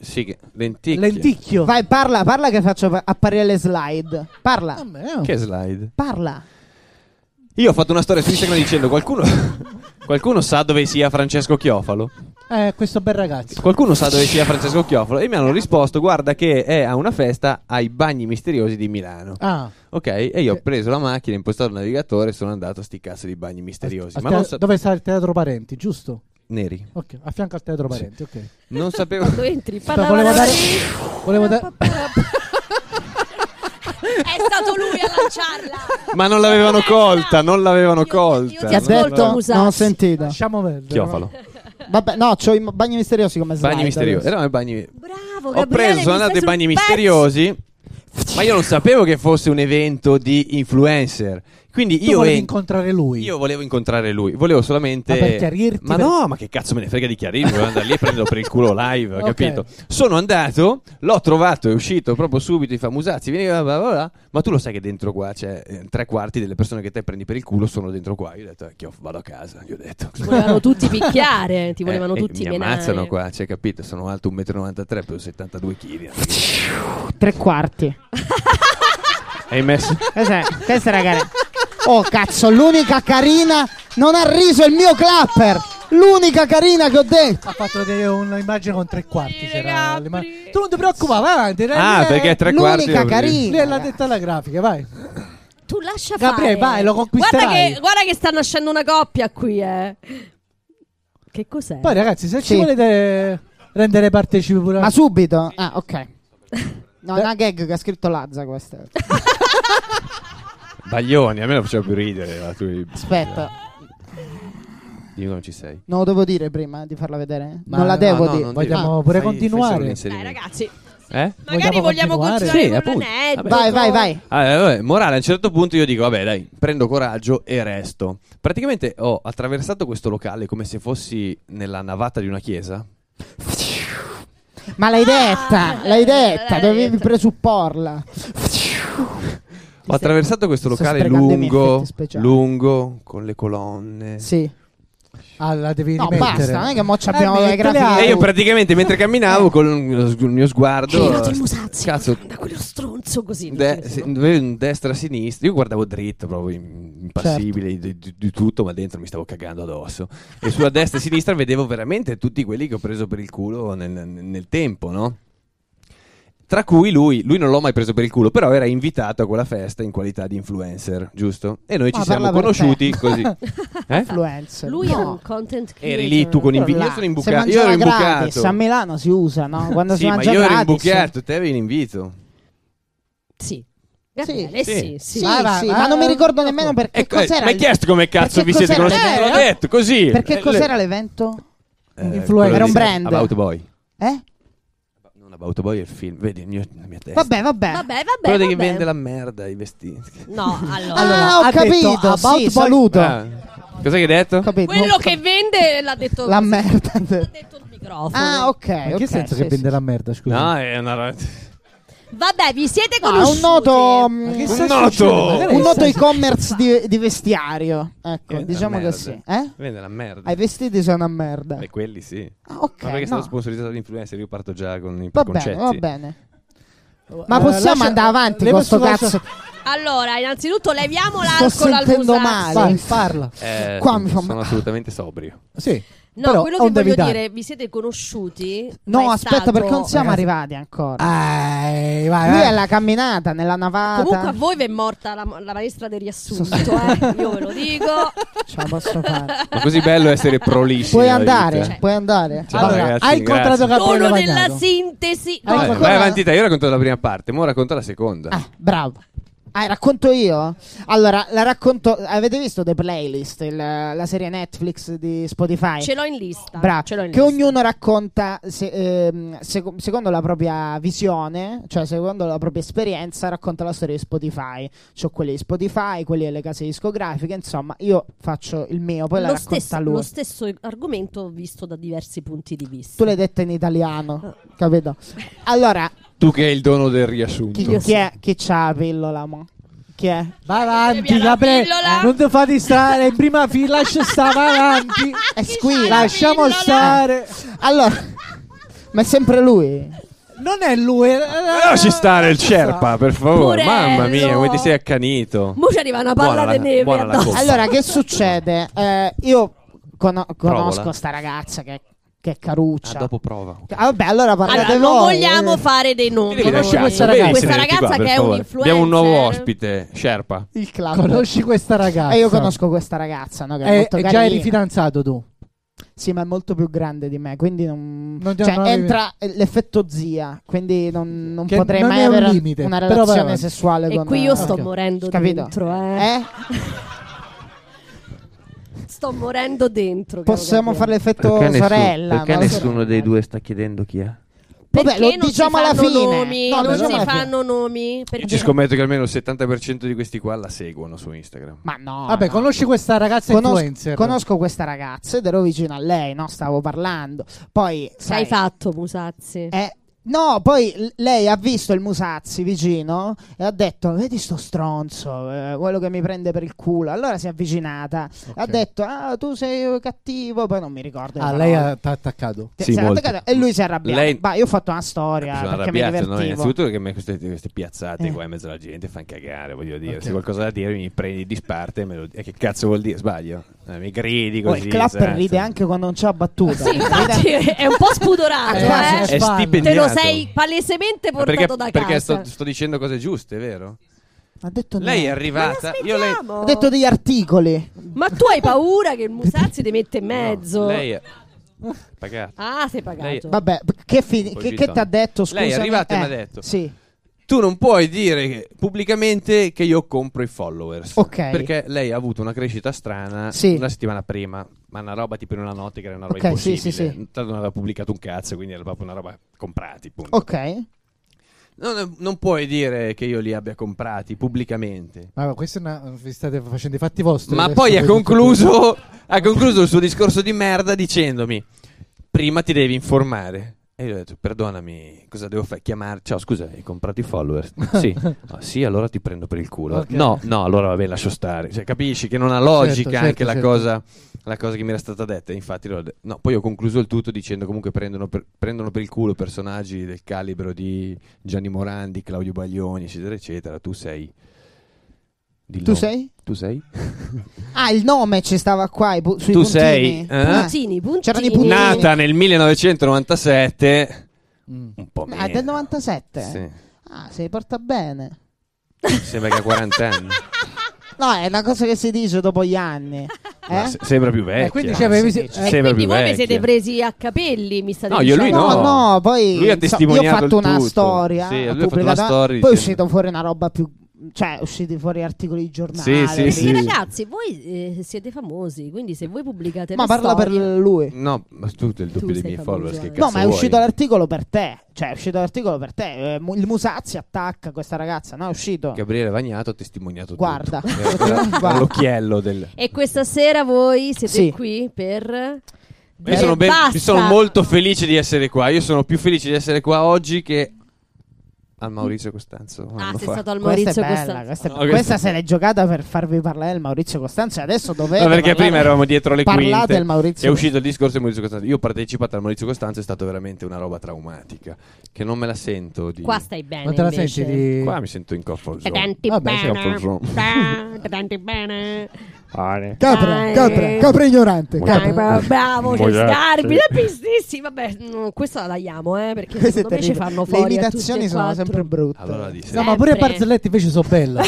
[SPEAKER 5] Sì, che- lenticchie.
[SPEAKER 2] Lenticchio.
[SPEAKER 4] Vai, parla, parla che faccio pa- apparire le slide. Parla,
[SPEAKER 2] Vabbè, oh.
[SPEAKER 5] Che slide?
[SPEAKER 4] parla.
[SPEAKER 5] Io ho fatto una storia su Instagram dicendo: qualcuno, *laughs* qualcuno sa dove sia Francesco Chiofalo?
[SPEAKER 2] Eh, questo bel ragazzo.
[SPEAKER 5] Qualcuno sa dove sia Francesco Chiofalo? E mi hanno risposto: Guarda, che è a una festa ai bagni misteriosi di Milano.
[SPEAKER 2] Ah,
[SPEAKER 5] Ok, e
[SPEAKER 3] Eh.
[SPEAKER 5] io ho preso la macchina, impostato il navigatore e sono andato a sti cazzo di bagni misteriosi.
[SPEAKER 2] al
[SPEAKER 5] Ma
[SPEAKER 2] te-
[SPEAKER 5] non sa-
[SPEAKER 2] dove sta il teatro Parenti, giusto?
[SPEAKER 5] Neri.
[SPEAKER 2] Ok, a fianco al teatro Parenti, ok.
[SPEAKER 3] *laughs*
[SPEAKER 5] Non sapevo.
[SPEAKER 3] Quando entri,
[SPEAKER 2] Aspetta,
[SPEAKER 3] parla-
[SPEAKER 2] volevo dare volevo dare *laughs*
[SPEAKER 3] È stato lui a lanciarla.
[SPEAKER 5] *laughs* Ma
[SPEAKER 3] *laughs*
[SPEAKER 5] non l'avevano colta, non l'avevano
[SPEAKER 3] Io-
[SPEAKER 5] colta.
[SPEAKER 3] io ti
[SPEAKER 5] non l'avevano-
[SPEAKER 3] ascolto, Musassi.
[SPEAKER 4] non ho sentito.
[SPEAKER 2] Lasciamo perdere.
[SPEAKER 5] Chiofalo.
[SPEAKER 4] Vabbè, no, c'ho i m- bagni misteriosi come slide.
[SPEAKER 5] Bagni misteriosi. Erano i bagni
[SPEAKER 3] Bravo, Oh,
[SPEAKER 5] Ho
[SPEAKER 3] Gabriele,
[SPEAKER 5] preso, sono
[SPEAKER 3] mi stai
[SPEAKER 5] andato ai
[SPEAKER 3] sul
[SPEAKER 5] bagni
[SPEAKER 3] pezzo.
[SPEAKER 5] misteriosi. Ma io non sapevo che fosse un evento di influencer. Quindi
[SPEAKER 2] Tu
[SPEAKER 5] io,
[SPEAKER 2] volevi
[SPEAKER 5] en-
[SPEAKER 2] incontrare lui.
[SPEAKER 5] io volevo incontrare lui. Volevo solamente.
[SPEAKER 2] Ma per chiarirti,
[SPEAKER 5] Ma
[SPEAKER 2] per-
[SPEAKER 5] no, ma che cazzo me ne frega di chiarirmi? Volevo andare lì e prenderlo per il culo live,
[SPEAKER 2] Ok.
[SPEAKER 5] capito? Sono andato, l'ho trovato, è uscito proprio subito. I famusazzi, vieni, bla bla bla, bla. Ma tu lo sai che dentro qua c'è eh, tre quarti delle persone che te prendi per il culo sono dentro qua. Io ho detto, eh, che off, vado a casa. Gli ho detto.
[SPEAKER 3] Ti volevano tutti picchiare,
[SPEAKER 5] *laughs*
[SPEAKER 3] ti volevano
[SPEAKER 5] Eh, eh,
[SPEAKER 3] tutti
[SPEAKER 5] mi
[SPEAKER 3] menare.
[SPEAKER 5] ammazzano qua, cioè, capito? Sono alto 1,93 m più 72 kg.
[SPEAKER 4] Tre quarti.
[SPEAKER 5] Hai messo?
[SPEAKER 4] Questa è, questa è la cara- Oh cazzo, l'unica carina non ha riso il mio clapper. L'unica carina che ho detto.
[SPEAKER 2] ha fatto vedere un'immagine con tre quarti. C'era
[SPEAKER 6] Gabri.
[SPEAKER 2] l'imma- Tu non ti preoccupare, vai avanti.
[SPEAKER 5] Ah,
[SPEAKER 2] lei-
[SPEAKER 5] perché tre quarti.
[SPEAKER 4] L'unica
[SPEAKER 5] lo prendi.
[SPEAKER 4] carina.
[SPEAKER 2] Lei l'ha detta alla grafica, vai.
[SPEAKER 3] Tu lascia
[SPEAKER 2] Gabriele,
[SPEAKER 3] fare.
[SPEAKER 2] vai, lo
[SPEAKER 3] guarda
[SPEAKER 2] conquisterai.
[SPEAKER 3] che, guarda che sta nascendo una coppia qui, eh. Che cos'è?
[SPEAKER 2] Poi ragazzi, se
[SPEAKER 4] Sì.
[SPEAKER 2] ci volete rendere partecipi pure
[SPEAKER 4] Ma subito? Ah, ok. No, è una gag che ha scritto Lazza questa.
[SPEAKER 5] Baglioni, a me non faceva più ridere. la tua-
[SPEAKER 4] Aspetta,
[SPEAKER 5] Dimmi come ci sei.
[SPEAKER 4] non lo devo dire prima di farla vedere?
[SPEAKER 2] Ma
[SPEAKER 4] non la
[SPEAKER 2] no,
[SPEAKER 4] devo
[SPEAKER 5] no,
[SPEAKER 4] dire.
[SPEAKER 5] non Ah.
[SPEAKER 2] Vogliamo
[SPEAKER 5] devo-
[SPEAKER 2] pure
[SPEAKER 5] fai-
[SPEAKER 2] continuare?
[SPEAKER 5] fai solo un
[SPEAKER 6] Dai, ragazzi,
[SPEAKER 5] inserimento. Eh?
[SPEAKER 6] magari vogliamo
[SPEAKER 2] Vogliamo continuare?
[SPEAKER 6] continuare,
[SPEAKER 5] Sì,
[SPEAKER 6] con
[SPEAKER 5] appunto.
[SPEAKER 6] l'aneddoto.
[SPEAKER 4] Vai, vai, vai.
[SPEAKER 5] Ah, eh, vabbè, morale, a un certo punto io dico, vabbè dai, prendo coraggio e resto. Praticamente ho attraversato questo locale come se fossi nella navata di una chiesa.
[SPEAKER 4] Ma l'hai detta, l'hai detta, dovevi presupporla.
[SPEAKER 5] Ho attraversato questo
[SPEAKER 4] sto
[SPEAKER 5] locale
[SPEAKER 4] sprecando i miei
[SPEAKER 5] lungo,
[SPEAKER 4] effetti speciali.
[SPEAKER 5] lungo, con le colonne.
[SPEAKER 4] Sì.
[SPEAKER 2] Ah, la devi
[SPEAKER 4] No,
[SPEAKER 2] rimettere.
[SPEAKER 4] basta, non è che mo ci
[SPEAKER 2] Eh,
[SPEAKER 4] abbiamo
[SPEAKER 2] mettele
[SPEAKER 4] le grafiche.
[SPEAKER 2] a-
[SPEAKER 5] E io praticamente mentre
[SPEAKER 4] Eh.
[SPEAKER 5] camminavo con il mio sguardo...
[SPEAKER 3] Girati il Musazzi.
[SPEAKER 5] Cazzo,
[SPEAKER 3] Da quello stronzo così.
[SPEAKER 5] De-
[SPEAKER 3] perché
[SPEAKER 5] se-
[SPEAKER 3] sono-
[SPEAKER 5] ve- destra, sinistra, io guardavo dritto, proprio im- impassibile
[SPEAKER 4] Certo.
[SPEAKER 5] di, di- di tutto, ma dentro mi stavo cagando addosso. E sulla destra e sinistra vedevo veramente tutti quelli che ho preso per il culo nel, nel tempo, no? Tra cui lui, lui non l'ho mai preso per il culo, però era invitato a quella festa in qualità di influencer, giusto? E noi ci
[SPEAKER 4] Ma
[SPEAKER 5] siamo
[SPEAKER 4] parla per *laughs*
[SPEAKER 5] conosciuti così. Eh?
[SPEAKER 4] Influencer.
[SPEAKER 3] Lui è un
[SPEAKER 4] no.
[SPEAKER 3] content creator.
[SPEAKER 5] Eri lì tu con i video, io
[SPEAKER 4] Là,
[SPEAKER 5] sono
[SPEAKER 4] se
[SPEAKER 5] imbucato. Io
[SPEAKER 4] mangiava
[SPEAKER 5] ero
[SPEAKER 4] gratis, a
[SPEAKER 5] imbucato.
[SPEAKER 4] Milano si usa, no? Quando
[SPEAKER 5] Sì,
[SPEAKER 4] si
[SPEAKER 5] ma
[SPEAKER 4] mangia
[SPEAKER 5] io ero
[SPEAKER 4] gratis.
[SPEAKER 5] imbucato, te avevi l'invito.
[SPEAKER 3] Sì. Gabriele,
[SPEAKER 5] Sì.
[SPEAKER 3] sì, sì.
[SPEAKER 4] Sì,
[SPEAKER 2] Vai, vai,
[SPEAKER 4] sì,
[SPEAKER 2] vai.
[SPEAKER 4] ma non mi ricordo nemmeno perché
[SPEAKER 5] Ecco, eh,
[SPEAKER 4] cos'era.
[SPEAKER 5] mi hai
[SPEAKER 4] il-
[SPEAKER 5] chiesto come cazzo
[SPEAKER 4] perché
[SPEAKER 5] vi siete
[SPEAKER 4] cos'era
[SPEAKER 5] conosciuti? Te l'ho
[SPEAKER 4] l'evento?
[SPEAKER 5] detto così.
[SPEAKER 4] Perché
[SPEAKER 5] Eh,
[SPEAKER 4] cos'era l'evento?
[SPEAKER 5] Eh,
[SPEAKER 2] Influencer.
[SPEAKER 5] quello di
[SPEAKER 2] Era un
[SPEAKER 4] brand.
[SPEAKER 5] About Boy.
[SPEAKER 4] Eh?
[SPEAKER 5] Non About Boy è il film, vedi il mio- la mia testa.
[SPEAKER 4] Vabbè, vabbè.
[SPEAKER 3] Vabbè, vabbè.
[SPEAKER 5] Quello di
[SPEAKER 3] vabbè.
[SPEAKER 5] chi vende la merda, i vestiti.
[SPEAKER 3] No, allora.
[SPEAKER 4] Ah, ho
[SPEAKER 2] ha detto,
[SPEAKER 4] capito.
[SPEAKER 2] about
[SPEAKER 4] sì,
[SPEAKER 2] boy-
[SPEAKER 4] saluto.
[SPEAKER 5] Ah, Cosa hai detto?
[SPEAKER 4] Capito,
[SPEAKER 6] Quello
[SPEAKER 4] non-
[SPEAKER 6] che vende l'ha detto
[SPEAKER 4] La
[SPEAKER 6] così.
[SPEAKER 4] merda.
[SPEAKER 6] L'ha detto il microfono.
[SPEAKER 4] Ah, ok.
[SPEAKER 2] Ma in che
[SPEAKER 4] ok,
[SPEAKER 2] senso che
[SPEAKER 4] sì, sì,
[SPEAKER 2] vende la merda, scusa?
[SPEAKER 5] No, è una roba.
[SPEAKER 3] Vabbè, vi siete
[SPEAKER 4] No, è
[SPEAKER 3] conosciuti.
[SPEAKER 4] Ah, un noto,
[SPEAKER 2] Ma
[SPEAKER 4] mm,
[SPEAKER 2] che
[SPEAKER 5] Un
[SPEAKER 2] senso
[SPEAKER 5] noto!
[SPEAKER 2] c'è? Magari
[SPEAKER 4] un
[SPEAKER 2] è
[SPEAKER 4] noto
[SPEAKER 2] senso-
[SPEAKER 4] e-commerce di, di vestiario. Ecco,
[SPEAKER 5] Eh,
[SPEAKER 4] diciamo
[SPEAKER 5] merda.
[SPEAKER 4] così. Eh?
[SPEAKER 5] Vende la merda.
[SPEAKER 4] Ai vestiti sono una merda.
[SPEAKER 5] E quelli sì.
[SPEAKER 4] Ah, ok.
[SPEAKER 5] Ma perché è
[SPEAKER 4] no.
[SPEAKER 5] stato sponsorizzato da influencer, io parto già con i
[SPEAKER 4] Va bene,
[SPEAKER 5] preconcetti.
[SPEAKER 4] va bene.
[SPEAKER 2] Eh,
[SPEAKER 4] Ma possiamo
[SPEAKER 2] lascia-
[SPEAKER 4] andare avanti
[SPEAKER 2] le
[SPEAKER 4] con
[SPEAKER 2] posso
[SPEAKER 4] sto
[SPEAKER 2] lasciare-
[SPEAKER 4] cazzo.
[SPEAKER 6] Allora, innanzitutto leviamo
[SPEAKER 4] Sto
[SPEAKER 6] l'alcol al
[SPEAKER 4] sentendo
[SPEAKER 6] Musazzi.
[SPEAKER 4] male.
[SPEAKER 2] Vai, parla.
[SPEAKER 5] Eh,
[SPEAKER 4] Qua mi fa
[SPEAKER 5] sono
[SPEAKER 4] ma-
[SPEAKER 5] assolutamente sobrio.
[SPEAKER 2] Sì.
[SPEAKER 3] No,
[SPEAKER 2] però
[SPEAKER 3] quello
[SPEAKER 2] on
[SPEAKER 3] che
[SPEAKER 2] devi
[SPEAKER 3] voglio
[SPEAKER 2] dare.
[SPEAKER 3] dire, vi siete conosciuti?
[SPEAKER 4] No,
[SPEAKER 3] ma è
[SPEAKER 4] aspetta,
[SPEAKER 3] stato-
[SPEAKER 4] perché non siamo
[SPEAKER 2] Ragazzi- Ah,
[SPEAKER 4] arrivati ancora.
[SPEAKER 2] Ehi, vai,
[SPEAKER 4] Lui
[SPEAKER 2] vai.
[SPEAKER 4] è alla camminata, nella navata.
[SPEAKER 3] Comunque a voi vi è morta la, la maestra del riassunto, eh? Io ve lo
[SPEAKER 4] *laughs*
[SPEAKER 3] dico.
[SPEAKER 4] Ce la
[SPEAKER 3] *laughs*
[SPEAKER 4] posso fare.
[SPEAKER 5] Ma così bello
[SPEAKER 4] *laughs*
[SPEAKER 5] essere prolisci.
[SPEAKER 4] Puoi
[SPEAKER 5] nella
[SPEAKER 4] andare,
[SPEAKER 5] vita.
[SPEAKER 4] puoi andare.
[SPEAKER 5] Cioè,
[SPEAKER 2] allora,
[SPEAKER 5] ragazzi,
[SPEAKER 2] hai incontrato
[SPEAKER 5] grazie.
[SPEAKER 2] Gabriele
[SPEAKER 3] Solo nella
[SPEAKER 2] Vagnato.
[SPEAKER 3] sintesi.
[SPEAKER 4] Hai
[SPEAKER 5] Vabbè,
[SPEAKER 4] qualcosa-
[SPEAKER 5] vai avanti te, io racconto la prima parte, ora racconto la seconda.
[SPEAKER 4] Ah, bravo. Ah, racconto io? Allora, la racconto. Avete visto The Playlist, il- la serie Netflix di Spotify?
[SPEAKER 3] Ce l'ho in lista.
[SPEAKER 4] Bravo,
[SPEAKER 3] Ce l'ho in
[SPEAKER 4] che
[SPEAKER 3] lista.
[SPEAKER 4] ognuno racconta se- ehm, seco- secondo la propria visione, cioè secondo la propria esperienza, racconta la storia di Spotify. C'ho quelli di Spotify, quelli delle case discografiche, insomma, io faccio il mio, poi la
[SPEAKER 3] lo,
[SPEAKER 4] racconta
[SPEAKER 3] stesso,
[SPEAKER 4] lui.
[SPEAKER 3] lo stesso argomento visto da diversi punti di vista.
[SPEAKER 4] Tu l'hai detta in italiano, capito? Allora,
[SPEAKER 5] Tu che hai il dono del
[SPEAKER 4] chi,
[SPEAKER 5] riassunto.
[SPEAKER 4] chi è che c'ha la pillola? Mo? Chi è?
[SPEAKER 2] Vai avanti,
[SPEAKER 6] Devi alla
[SPEAKER 2] Gabriele.
[SPEAKER 6] pillola.
[SPEAKER 2] Non ti fa distrarre in prima fila, lascia stare
[SPEAKER 3] *laughs*
[SPEAKER 2] avanti.
[SPEAKER 4] È Eh, Squilla.
[SPEAKER 2] Lasciamo stare.
[SPEAKER 4] Allora, ma è sempre lui.
[SPEAKER 2] Non è lui. eh,
[SPEAKER 5] Lasci stare il Cerpa, per favore.
[SPEAKER 3] Purello.
[SPEAKER 5] Mamma mia, come ti sei accanito.
[SPEAKER 3] Mo ci arriva una
[SPEAKER 5] Buona
[SPEAKER 3] palla
[SPEAKER 5] la-
[SPEAKER 3] di neve
[SPEAKER 5] buona la
[SPEAKER 3] addosso.
[SPEAKER 5] coppa.
[SPEAKER 4] Allora, che succede? Eh, io cono- conosco sta ragazza che, che è caruccia.
[SPEAKER 5] Ah, dopo prova.
[SPEAKER 4] Ah, vabbè, allora parlate
[SPEAKER 3] Allora, non
[SPEAKER 4] voi.
[SPEAKER 3] vogliamo fare dei nomi.
[SPEAKER 5] Devi
[SPEAKER 4] Conosci
[SPEAKER 5] lasciare.
[SPEAKER 4] questa
[SPEAKER 5] Devi
[SPEAKER 4] ragazza?
[SPEAKER 5] sederti
[SPEAKER 3] Questa ragazza
[SPEAKER 5] qua, per
[SPEAKER 3] che è un
[SPEAKER 5] favore.
[SPEAKER 3] influencer.
[SPEAKER 5] Abbiamo un nuovo ospite, Sherpa.
[SPEAKER 4] Il club.
[SPEAKER 2] Conosci questa ragazza?
[SPEAKER 4] E Eh, io conosco questa ragazza, no, che è,
[SPEAKER 2] Eh,
[SPEAKER 4] molto
[SPEAKER 2] già
[SPEAKER 4] carina.
[SPEAKER 2] eri fidanzato tu.
[SPEAKER 4] sì, ma è molto più grande di me, quindi non...
[SPEAKER 2] Non ti-
[SPEAKER 4] cioè,
[SPEAKER 2] non avevi-
[SPEAKER 4] entra l'effetto zia, quindi non, non
[SPEAKER 2] Che
[SPEAKER 4] potrei
[SPEAKER 2] non
[SPEAKER 4] mai
[SPEAKER 2] è un
[SPEAKER 4] avere
[SPEAKER 2] limite,
[SPEAKER 4] una
[SPEAKER 2] però
[SPEAKER 4] relazione
[SPEAKER 2] vai avanti.
[SPEAKER 4] sessuale
[SPEAKER 3] E
[SPEAKER 4] con
[SPEAKER 3] qui io sto
[SPEAKER 2] Ok.
[SPEAKER 3] morendo
[SPEAKER 4] Capito?
[SPEAKER 3] dentro, eh.
[SPEAKER 4] Eh?
[SPEAKER 3] Sto morendo dentro. caro
[SPEAKER 4] Possiamo
[SPEAKER 3] Gabriele.
[SPEAKER 4] fare l'effetto sorella, no?
[SPEAKER 5] dei due sta chiedendo chi è?
[SPEAKER 4] Vabbè,
[SPEAKER 3] Perché
[SPEAKER 4] lo
[SPEAKER 3] non
[SPEAKER 4] diciamo
[SPEAKER 3] si
[SPEAKER 4] alla
[SPEAKER 3] fanno
[SPEAKER 4] fine.
[SPEAKER 3] Nomi,
[SPEAKER 4] No, lo
[SPEAKER 3] non
[SPEAKER 4] diciamo
[SPEAKER 3] si
[SPEAKER 4] alla fine.
[SPEAKER 3] fanno nomi. Perché
[SPEAKER 5] Ci scommetto che almeno il 70% di questi qua la seguono su Instagram.
[SPEAKER 4] Ma no.
[SPEAKER 2] Vabbè,
[SPEAKER 4] no.
[SPEAKER 2] conosci questa ragazza
[SPEAKER 4] Conos-
[SPEAKER 2] influencer?
[SPEAKER 4] conosco questa ragazza ed ero vicino a lei, no? Stavo parlando. Poi,
[SPEAKER 3] Che hai
[SPEAKER 4] sai,
[SPEAKER 3] fatto, Musazzi?
[SPEAKER 4] Eh, no, poi l- lei ha visto il Musazzi vicino e ha detto: Vedi sto stronzo, eh, quello che mi prende per il culo. Allora si è avvicinata. Ha detto: Ah, tu sei cattivo. Poi non mi ricordo. le
[SPEAKER 2] Ah, lei
[SPEAKER 4] parole.
[SPEAKER 2] ha- t'ha attaccato.
[SPEAKER 4] Ti-
[SPEAKER 5] Sì,
[SPEAKER 4] si è
[SPEAKER 5] molto.
[SPEAKER 4] attaccata E lui si è arrabbiato.
[SPEAKER 5] Lei-
[SPEAKER 4] Bah, io ho fatto una storia
[SPEAKER 5] sono
[SPEAKER 4] perché mi
[SPEAKER 5] arrabbiato Eh, no?
[SPEAKER 4] divertivo.
[SPEAKER 5] innanzitutto perché a me queste, queste piazzate
[SPEAKER 4] Eh.
[SPEAKER 5] qua in mezzo alla gente fanno cagare voglio dire
[SPEAKER 2] Ok.
[SPEAKER 5] se qualcosa da dire mi prendi di sparte e me lo- e che cazzo vuol dire sbaglio Eh, mi gridi
[SPEAKER 4] Poi
[SPEAKER 5] così
[SPEAKER 4] Oh, il clapper
[SPEAKER 5] esatto.
[SPEAKER 4] ride anche quando non c'è battuta.
[SPEAKER 3] *laughs* Sì, infatti è un po' spudorato,
[SPEAKER 2] Eh,
[SPEAKER 3] eh.
[SPEAKER 2] sì,
[SPEAKER 5] è
[SPEAKER 2] spalle.
[SPEAKER 5] stipendiato
[SPEAKER 3] Te lo sei palesemente
[SPEAKER 5] Ma
[SPEAKER 3] portato
[SPEAKER 5] perché,
[SPEAKER 3] da
[SPEAKER 5] perché
[SPEAKER 3] casa.
[SPEAKER 5] sto, sto dicendo cose giuste vero?
[SPEAKER 4] Ha detto
[SPEAKER 5] lei è
[SPEAKER 4] niente.
[SPEAKER 3] Ma
[SPEAKER 5] arrivata
[SPEAKER 3] la
[SPEAKER 5] io lei
[SPEAKER 3] smettiamo?
[SPEAKER 4] Ha detto degli articoli.
[SPEAKER 3] Ma tu hai paura che il Musazzi ti mette in
[SPEAKER 5] no,
[SPEAKER 3] mezzo?
[SPEAKER 5] lei è pagato
[SPEAKER 3] Ah, sei pagato.
[SPEAKER 5] Lei-
[SPEAKER 4] Vabbè, che, fi-
[SPEAKER 5] Poi
[SPEAKER 4] che,
[SPEAKER 5] ci
[SPEAKER 4] che
[SPEAKER 5] sono.
[SPEAKER 4] ti ha detto? Scusa,
[SPEAKER 5] Lei è arrivata e mi ha detto.
[SPEAKER 4] Sì.
[SPEAKER 5] tu non puoi dire che- pubblicamente che io compro i followers.
[SPEAKER 4] Ok.
[SPEAKER 5] Perché lei ha avuto una crescita strana
[SPEAKER 4] Sì.
[SPEAKER 5] una settimana prima, ma una roba tipo in una notte che era una roba
[SPEAKER 4] Ok, sì, sì,
[SPEAKER 5] impossibile.
[SPEAKER 4] sì.
[SPEAKER 5] Tanto non aveva pubblicato un cazzo, quindi era proprio una roba comprati, punto.
[SPEAKER 4] Ok.
[SPEAKER 5] Non, non puoi dire che io li abbia comprati pubblicamente.
[SPEAKER 2] Ma questa è una. Vi state facendo i fatti vostri.
[SPEAKER 5] Ma
[SPEAKER 2] adesso
[SPEAKER 5] poi ha
[SPEAKER 2] voi tutti e due.
[SPEAKER 5] concluso, ha concluso il suo discorso di merda dicendomi: Prima ti devi informare. E io ho detto: Perdonami, cosa devo fare? Chiamare? Ciao, scusa, hai comprato i followers?
[SPEAKER 2] *laughs*
[SPEAKER 5] Sì, Ah, sì, allora ti prendo per il culo.
[SPEAKER 2] Ok.
[SPEAKER 5] No, no, allora va bene, lascio stare. Cioè, capisci che non ha logica
[SPEAKER 2] Certo, certo,
[SPEAKER 5] anche la,
[SPEAKER 2] certo.
[SPEAKER 5] Cosa, la cosa che mi era stata detta. Infatti, l'ho de- no, poi ho concluso il tutto dicendo: Comunque prendono per, prendono per il culo personaggi del calibro di Gianni Morandi, Claudio Baglioni, eccetera, eccetera. Tu sei. Dillo.
[SPEAKER 4] Tu sei?
[SPEAKER 5] Tu sei?
[SPEAKER 4] Ah, il nome ci stava qua. i pu- sui
[SPEAKER 5] Tu
[SPEAKER 4] puntini.
[SPEAKER 5] sei, eh?
[SPEAKER 4] Ah.
[SPEAKER 3] Puntini, puntini.
[SPEAKER 4] C'erano i puntini.
[SPEAKER 5] Nata nel 1997,
[SPEAKER 2] Mm.
[SPEAKER 5] un po' meno.
[SPEAKER 4] Ah, del 97?
[SPEAKER 5] Sì.
[SPEAKER 4] Ah, si porta bene.
[SPEAKER 5] Sembra che ha 40 *laughs* anni.
[SPEAKER 4] No, è una cosa che si dice dopo
[SPEAKER 3] *laughs*
[SPEAKER 4] gli anni.
[SPEAKER 5] Ma
[SPEAKER 4] Eh?
[SPEAKER 5] se- sembra più vecchia.
[SPEAKER 2] Eh, quindi ci avevi- eh,
[SPEAKER 3] E
[SPEAKER 5] Sembra
[SPEAKER 3] quindi
[SPEAKER 5] più
[SPEAKER 3] voi vi
[SPEAKER 5] vecchia.
[SPEAKER 3] siete presi a capelli, mi state
[SPEAKER 5] No, io e
[SPEAKER 3] dicendo.
[SPEAKER 5] lui
[SPEAKER 4] no,
[SPEAKER 5] no.
[SPEAKER 4] no, poi
[SPEAKER 5] Lui
[SPEAKER 4] insomma, io
[SPEAKER 5] ha
[SPEAKER 4] ho
[SPEAKER 5] testimoniato
[SPEAKER 4] fatto
[SPEAKER 5] il
[SPEAKER 4] una
[SPEAKER 5] tutto.
[SPEAKER 4] storia.
[SPEAKER 5] Sì, lui ha fatto
[SPEAKER 4] pubblicata,
[SPEAKER 5] una storia
[SPEAKER 4] Poi è
[SPEAKER 5] dicendo-
[SPEAKER 4] uscito fuori una roba più. Cioè, è usciti fuori articoli di giornale.
[SPEAKER 5] Sì,
[SPEAKER 3] Perché
[SPEAKER 5] sì.
[SPEAKER 3] ragazzi, voi eh, siete famosi, quindi se voi pubblicate
[SPEAKER 4] Ma
[SPEAKER 3] le
[SPEAKER 4] parla per
[SPEAKER 3] storie-
[SPEAKER 4] lui.
[SPEAKER 5] No, ma tu hai il
[SPEAKER 3] Tu
[SPEAKER 5] doppio dei
[SPEAKER 3] sei
[SPEAKER 5] miei
[SPEAKER 3] famoso,
[SPEAKER 5] followers. Che
[SPEAKER 3] eh.
[SPEAKER 5] cazzo
[SPEAKER 4] no, ma è
[SPEAKER 5] vuoi?
[SPEAKER 4] uscito l'articolo per te. Cioè, è uscito l'articolo per te. Eh, mu- Il Musazzi attacca questa ragazza. No, è uscito.
[SPEAKER 5] Gabriele Vagnato ha testimoniato
[SPEAKER 4] Guarda.
[SPEAKER 5] tutto. Era- era- era l'occhiello del...
[SPEAKER 3] E questa sera voi siete
[SPEAKER 4] Sì.
[SPEAKER 3] qui per
[SPEAKER 5] Io sono, ben-
[SPEAKER 3] Eh, Basta.
[SPEAKER 5] sono molto felice di essere qua. Io sono più felice di essere qua oggi che al Maurizio Costanzo. un
[SPEAKER 3] Ah,
[SPEAKER 5] anno
[SPEAKER 3] sei
[SPEAKER 5] fa.
[SPEAKER 3] stato al
[SPEAKER 4] Questa è
[SPEAKER 3] Maurizio
[SPEAKER 4] bella,
[SPEAKER 3] Costanzo.
[SPEAKER 4] questa, è be-
[SPEAKER 5] No, questa-
[SPEAKER 4] questa se l'è giocata per farvi parlare del Maurizio Costanzo e adesso dovete
[SPEAKER 5] No, perché
[SPEAKER 4] parlare-
[SPEAKER 5] prima eravamo dietro le
[SPEAKER 4] parlate
[SPEAKER 5] quinte.
[SPEAKER 4] del Maurizio
[SPEAKER 5] È uscito il discorso di Maurizio Costanzo. Io ho partecipato al Maurizio Costanzo, è stata veramente una roba traumatica. Che non me la sento di.
[SPEAKER 3] Qua stai bene.
[SPEAKER 2] Ma te la
[SPEAKER 3] invece.
[SPEAKER 2] senti di.
[SPEAKER 5] Qua mi sento in comfort
[SPEAKER 3] Te
[SPEAKER 5] zone.
[SPEAKER 3] tanti
[SPEAKER 2] Vabbè,
[SPEAKER 5] sì,
[SPEAKER 3] bene.
[SPEAKER 5] un po'
[SPEAKER 3] Bra- *laughs* te tanti bene.
[SPEAKER 5] Pare.
[SPEAKER 3] Capra, capra, capra
[SPEAKER 4] ignorante.
[SPEAKER 5] Capra.
[SPEAKER 3] Dai, bra- bravo, c'è
[SPEAKER 5] Mogliacci.
[SPEAKER 3] Sgarbi, è pistissimo. Vabbè, no, mm, questa la tagliamo, eh, perché secondo me ci fanno
[SPEAKER 4] Le
[SPEAKER 3] fuori. a tutti
[SPEAKER 4] imitazioni
[SPEAKER 3] e
[SPEAKER 4] sono
[SPEAKER 3] quattro.
[SPEAKER 4] sempre brutte.
[SPEAKER 5] Allora disse.
[SPEAKER 2] No, ma pure
[SPEAKER 3] Sempre.
[SPEAKER 2] Barzelletti invece so bella.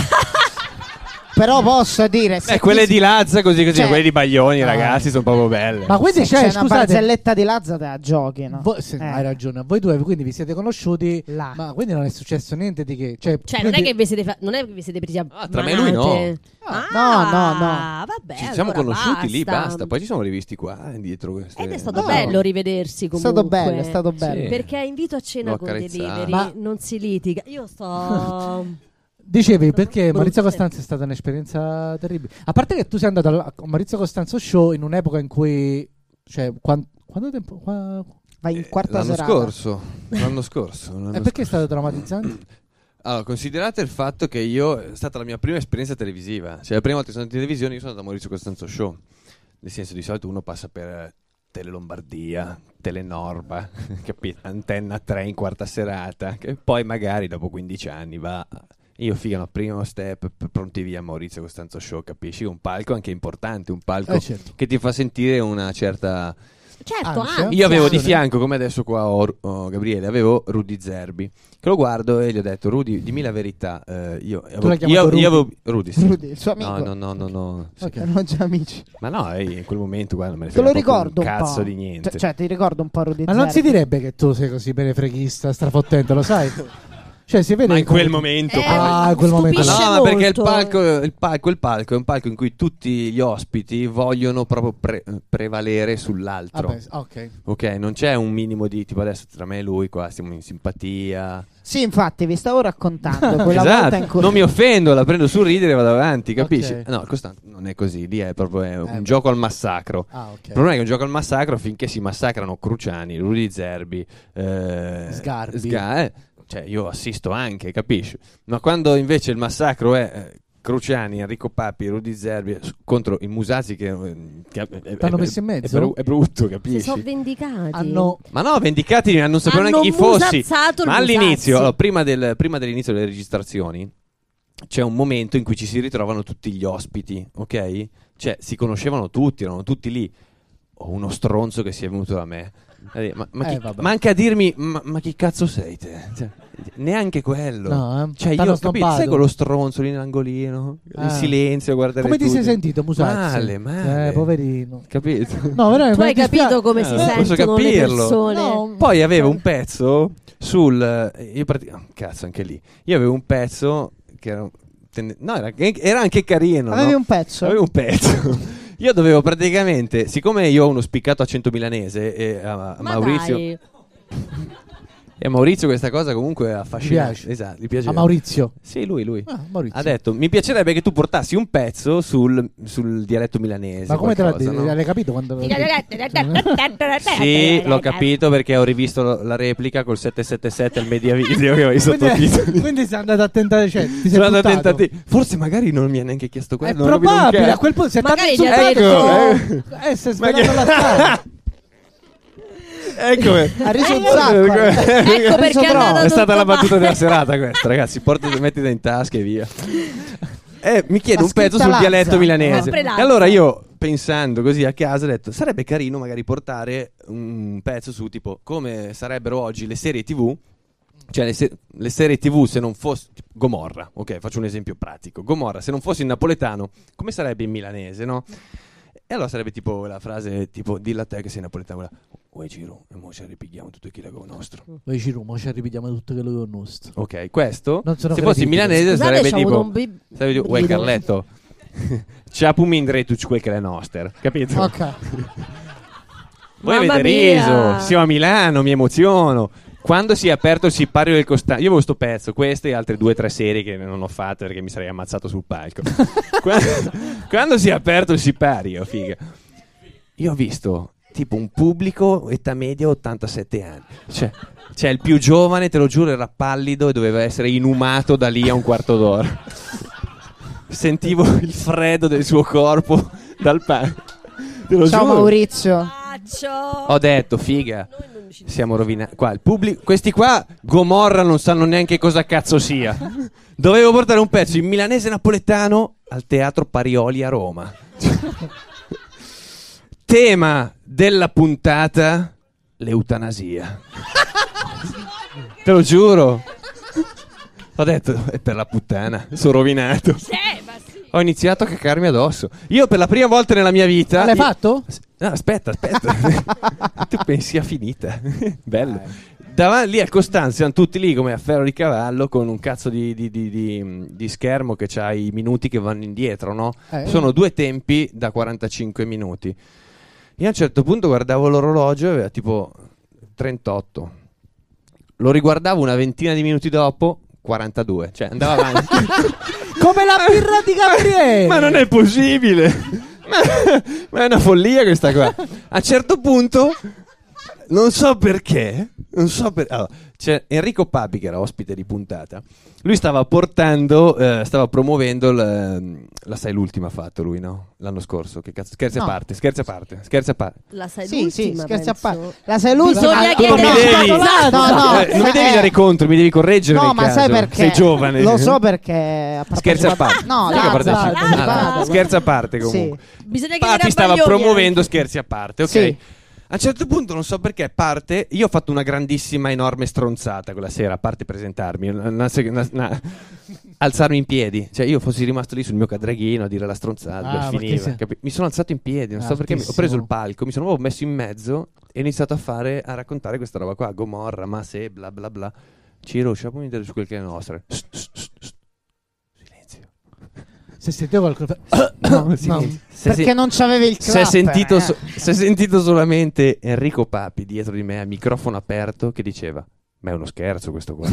[SPEAKER 4] Però posso dire. se
[SPEAKER 5] Eh, quelle
[SPEAKER 4] ti-
[SPEAKER 5] di Lazza, così così,
[SPEAKER 4] Cioè-
[SPEAKER 5] quelle di Baglioni, ragazzi, sono proprio belle.
[SPEAKER 2] Ma quindi
[SPEAKER 4] Se
[SPEAKER 3] Cioè,
[SPEAKER 4] c'è
[SPEAKER 2] c'è,
[SPEAKER 4] una
[SPEAKER 2] scusate,
[SPEAKER 4] barzelletta di Lazza te la giochi, no?
[SPEAKER 2] voi- se-
[SPEAKER 4] Eh. Ah.
[SPEAKER 2] hai ragione, voi due quindi vi siete conosciuti,
[SPEAKER 4] Là.
[SPEAKER 2] ma quindi non è successo niente di che. Cioè,
[SPEAKER 3] Cioè, non
[SPEAKER 2] quindi-
[SPEAKER 3] è che vi siete, fa- non è che vi siete presi a
[SPEAKER 5] Ah, tra me e lui no.
[SPEAKER 3] manate.
[SPEAKER 2] No,
[SPEAKER 3] Ah,
[SPEAKER 4] no, no,
[SPEAKER 3] Vabbè,
[SPEAKER 5] Ci siamo
[SPEAKER 3] allora
[SPEAKER 5] conosciuti lì, basta. Poi ci siamo rivisti qua eh, dietro queste.
[SPEAKER 3] Ed è stato
[SPEAKER 2] No.
[SPEAKER 3] bello rivedersi
[SPEAKER 4] È
[SPEAKER 3] comunque.
[SPEAKER 4] stato bello, è stato bello.
[SPEAKER 5] Sì.
[SPEAKER 3] Perché invito a cena
[SPEAKER 5] L'ho
[SPEAKER 3] con
[SPEAKER 5] accarezzato.
[SPEAKER 3] Delivery,
[SPEAKER 2] Ma-
[SPEAKER 3] non si litiga. Io sto...
[SPEAKER 2] Dicevi perché
[SPEAKER 3] Brutto.
[SPEAKER 2] Maurizio Costanzo è stata un'esperienza terribile. A parte che tu sei andato al a Maurizio Costanzo Show in un'epoca in cui. Cioè, quan- quanto tempo. qua-
[SPEAKER 4] Vai in quarta
[SPEAKER 5] Eh, l'anno
[SPEAKER 4] serata.
[SPEAKER 5] scorso, l'anno scorso, l'anno
[SPEAKER 2] Eh, perché è stato traumatizzante?
[SPEAKER 4] *coughs*
[SPEAKER 5] Allora, considerate il fatto che io è stata la mia prima esperienza televisiva. Cioè, la prima volta che sono andato in televisione, io sono andato a Maurizio Costanzo Show. Nel senso, di solito uno passa per eh, Tele Lombardia, Telenorba, *laughs* capito? Antenna 3 in quarta serata. Che poi magari dopo 15 anni va. Io figa, no, primo step, p- pronti via Maurizio Costanzo Show, capisci? Un palco anche importante, un palco
[SPEAKER 2] Eh, certo.
[SPEAKER 5] che ti fa sentire una certa.
[SPEAKER 3] Certo,
[SPEAKER 2] Ansia.
[SPEAKER 3] ansia.
[SPEAKER 5] Io avevo di
[SPEAKER 2] Sì.
[SPEAKER 5] fianco, come adesso qua ho Ru- ho Gabriele, avevo Rudy Zerbi, che lo guardo e gli ho detto, Rudy, dimmi la verità. eh, io, avevo,
[SPEAKER 2] l'hai chiamato
[SPEAKER 5] io-
[SPEAKER 2] Rudy?
[SPEAKER 5] io avevo- Rudy, sì.
[SPEAKER 4] Rudy, il suo amico.
[SPEAKER 5] No, no, no, no, no. Sì.
[SPEAKER 2] Ok.
[SPEAKER 4] Erano già amici.
[SPEAKER 5] Ma no, eh, in quel momento guarda, me ne
[SPEAKER 4] Te lo
[SPEAKER 5] frega proprio
[SPEAKER 4] ricordo un,
[SPEAKER 5] un cazzo
[SPEAKER 4] po'.
[SPEAKER 5] di niente.
[SPEAKER 4] Cioè, cioè, ti ricordo un po' Rudy
[SPEAKER 2] Ma non si
[SPEAKER 4] Zerbi.
[SPEAKER 2] direbbe che tu sei così benefreghista, strafottente, lo
[SPEAKER 4] *laughs*
[SPEAKER 2] sai? Cioè, si vede.
[SPEAKER 5] Ma in
[SPEAKER 2] come-
[SPEAKER 5] quel momento...
[SPEAKER 3] Eh,
[SPEAKER 5] proprio.
[SPEAKER 2] Ah, in quel momento.
[SPEAKER 5] Ma
[SPEAKER 3] stupisce
[SPEAKER 5] no, ma perché il
[SPEAKER 3] molto.
[SPEAKER 5] palco, il palco- il palco è un palco in cui tutti gli ospiti vogliono proprio pre- eh, prevalere
[SPEAKER 4] Ah,
[SPEAKER 5] sull'altro.
[SPEAKER 2] Vabbè, ok.
[SPEAKER 5] Ok, non c'è un minimo di tipo adesso tra me e lui qua siamo in simpatia.
[SPEAKER 4] Sì, infatti, vi stavo
[SPEAKER 5] *laughs*
[SPEAKER 4] raccontando quella volta in
[SPEAKER 5] Esatto,
[SPEAKER 4] cui
[SPEAKER 5] non mi offendo, la prendo sul ridere e vado avanti, capisci?
[SPEAKER 2] Ok. Eh,
[SPEAKER 5] No, questo non è così, lì è proprio è un
[SPEAKER 2] beh.
[SPEAKER 5] gioco al massacro.
[SPEAKER 2] Ah, ok.
[SPEAKER 5] Il problema è che è un gioco al massacro finché si massacrano Cruciani, Rudy Zerbi, eh,
[SPEAKER 2] Sgarbi.
[SPEAKER 5] Sga- eh, cioè io assisto anche, capisci? Ma quando invece il massacro è eh, Cruciani, Enrico Papi, Rudy Zerbi eh, s- contro i Musazzi che, eh, che è- è,
[SPEAKER 2] T'hanno
[SPEAKER 5] è-
[SPEAKER 2] messo in
[SPEAKER 5] è
[SPEAKER 2] mezzo?
[SPEAKER 5] bru- È, brutto,
[SPEAKER 3] Si
[SPEAKER 5] capisci?
[SPEAKER 3] sono vendicati.
[SPEAKER 2] Hanno.
[SPEAKER 5] Ma no, vendicati, non sapevano
[SPEAKER 3] Hanno
[SPEAKER 5] neanche chi fossi.
[SPEAKER 3] musazzato il
[SPEAKER 5] Ma
[SPEAKER 3] Musazzi.
[SPEAKER 5] all'inizio, allora, prima, del- prima dell'inizio delle registrazioni, c'è un momento in cui ci si ritrovano tutti gli ospiti, ok? Cioè, si conoscevano tutti, erano tutti lì. Ho uno stronzo che si è venuto da me. Ha detto, Ma, ma
[SPEAKER 2] Eh,
[SPEAKER 5] chi-
[SPEAKER 2] vabbè.
[SPEAKER 5] ma anche a dirmi, ma, ma chi cazzo sei te? Cioè, neanche quello.
[SPEAKER 2] No, eh.
[SPEAKER 5] Cioè,
[SPEAKER 2] T'hanno
[SPEAKER 5] io capito,
[SPEAKER 2] snobbato.
[SPEAKER 5] sai quello stronzo lì in angolino,
[SPEAKER 2] Ah.
[SPEAKER 5] in silenzio, a guardare
[SPEAKER 2] Come ti
[SPEAKER 5] tutti.
[SPEAKER 2] sei sentito, Musazzi?
[SPEAKER 5] Male, male.
[SPEAKER 2] Eh, poverino.
[SPEAKER 5] Capito?
[SPEAKER 2] No, veramente.
[SPEAKER 3] Tu hai
[SPEAKER 2] mi dispia-
[SPEAKER 3] capito come
[SPEAKER 5] Eh,
[SPEAKER 3] si
[SPEAKER 5] posso
[SPEAKER 3] sentono le
[SPEAKER 5] capirlo.
[SPEAKER 3] persone?
[SPEAKER 2] No.
[SPEAKER 5] Poi avevo un pezzo sul. Io prati- ah, cazzo, anche lì. Io avevo un pezzo che era. ten- No, era, era anche carino.
[SPEAKER 4] avevi
[SPEAKER 5] no?
[SPEAKER 4] un pezzo.
[SPEAKER 5] Avevo un pezzo. *laughs* Io dovevo praticamente. Siccome io ho uno spiccato accento milanese e a, a
[SPEAKER 3] Ma
[SPEAKER 5] Maurizio.
[SPEAKER 3] dai.
[SPEAKER 5] E a Maurizio questa cosa comunque affascinante.
[SPEAKER 2] piace.
[SPEAKER 5] Esatto, gli piaceva.
[SPEAKER 2] A Maurizio.
[SPEAKER 5] Sì, lui, lui.
[SPEAKER 2] Ah, Maurizio.
[SPEAKER 5] Ha detto: Mi piacerebbe che tu portassi un pezzo sul, sul dialetto milanese.
[SPEAKER 2] Ma come te l'ha
[SPEAKER 5] qualcosa,
[SPEAKER 2] detto?
[SPEAKER 5] no?
[SPEAKER 2] L'hai capito quando.
[SPEAKER 5] Sì, l'ho capito perché ho rivisto la replica col 777 al media video che ho
[SPEAKER 2] *laughs*
[SPEAKER 5] i
[SPEAKER 2] quindi,
[SPEAKER 5] sottotitoli.
[SPEAKER 2] quindi sei andato a tentare. Cioè, ti sei
[SPEAKER 5] Sono andato a
[SPEAKER 2] buttato.
[SPEAKER 5] tentati- Forse magari non mi ha neanche chiesto
[SPEAKER 2] È
[SPEAKER 5] quello. non ho capito un
[SPEAKER 2] probabile, a
[SPEAKER 5] cazzo.
[SPEAKER 2] quel punto se
[SPEAKER 3] Magari
[SPEAKER 2] t'hanno
[SPEAKER 3] gli ha
[SPEAKER 2] insultato,
[SPEAKER 5] detto-
[SPEAKER 2] eh, eh, si è
[SPEAKER 5] Ma
[SPEAKER 2] svegliato la strada.
[SPEAKER 5] Eccomi.
[SPEAKER 4] Ha reso
[SPEAKER 5] *laughs*
[SPEAKER 4] un sacco.
[SPEAKER 3] Ecco perché è andata
[SPEAKER 5] È stata
[SPEAKER 3] tutto
[SPEAKER 5] la battuta
[SPEAKER 3] male.
[SPEAKER 5] della serata questa, ragazzi. Portati, mettila in tasca e via. Eh, mi chiedo
[SPEAKER 4] Ma
[SPEAKER 5] un pezzo
[SPEAKER 4] scritta
[SPEAKER 5] sul
[SPEAKER 4] Lazza.
[SPEAKER 5] dialetto milanese.
[SPEAKER 3] Sempre
[SPEAKER 5] E
[SPEAKER 3] Lazza.
[SPEAKER 5] allora io, pensando così a casa, ho detto: sarebbe carino magari portare un pezzo su tipo come sarebbero oggi le serie TV. Cioè, le, se- le serie TV, se non fosse tipo, Gomorra, ok, faccio un esempio pratico. Gomorra, se non fosse in napoletano, come sarebbe in milanese, no? E allora sarebbe tipo la frase tipo dilla a te che sei napoletano, quella "Uè giro, e mo ci ripighiamo tutto chi con nostro".
[SPEAKER 2] Poi ci rumo, ci ripetiamo tutto quello che ho nostro.
[SPEAKER 5] Ok, questo
[SPEAKER 2] Non sono
[SPEAKER 5] se fossi
[SPEAKER 2] credibile.
[SPEAKER 5] milanese
[SPEAKER 3] Scusate,
[SPEAKER 5] sarebbe
[SPEAKER 3] c'ho avuto un
[SPEAKER 5] tipo
[SPEAKER 3] bi-
[SPEAKER 5] sarebbe tipo "Uè
[SPEAKER 3] brivido.
[SPEAKER 5] *laughs* Carletto, ciapum in retuc quel che è noster", capito?
[SPEAKER 4] Ok.
[SPEAKER 5] Voi
[SPEAKER 3] Mamma
[SPEAKER 5] avete
[SPEAKER 3] mia.
[SPEAKER 5] riso, siamo a Milano, mi emoziono. Quando si è aperto il sipario del Costanzo, io avevo sto pezzo, queste e altre due o tre serie che non ho fatto perché mi sarei ammazzato sul palco. quando, quando si è aperto il sipario, figa, io ho visto tipo un pubblico, età media 87 anni. Cioè, cioè, il più giovane, te lo giuro, era pallido e doveva essere inumato da lì a un quarto d'ora. Sentivo il freddo del suo corpo dal palco. Te lo
[SPEAKER 4] Ciao
[SPEAKER 5] giuro.
[SPEAKER 4] Maurizio.
[SPEAKER 3] Ah, Faccio.
[SPEAKER 5] Ho detto, figa,
[SPEAKER 3] Noi non ci-
[SPEAKER 5] siamo rovinati. Qua, il pubblico, questi qua, Gomorra, non sanno neanche cosa cazzo sia. Dovevo portare un pezzo in milanese napoletano al teatro Parioli a Roma. Tema della puntata: l'eutanasia. Te lo giuro. Ho detto, è per la puttana, sono rovinato.
[SPEAKER 6] Eh, ma sì.
[SPEAKER 5] Ho ho iniziato a cacarmi addosso. Io per la prima volta nella mia vita...
[SPEAKER 2] Ma l'hai
[SPEAKER 5] io-
[SPEAKER 2] fatto?
[SPEAKER 5] S- No, aspetta, aspetta. tu pensi sia finita. Bello. Davanti lì a Costanzo erano tutti lì come a ferro di cavallo con un cazzo di, di- di- di- di schermo che c'ha i minuti che vanno indietro, no?
[SPEAKER 2] Eh.
[SPEAKER 5] Sono due tempi da 45 minuti. Io a un certo punto guardavo l'orologio e aveva tipo 38. Lo riguardavo una ventina di minuti dopo, 42. Cioè andava avanti.
[SPEAKER 2] Come la birra di Gabriele!
[SPEAKER 5] Ma non è possibile! Eh. *laughs* Ma, ma è una follia questa qua. A un certo punto, non so perché, non so per- allora, c'è Enrico Papi, che era ospite di puntata, lui stava portando, eh, stava promuovendo, il, la sai l'ultima ha fatto lui, no? L'anno scorso, che cazzo, scherzi
[SPEAKER 4] No.
[SPEAKER 5] a parte, scherzi a parte, scherzi a parte.
[SPEAKER 3] La sai
[SPEAKER 4] Sì, sì,
[SPEAKER 3] l'ultima,
[SPEAKER 4] scherzi a
[SPEAKER 3] penso.
[SPEAKER 4] parte. La sei l'ultima.
[SPEAKER 3] Bisogna
[SPEAKER 4] Ah,
[SPEAKER 5] Tu non mi
[SPEAKER 3] chiedere-
[SPEAKER 5] devi,
[SPEAKER 3] No,
[SPEAKER 4] no, no,
[SPEAKER 5] eh, non mi
[SPEAKER 4] sai-
[SPEAKER 5] devi
[SPEAKER 4] eh,
[SPEAKER 5] dare contro, mi devi correggere
[SPEAKER 4] No,
[SPEAKER 5] nel
[SPEAKER 4] ma
[SPEAKER 5] caso.
[SPEAKER 4] sai perché?
[SPEAKER 5] Sei giovane.
[SPEAKER 4] Lo so perché. ha
[SPEAKER 5] Scherzi
[SPEAKER 4] partecipato-
[SPEAKER 5] a parte.
[SPEAKER 4] No,
[SPEAKER 5] Mica
[SPEAKER 4] Lazza,
[SPEAKER 5] partecipa-
[SPEAKER 4] partecipa-
[SPEAKER 5] Ah, scherzi a parte comunque.
[SPEAKER 3] Bisogna chiedere
[SPEAKER 5] Papi
[SPEAKER 3] a
[SPEAKER 5] stava
[SPEAKER 3] Baglioni
[SPEAKER 5] promuovendo scherzi a parte, ok?
[SPEAKER 4] Sì.
[SPEAKER 5] A un certo punto, non so perché, parte. Io ho fatto una grandissima, enorme stronzata quella sera, a parte presentarmi, una sec- una- una- alzarmi in piedi. Cioè, io fossi rimasto lì sul mio cadraghino a dire la stronzata.
[SPEAKER 2] Ah,
[SPEAKER 5] e
[SPEAKER 2] ma che
[SPEAKER 5] finiva,
[SPEAKER 2] sia-
[SPEAKER 5] capi- Mi sono alzato in piedi, non so perché. mi- Ho
[SPEAKER 2] Altissimo.
[SPEAKER 5] preso il palco, mi sono proprio messo in mezzo e ho iniziato a fare, a raccontare questa roba qua. Gomorra, ma se, bla bla bla. Ciro, ci puoi dire su quel che è nostro. Sst, sst, sst, sst. Silenzio.
[SPEAKER 2] Se sentivo
[SPEAKER 5] *coughs*
[SPEAKER 2] qualcosa... *coughs* No, no.
[SPEAKER 5] Se-
[SPEAKER 4] Perché non c'avevi il
[SPEAKER 5] si è
[SPEAKER 4] clap,
[SPEAKER 5] sentito,
[SPEAKER 4] eh.
[SPEAKER 5] so- s'è sentito solamente Enrico Papi dietro di me a microfono aperto che diceva ma è uno scherzo questo qua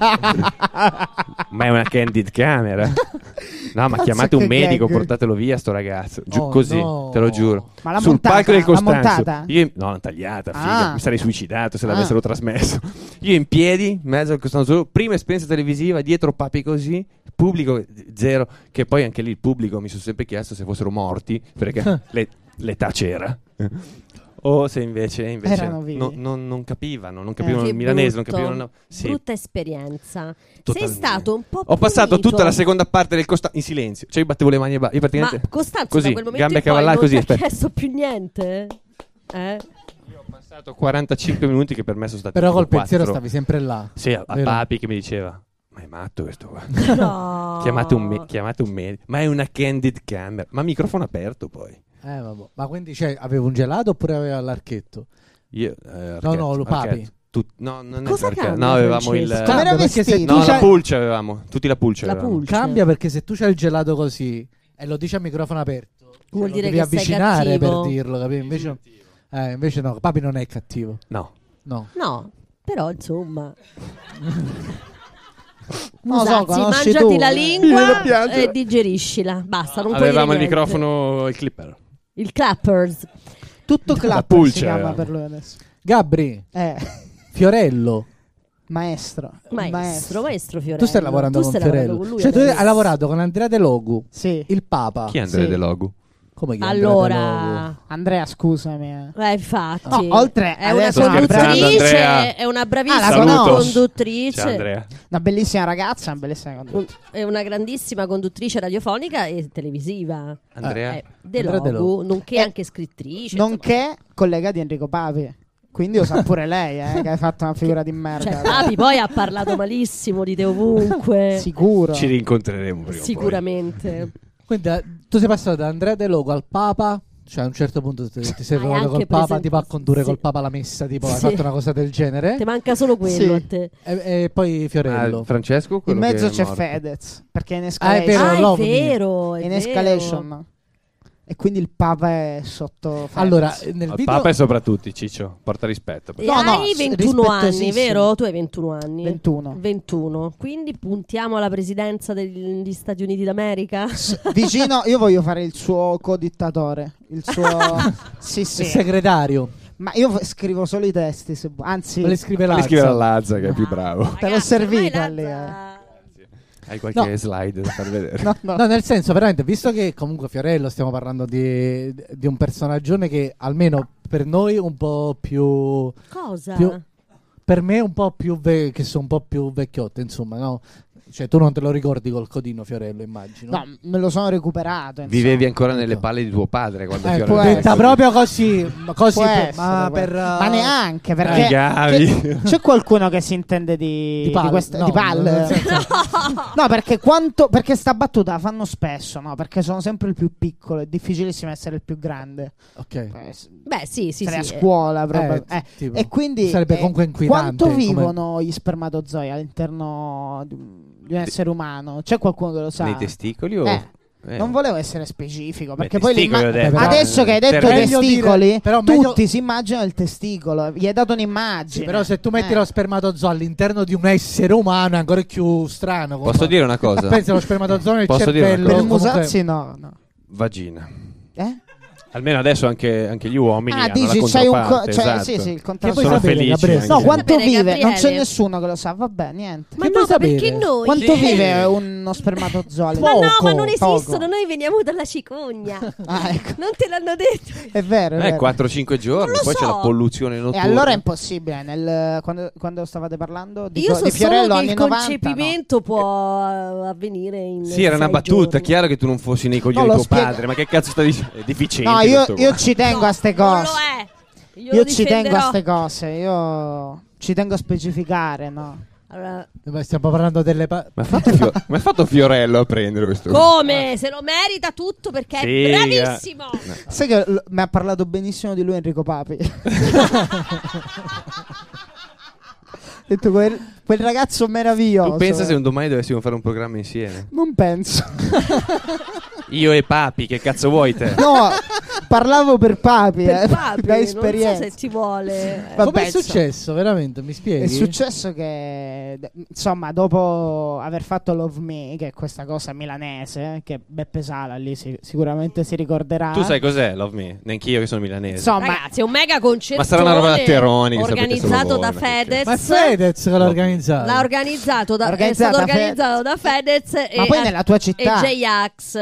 [SPEAKER 5] ma è una
[SPEAKER 4] *laughs*
[SPEAKER 5] candid camera no ma
[SPEAKER 4] Cazzo,
[SPEAKER 5] chiamate un
[SPEAKER 4] che
[SPEAKER 5] medico
[SPEAKER 4] gag.
[SPEAKER 5] portatelo via sto ragazzo Giù
[SPEAKER 2] Oh,
[SPEAKER 5] così
[SPEAKER 2] no.
[SPEAKER 5] te lo giuro
[SPEAKER 4] *laughs* Ma l'ha
[SPEAKER 5] sul
[SPEAKER 4] montata?
[SPEAKER 5] palco del
[SPEAKER 4] L'ha montata?
[SPEAKER 5] Costanzo io no l'hanno tagliata figa.
[SPEAKER 4] Ah.
[SPEAKER 5] mi sarei suicidato se
[SPEAKER 4] Ah.
[SPEAKER 5] l'avessero trasmesso io in piedi in mezzo al Costanzo prima esperienza televisiva dietro Papi così pubblico zero che poi anche lì il pubblico mi sono sempre chiesto se fossero morti perché le- l'età c'era o se invece, invece
[SPEAKER 4] Erano vivi.
[SPEAKER 5] no- non, non capivano non capivano
[SPEAKER 3] che
[SPEAKER 5] il milanese non
[SPEAKER 3] brutto.
[SPEAKER 5] capivano no. Sì,
[SPEAKER 3] Brutta esperienza. Sei
[SPEAKER 5] totalmente.
[SPEAKER 3] stato un po'
[SPEAKER 5] ho passato
[SPEAKER 3] punito.
[SPEAKER 5] tutta la seconda parte del Costanzo in silenzio cioè io battevo le mani e ba- io
[SPEAKER 3] Ma
[SPEAKER 5] praticamente
[SPEAKER 3] Costanzo
[SPEAKER 5] così,
[SPEAKER 3] da quel momento
[SPEAKER 5] gambe
[SPEAKER 3] in poi
[SPEAKER 5] cavallate
[SPEAKER 3] non
[SPEAKER 5] così,
[SPEAKER 3] ti ha
[SPEAKER 5] aspetta.
[SPEAKER 3] chiesto più niente? Eh?
[SPEAKER 5] ho passato 45 minuti che per me sono stati
[SPEAKER 2] Però col
[SPEAKER 5] tipo
[SPEAKER 2] pensiero
[SPEAKER 5] quattro.
[SPEAKER 2] stavi sempre là.
[SPEAKER 5] Sì, a, a
[SPEAKER 2] Vero.
[SPEAKER 5] Papi che mi diceva: Ma è matto questo qua.
[SPEAKER 3] No.
[SPEAKER 5] Chiamate un, me- chiamate un medico. Ma è una candid camera. Ma microfono aperto poi.
[SPEAKER 2] Eh, vabbè. Ma quindi cioè, avevo un gelato oppure aveva l'archetto?
[SPEAKER 5] Io, eh,
[SPEAKER 2] No,
[SPEAKER 5] Archetto,
[SPEAKER 2] no, lo Papi.
[SPEAKER 5] Archetto. Tu- no, non
[SPEAKER 3] Cosa
[SPEAKER 5] è perché.
[SPEAKER 3] cambia,
[SPEAKER 5] No, avevamo
[SPEAKER 3] Francesco?
[SPEAKER 5] il.
[SPEAKER 4] Come era
[SPEAKER 2] perché se
[SPEAKER 4] vestito?
[SPEAKER 2] tu
[SPEAKER 5] Eh, No, la
[SPEAKER 2] c'hai-
[SPEAKER 5] pulce avevamo. Tutti la pulce.
[SPEAKER 3] La
[SPEAKER 5] avevamo.
[SPEAKER 3] pulce.
[SPEAKER 2] Cambia perché se tu c'hai il gelato così e lo dici a microfono aperto, cioè,
[SPEAKER 3] Vuol
[SPEAKER 2] lo
[SPEAKER 3] dire
[SPEAKER 2] devi
[SPEAKER 3] che sei
[SPEAKER 2] avvicinare
[SPEAKER 3] cattivo.
[SPEAKER 2] per dirlo, capito? Invece, eh, invece no, Papi non è cattivo.
[SPEAKER 5] No.
[SPEAKER 2] No.
[SPEAKER 3] No, però insomma.
[SPEAKER 4] Non lo so,
[SPEAKER 3] Musazzi,
[SPEAKER 4] conosci
[SPEAKER 3] mangiati
[SPEAKER 4] tu.
[SPEAKER 2] eh.
[SPEAKER 3] la
[SPEAKER 5] Viene da
[SPEAKER 3] lingua
[SPEAKER 5] piangere.
[SPEAKER 3] e digeriscila. Basta, non puoi
[SPEAKER 5] Avevamo il
[SPEAKER 3] dire niente.
[SPEAKER 5] microfono, il clipper.
[SPEAKER 3] Il clappers.
[SPEAKER 4] Tutto clap
[SPEAKER 5] pulce,
[SPEAKER 4] si chiama
[SPEAKER 5] avevamo.
[SPEAKER 4] per lui adesso.
[SPEAKER 2] Gabri,
[SPEAKER 4] Eh,
[SPEAKER 2] Fiorello,
[SPEAKER 4] maestro.
[SPEAKER 3] Maestro, maestro Fiorello.
[SPEAKER 2] tu stai lavorando
[SPEAKER 3] Eh, Tu
[SPEAKER 2] con
[SPEAKER 3] stai
[SPEAKER 2] Fiorello.
[SPEAKER 3] lavorando con lui
[SPEAKER 2] cioè, tu
[SPEAKER 3] adesso.
[SPEAKER 2] hai lavorato con Andrea De Logu,
[SPEAKER 4] Sì.
[SPEAKER 2] il Papa.
[SPEAKER 5] Chi è Andrea
[SPEAKER 4] Sì.
[SPEAKER 5] De Logu?
[SPEAKER 2] Come chi è Andrea De Logu?
[SPEAKER 3] Allora,
[SPEAKER 4] Andrea, scusami. eh.
[SPEAKER 3] eh, infatti,
[SPEAKER 4] No, oltre
[SPEAKER 3] è una
[SPEAKER 4] adesso- Sto
[SPEAKER 5] scherzando,
[SPEAKER 3] conduttrice,
[SPEAKER 5] Andrea.
[SPEAKER 3] è una bravissima
[SPEAKER 4] Ah, la conosco.
[SPEAKER 5] Ciao
[SPEAKER 3] conduttrice,
[SPEAKER 5] Andrea.
[SPEAKER 4] Una bellissima ragazza, una bellissima conduttrice.
[SPEAKER 3] è una grandissima conduttrice radiofonica e televisiva.
[SPEAKER 5] Andrea.
[SPEAKER 3] Eh, De
[SPEAKER 2] Andrea De
[SPEAKER 3] Logu, nonché
[SPEAKER 4] Eh,
[SPEAKER 3] anche scrittrice.
[SPEAKER 4] Nonché collega di Enrico Papi. Quindi lo sa pure lei, eh, che hai fatto una figura di
[SPEAKER 3] insomma. Cioè,
[SPEAKER 4] merda.
[SPEAKER 3] Papi eh, poi ha parlato malissimo di te
[SPEAKER 4] *laughs*
[SPEAKER 3] ovunque.
[SPEAKER 4] Sicuro.
[SPEAKER 5] Ci rincontreremo prima. o poi.
[SPEAKER 3] Sicuramente.
[SPEAKER 2] Quindi eh, tu sei passato da Andrea De Logu al Papa. Cioè, a un certo punto ti, ti sei
[SPEAKER 3] Hai
[SPEAKER 2] trovato
[SPEAKER 3] anche
[SPEAKER 2] col Papa,
[SPEAKER 3] presente-
[SPEAKER 2] tipo a condurre
[SPEAKER 3] sì.
[SPEAKER 2] col Papa la messa, tipo hai
[SPEAKER 3] Sì.
[SPEAKER 2] fatto una cosa del genere.
[SPEAKER 3] Ti manca solo quello
[SPEAKER 4] Sì.
[SPEAKER 3] a te.
[SPEAKER 2] E, e poi Fiorello.
[SPEAKER 5] Ah, Francesco?
[SPEAKER 4] In
[SPEAKER 5] quello che
[SPEAKER 4] mezzo
[SPEAKER 5] è
[SPEAKER 4] c'è
[SPEAKER 5] morto.
[SPEAKER 4] Fedez. Perché è in
[SPEAKER 2] Ah, è
[SPEAKER 4] escalation.
[SPEAKER 2] vero,
[SPEAKER 3] Ah, è
[SPEAKER 2] l'OVNI.
[SPEAKER 3] vero, è
[SPEAKER 4] in
[SPEAKER 3] vero.
[SPEAKER 4] escalation. E quindi il Papa è sotto. Fedez.
[SPEAKER 2] Allora, eh, nel
[SPEAKER 5] Al
[SPEAKER 2] video
[SPEAKER 5] Papa e soprattutto Ciccio. Porta rispetto.
[SPEAKER 3] E
[SPEAKER 4] No,
[SPEAKER 3] hai
[SPEAKER 4] no,
[SPEAKER 3] 21 anni,
[SPEAKER 4] rispettosissimo.
[SPEAKER 3] vero? Tu hai 21 anni.
[SPEAKER 4] 21.
[SPEAKER 3] 21. Quindi puntiamo alla presidenza degli Stati Uniti d'America.
[SPEAKER 4] Vicino, io voglio fare il suo codittatore. Il
[SPEAKER 3] *laughs*
[SPEAKER 4] suo. sì,
[SPEAKER 2] il
[SPEAKER 4] sì.
[SPEAKER 2] segretario,
[SPEAKER 4] Ma io f- scrivo solo i testi. se vu- Anzi,
[SPEAKER 2] le scrive
[SPEAKER 5] Fai
[SPEAKER 2] là.
[SPEAKER 5] scrivere a Lazza che è più
[SPEAKER 3] *laughs*
[SPEAKER 5] bravo.
[SPEAKER 4] Te l'ho servita lì,
[SPEAKER 5] Hai qualche
[SPEAKER 2] No.
[SPEAKER 5] slide da far vedere?
[SPEAKER 4] no, no.
[SPEAKER 2] No, nel senso, veramente, visto che comunque Fiorello stiamo parlando di, di un personaggione che almeno per noi un po' più
[SPEAKER 3] Cosa?
[SPEAKER 2] Più- per me un po' più ve- che sono un po' più vecchiotto, insomma, no? Cioè, tu non te lo ricordi col codino Fiorello, immagino.
[SPEAKER 4] No, me lo sono recuperato. insomma.
[SPEAKER 5] Vivevi ancora nelle palle di tuo padre quando
[SPEAKER 4] Eh,
[SPEAKER 5] Fiorello
[SPEAKER 4] può
[SPEAKER 5] era
[SPEAKER 4] essere.
[SPEAKER 2] Detta
[SPEAKER 5] così.
[SPEAKER 2] proprio così, così
[SPEAKER 4] Può essere,
[SPEAKER 2] ma,
[SPEAKER 4] può
[SPEAKER 2] per, eh,
[SPEAKER 4] essere. Ma neanche perché
[SPEAKER 5] Dai, Gavi.
[SPEAKER 4] c'è- c'è qualcuno che si intende di,
[SPEAKER 2] Di palle,
[SPEAKER 4] di queste-
[SPEAKER 2] no,
[SPEAKER 4] di palle?
[SPEAKER 2] nel
[SPEAKER 4] *laughs* No, perché quanto perché sta battuta la fanno spesso, no? Perché sono sempre il più piccolo, è difficilissimo essere il più grande.
[SPEAKER 2] Ok.
[SPEAKER 4] Eh, s-
[SPEAKER 3] Beh, sì, sì,
[SPEAKER 4] Sarei
[SPEAKER 3] sì.
[SPEAKER 4] a scuola proprio.
[SPEAKER 2] Eh,
[SPEAKER 4] Eh,
[SPEAKER 2] tipo,
[SPEAKER 4] e quindi
[SPEAKER 2] sarebbe
[SPEAKER 4] eh,
[SPEAKER 2] comunque inquietante,
[SPEAKER 4] quanto
[SPEAKER 2] come-
[SPEAKER 4] vivono gli spermatozoi all'interno di un di un essere umano? C'è qualcuno che lo sa?
[SPEAKER 5] Nei testicoli o...
[SPEAKER 4] Eh,
[SPEAKER 5] eh.
[SPEAKER 4] non volevo essere specifico,
[SPEAKER 5] Beh,
[SPEAKER 4] perché poi
[SPEAKER 5] testicoli
[SPEAKER 4] l'imma-
[SPEAKER 5] ho detto.
[SPEAKER 2] Però-
[SPEAKER 4] adesso che hai detto
[SPEAKER 5] Terreno-
[SPEAKER 2] Meglio
[SPEAKER 4] testicoli,
[SPEAKER 2] dire- però
[SPEAKER 4] tutti
[SPEAKER 2] meglio-
[SPEAKER 4] si immaginano il testicolo. Gli hai dato
[SPEAKER 2] Sì,
[SPEAKER 4] un'immagine.
[SPEAKER 2] però se tu metti
[SPEAKER 4] Eh.
[SPEAKER 2] lo spermatozoo all'interno di un essere umano è ancora più strano. come-
[SPEAKER 5] Posso dire una
[SPEAKER 4] *laughs*
[SPEAKER 5] cosa?
[SPEAKER 2] Pensa allo spermatozoo nel
[SPEAKER 5] Posso dire una
[SPEAKER 2] cervello.
[SPEAKER 5] cosa?
[SPEAKER 4] Per
[SPEAKER 5] Comunque-
[SPEAKER 4] Musazzi no, no.
[SPEAKER 5] Vagina.
[SPEAKER 4] Eh?
[SPEAKER 5] Almeno adesso anche, anche gli uomini
[SPEAKER 4] Ah,
[SPEAKER 5] hanno
[SPEAKER 4] dici
[SPEAKER 5] la
[SPEAKER 4] c'hai un co-
[SPEAKER 5] controparte,
[SPEAKER 4] cioè,
[SPEAKER 5] esatto.
[SPEAKER 4] sì, sì, il
[SPEAKER 2] Che
[SPEAKER 4] contrasto.
[SPEAKER 2] puoi
[SPEAKER 5] Sono
[SPEAKER 2] sapere,
[SPEAKER 5] felici
[SPEAKER 2] Gabriele?
[SPEAKER 5] anche.
[SPEAKER 4] No,
[SPEAKER 5] Sì.
[SPEAKER 4] quanto
[SPEAKER 3] Sapere,
[SPEAKER 4] vive? Non c'è
[SPEAKER 3] Gabriele.
[SPEAKER 4] nessuno che lo sa, vabbè, niente.
[SPEAKER 3] Ma
[SPEAKER 2] Che
[SPEAKER 3] no,
[SPEAKER 2] vuoi
[SPEAKER 3] ma perché
[SPEAKER 2] sapere?
[SPEAKER 3] noi?
[SPEAKER 4] Quanto
[SPEAKER 5] Sì.
[SPEAKER 4] vive uno spermatozoo?
[SPEAKER 3] Ma no, ma
[SPEAKER 2] Poco,
[SPEAKER 3] non
[SPEAKER 4] poco.
[SPEAKER 3] esistono, noi veniamo dalla cicogna.
[SPEAKER 4] Ah, ecco.
[SPEAKER 3] Non te l'hanno detto.
[SPEAKER 4] È vero, è
[SPEAKER 5] Eh,
[SPEAKER 4] vero.
[SPEAKER 5] 4-5 giorni,
[SPEAKER 3] Non lo
[SPEAKER 5] poi c'è
[SPEAKER 3] so.
[SPEAKER 5] la polluzione
[SPEAKER 4] E
[SPEAKER 5] notturna.
[SPEAKER 4] allora è impossibile. Nel, quando, quando stavate parlando di,
[SPEAKER 3] Io
[SPEAKER 4] co-
[SPEAKER 3] so
[SPEAKER 4] di Fiorello
[SPEAKER 3] solo che
[SPEAKER 4] anni
[SPEAKER 3] il
[SPEAKER 4] 90, no.
[SPEAKER 3] concepimento può eh, avvenire in
[SPEAKER 5] Sì, era una
[SPEAKER 3] sei
[SPEAKER 5] battuta.
[SPEAKER 3] giorni.
[SPEAKER 5] Chiaro che tu non fossi nei coglioni
[SPEAKER 4] No,
[SPEAKER 5] di
[SPEAKER 4] lo
[SPEAKER 5] tuo
[SPEAKER 4] spiega-
[SPEAKER 5] padre, ma che cazzo sta dicendo? È difficile.
[SPEAKER 4] No, io, io ci tengo a ste
[SPEAKER 6] Non
[SPEAKER 4] cose.
[SPEAKER 6] lo è. Io,
[SPEAKER 4] Io
[SPEAKER 6] lo
[SPEAKER 4] ci tengo a
[SPEAKER 6] difenderò.
[SPEAKER 4] ste cose. Io ci tengo a specificare, no?
[SPEAKER 3] Allora,
[SPEAKER 2] Beh, stiamo parlando delle... pa-
[SPEAKER 5] Ma ha fatto, Fio- ma ha fatto Fiorello a prendere questo?
[SPEAKER 6] Come? Se lo merita tutto perché
[SPEAKER 5] Eh. Sì, eh.
[SPEAKER 6] è bravissimo.
[SPEAKER 4] Sai che l- mi ha parlato benissimo di lui Enrico Papi. Ho detto quel, quel ragazzo meraviglioso.
[SPEAKER 5] Tu pensa se un domani dovessimo fare un programma
[SPEAKER 4] *laughs*
[SPEAKER 5] insieme?
[SPEAKER 4] Non penso.
[SPEAKER 5] Io e Papi, che cazzo vuoi te?
[SPEAKER 4] No, parlavo per Papi,
[SPEAKER 3] per
[SPEAKER 4] eh,
[SPEAKER 3] Fabio,
[SPEAKER 4] *laughs* da
[SPEAKER 3] non so
[SPEAKER 4] esperienza.
[SPEAKER 3] se ci vuole. eh.
[SPEAKER 4] Va-
[SPEAKER 2] Com'è
[SPEAKER 4] pensa.
[SPEAKER 2] successo, veramente? Mi spieghi?
[SPEAKER 4] È successo che, d- insomma, dopo aver fatto Love Me, che è questa cosa milanese, che Beppe Sala lì si- sicuramente si ricorderà.
[SPEAKER 5] Tu sai cos'è Love Me? Neanch'io che sono milanese.
[SPEAKER 4] Insomma,
[SPEAKER 6] Ragazzi, è un mega concerto.
[SPEAKER 5] Ma sarà una roba da Teroni, che sapete
[SPEAKER 3] Organizzato
[SPEAKER 5] solo
[SPEAKER 3] da
[SPEAKER 5] voi,
[SPEAKER 3] Fedez.
[SPEAKER 2] Ma è Fedez che l'ha organizzato.
[SPEAKER 3] L'ha organizzato da, è
[SPEAKER 4] Organizzata
[SPEAKER 3] stato
[SPEAKER 4] da
[SPEAKER 3] organizzato da Fedez
[SPEAKER 4] ma
[SPEAKER 3] e,
[SPEAKER 4] poi
[SPEAKER 3] a-
[SPEAKER 4] nella tua
[SPEAKER 3] e
[SPEAKER 4] città.
[SPEAKER 3] J-Ax.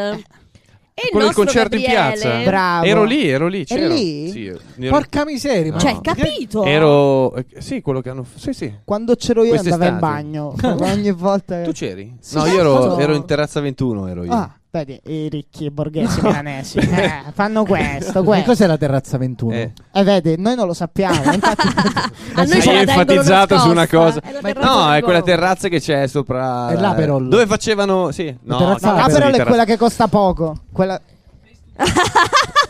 [SPEAKER 3] E
[SPEAKER 5] Quello del
[SPEAKER 3] nostro
[SPEAKER 5] concerto in
[SPEAKER 3] Gabriele-
[SPEAKER 5] piazza. eh?
[SPEAKER 4] Bravo.
[SPEAKER 5] Ero lì, ero lì. C'ero.
[SPEAKER 4] lì?
[SPEAKER 5] Sì, ero- ero-
[SPEAKER 2] Porca miseria. ma-
[SPEAKER 3] Cioè, capito?
[SPEAKER 5] ero- eh, Sì, quello che hanno. Sì, sì.
[SPEAKER 4] Quando c'ero io andavo in
[SPEAKER 5] Quest'estate.
[SPEAKER 4] bagno. *laughs* Ogni volta. che-
[SPEAKER 5] Tu c'eri?
[SPEAKER 4] Sì,
[SPEAKER 5] no,
[SPEAKER 4] sì,
[SPEAKER 5] io ero,
[SPEAKER 4] sono-
[SPEAKER 5] ero in terrazza 21, ero io.
[SPEAKER 4] Ah, vedi, i ricchi
[SPEAKER 5] *laughs*
[SPEAKER 4] borghesi milanesi eh, fanno questo,
[SPEAKER 2] Che
[SPEAKER 4] questo.
[SPEAKER 2] cos'è la terrazza 21?
[SPEAKER 5] Eh,
[SPEAKER 4] Eh, vedi, noi non lo
[SPEAKER 5] *laughs*
[SPEAKER 4] sappiamo. Infatti,
[SPEAKER 5] Ah,
[SPEAKER 3] A noi
[SPEAKER 5] Hai
[SPEAKER 3] ce la tengono
[SPEAKER 5] enfatizzato su una
[SPEAKER 3] nascosta.
[SPEAKER 5] cosa.
[SPEAKER 3] È la
[SPEAKER 2] Ma-
[SPEAKER 3] eh, terrazza
[SPEAKER 5] No,
[SPEAKER 3] del
[SPEAKER 5] è quella
[SPEAKER 3] Borgo.
[SPEAKER 5] terrazza che c'è sopra.
[SPEAKER 2] È l'Aperol.
[SPEAKER 5] Dove facevano. Sì, no,
[SPEAKER 2] terrazza
[SPEAKER 5] no,
[SPEAKER 4] no,
[SPEAKER 2] Ah, Aperol.
[SPEAKER 4] la parola
[SPEAKER 5] sì,
[SPEAKER 4] è
[SPEAKER 5] terrazza-
[SPEAKER 4] quella che costa poco. Quella...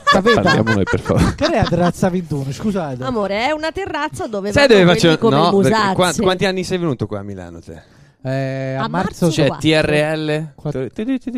[SPEAKER 4] Capito?
[SPEAKER 5] Parliamo noi, per favore.
[SPEAKER 2] Che è la terrazza 21? Scusate.
[SPEAKER 3] Amore, è una terrazza dove
[SPEAKER 5] Sai
[SPEAKER 3] vanno
[SPEAKER 5] dove
[SPEAKER 3] quelli
[SPEAKER 5] facevano?
[SPEAKER 3] come
[SPEAKER 5] No,
[SPEAKER 3] i
[SPEAKER 5] perché
[SPEAKER 3] musazzi.
[SPEAKER 5] quanti, quanti anni sei venuto qua a Milano te?
[SPEAKER 2] Eh, a,
[SPEAKER 3] A
[SPEAKER 2] marzo...
[SPEAKER 3] marzo
[SPEAKER 5] Cioè
[SPEAKER 3] quattro.
[SPEAKER 5] TRL?
[SPEAKER 2] Quattro.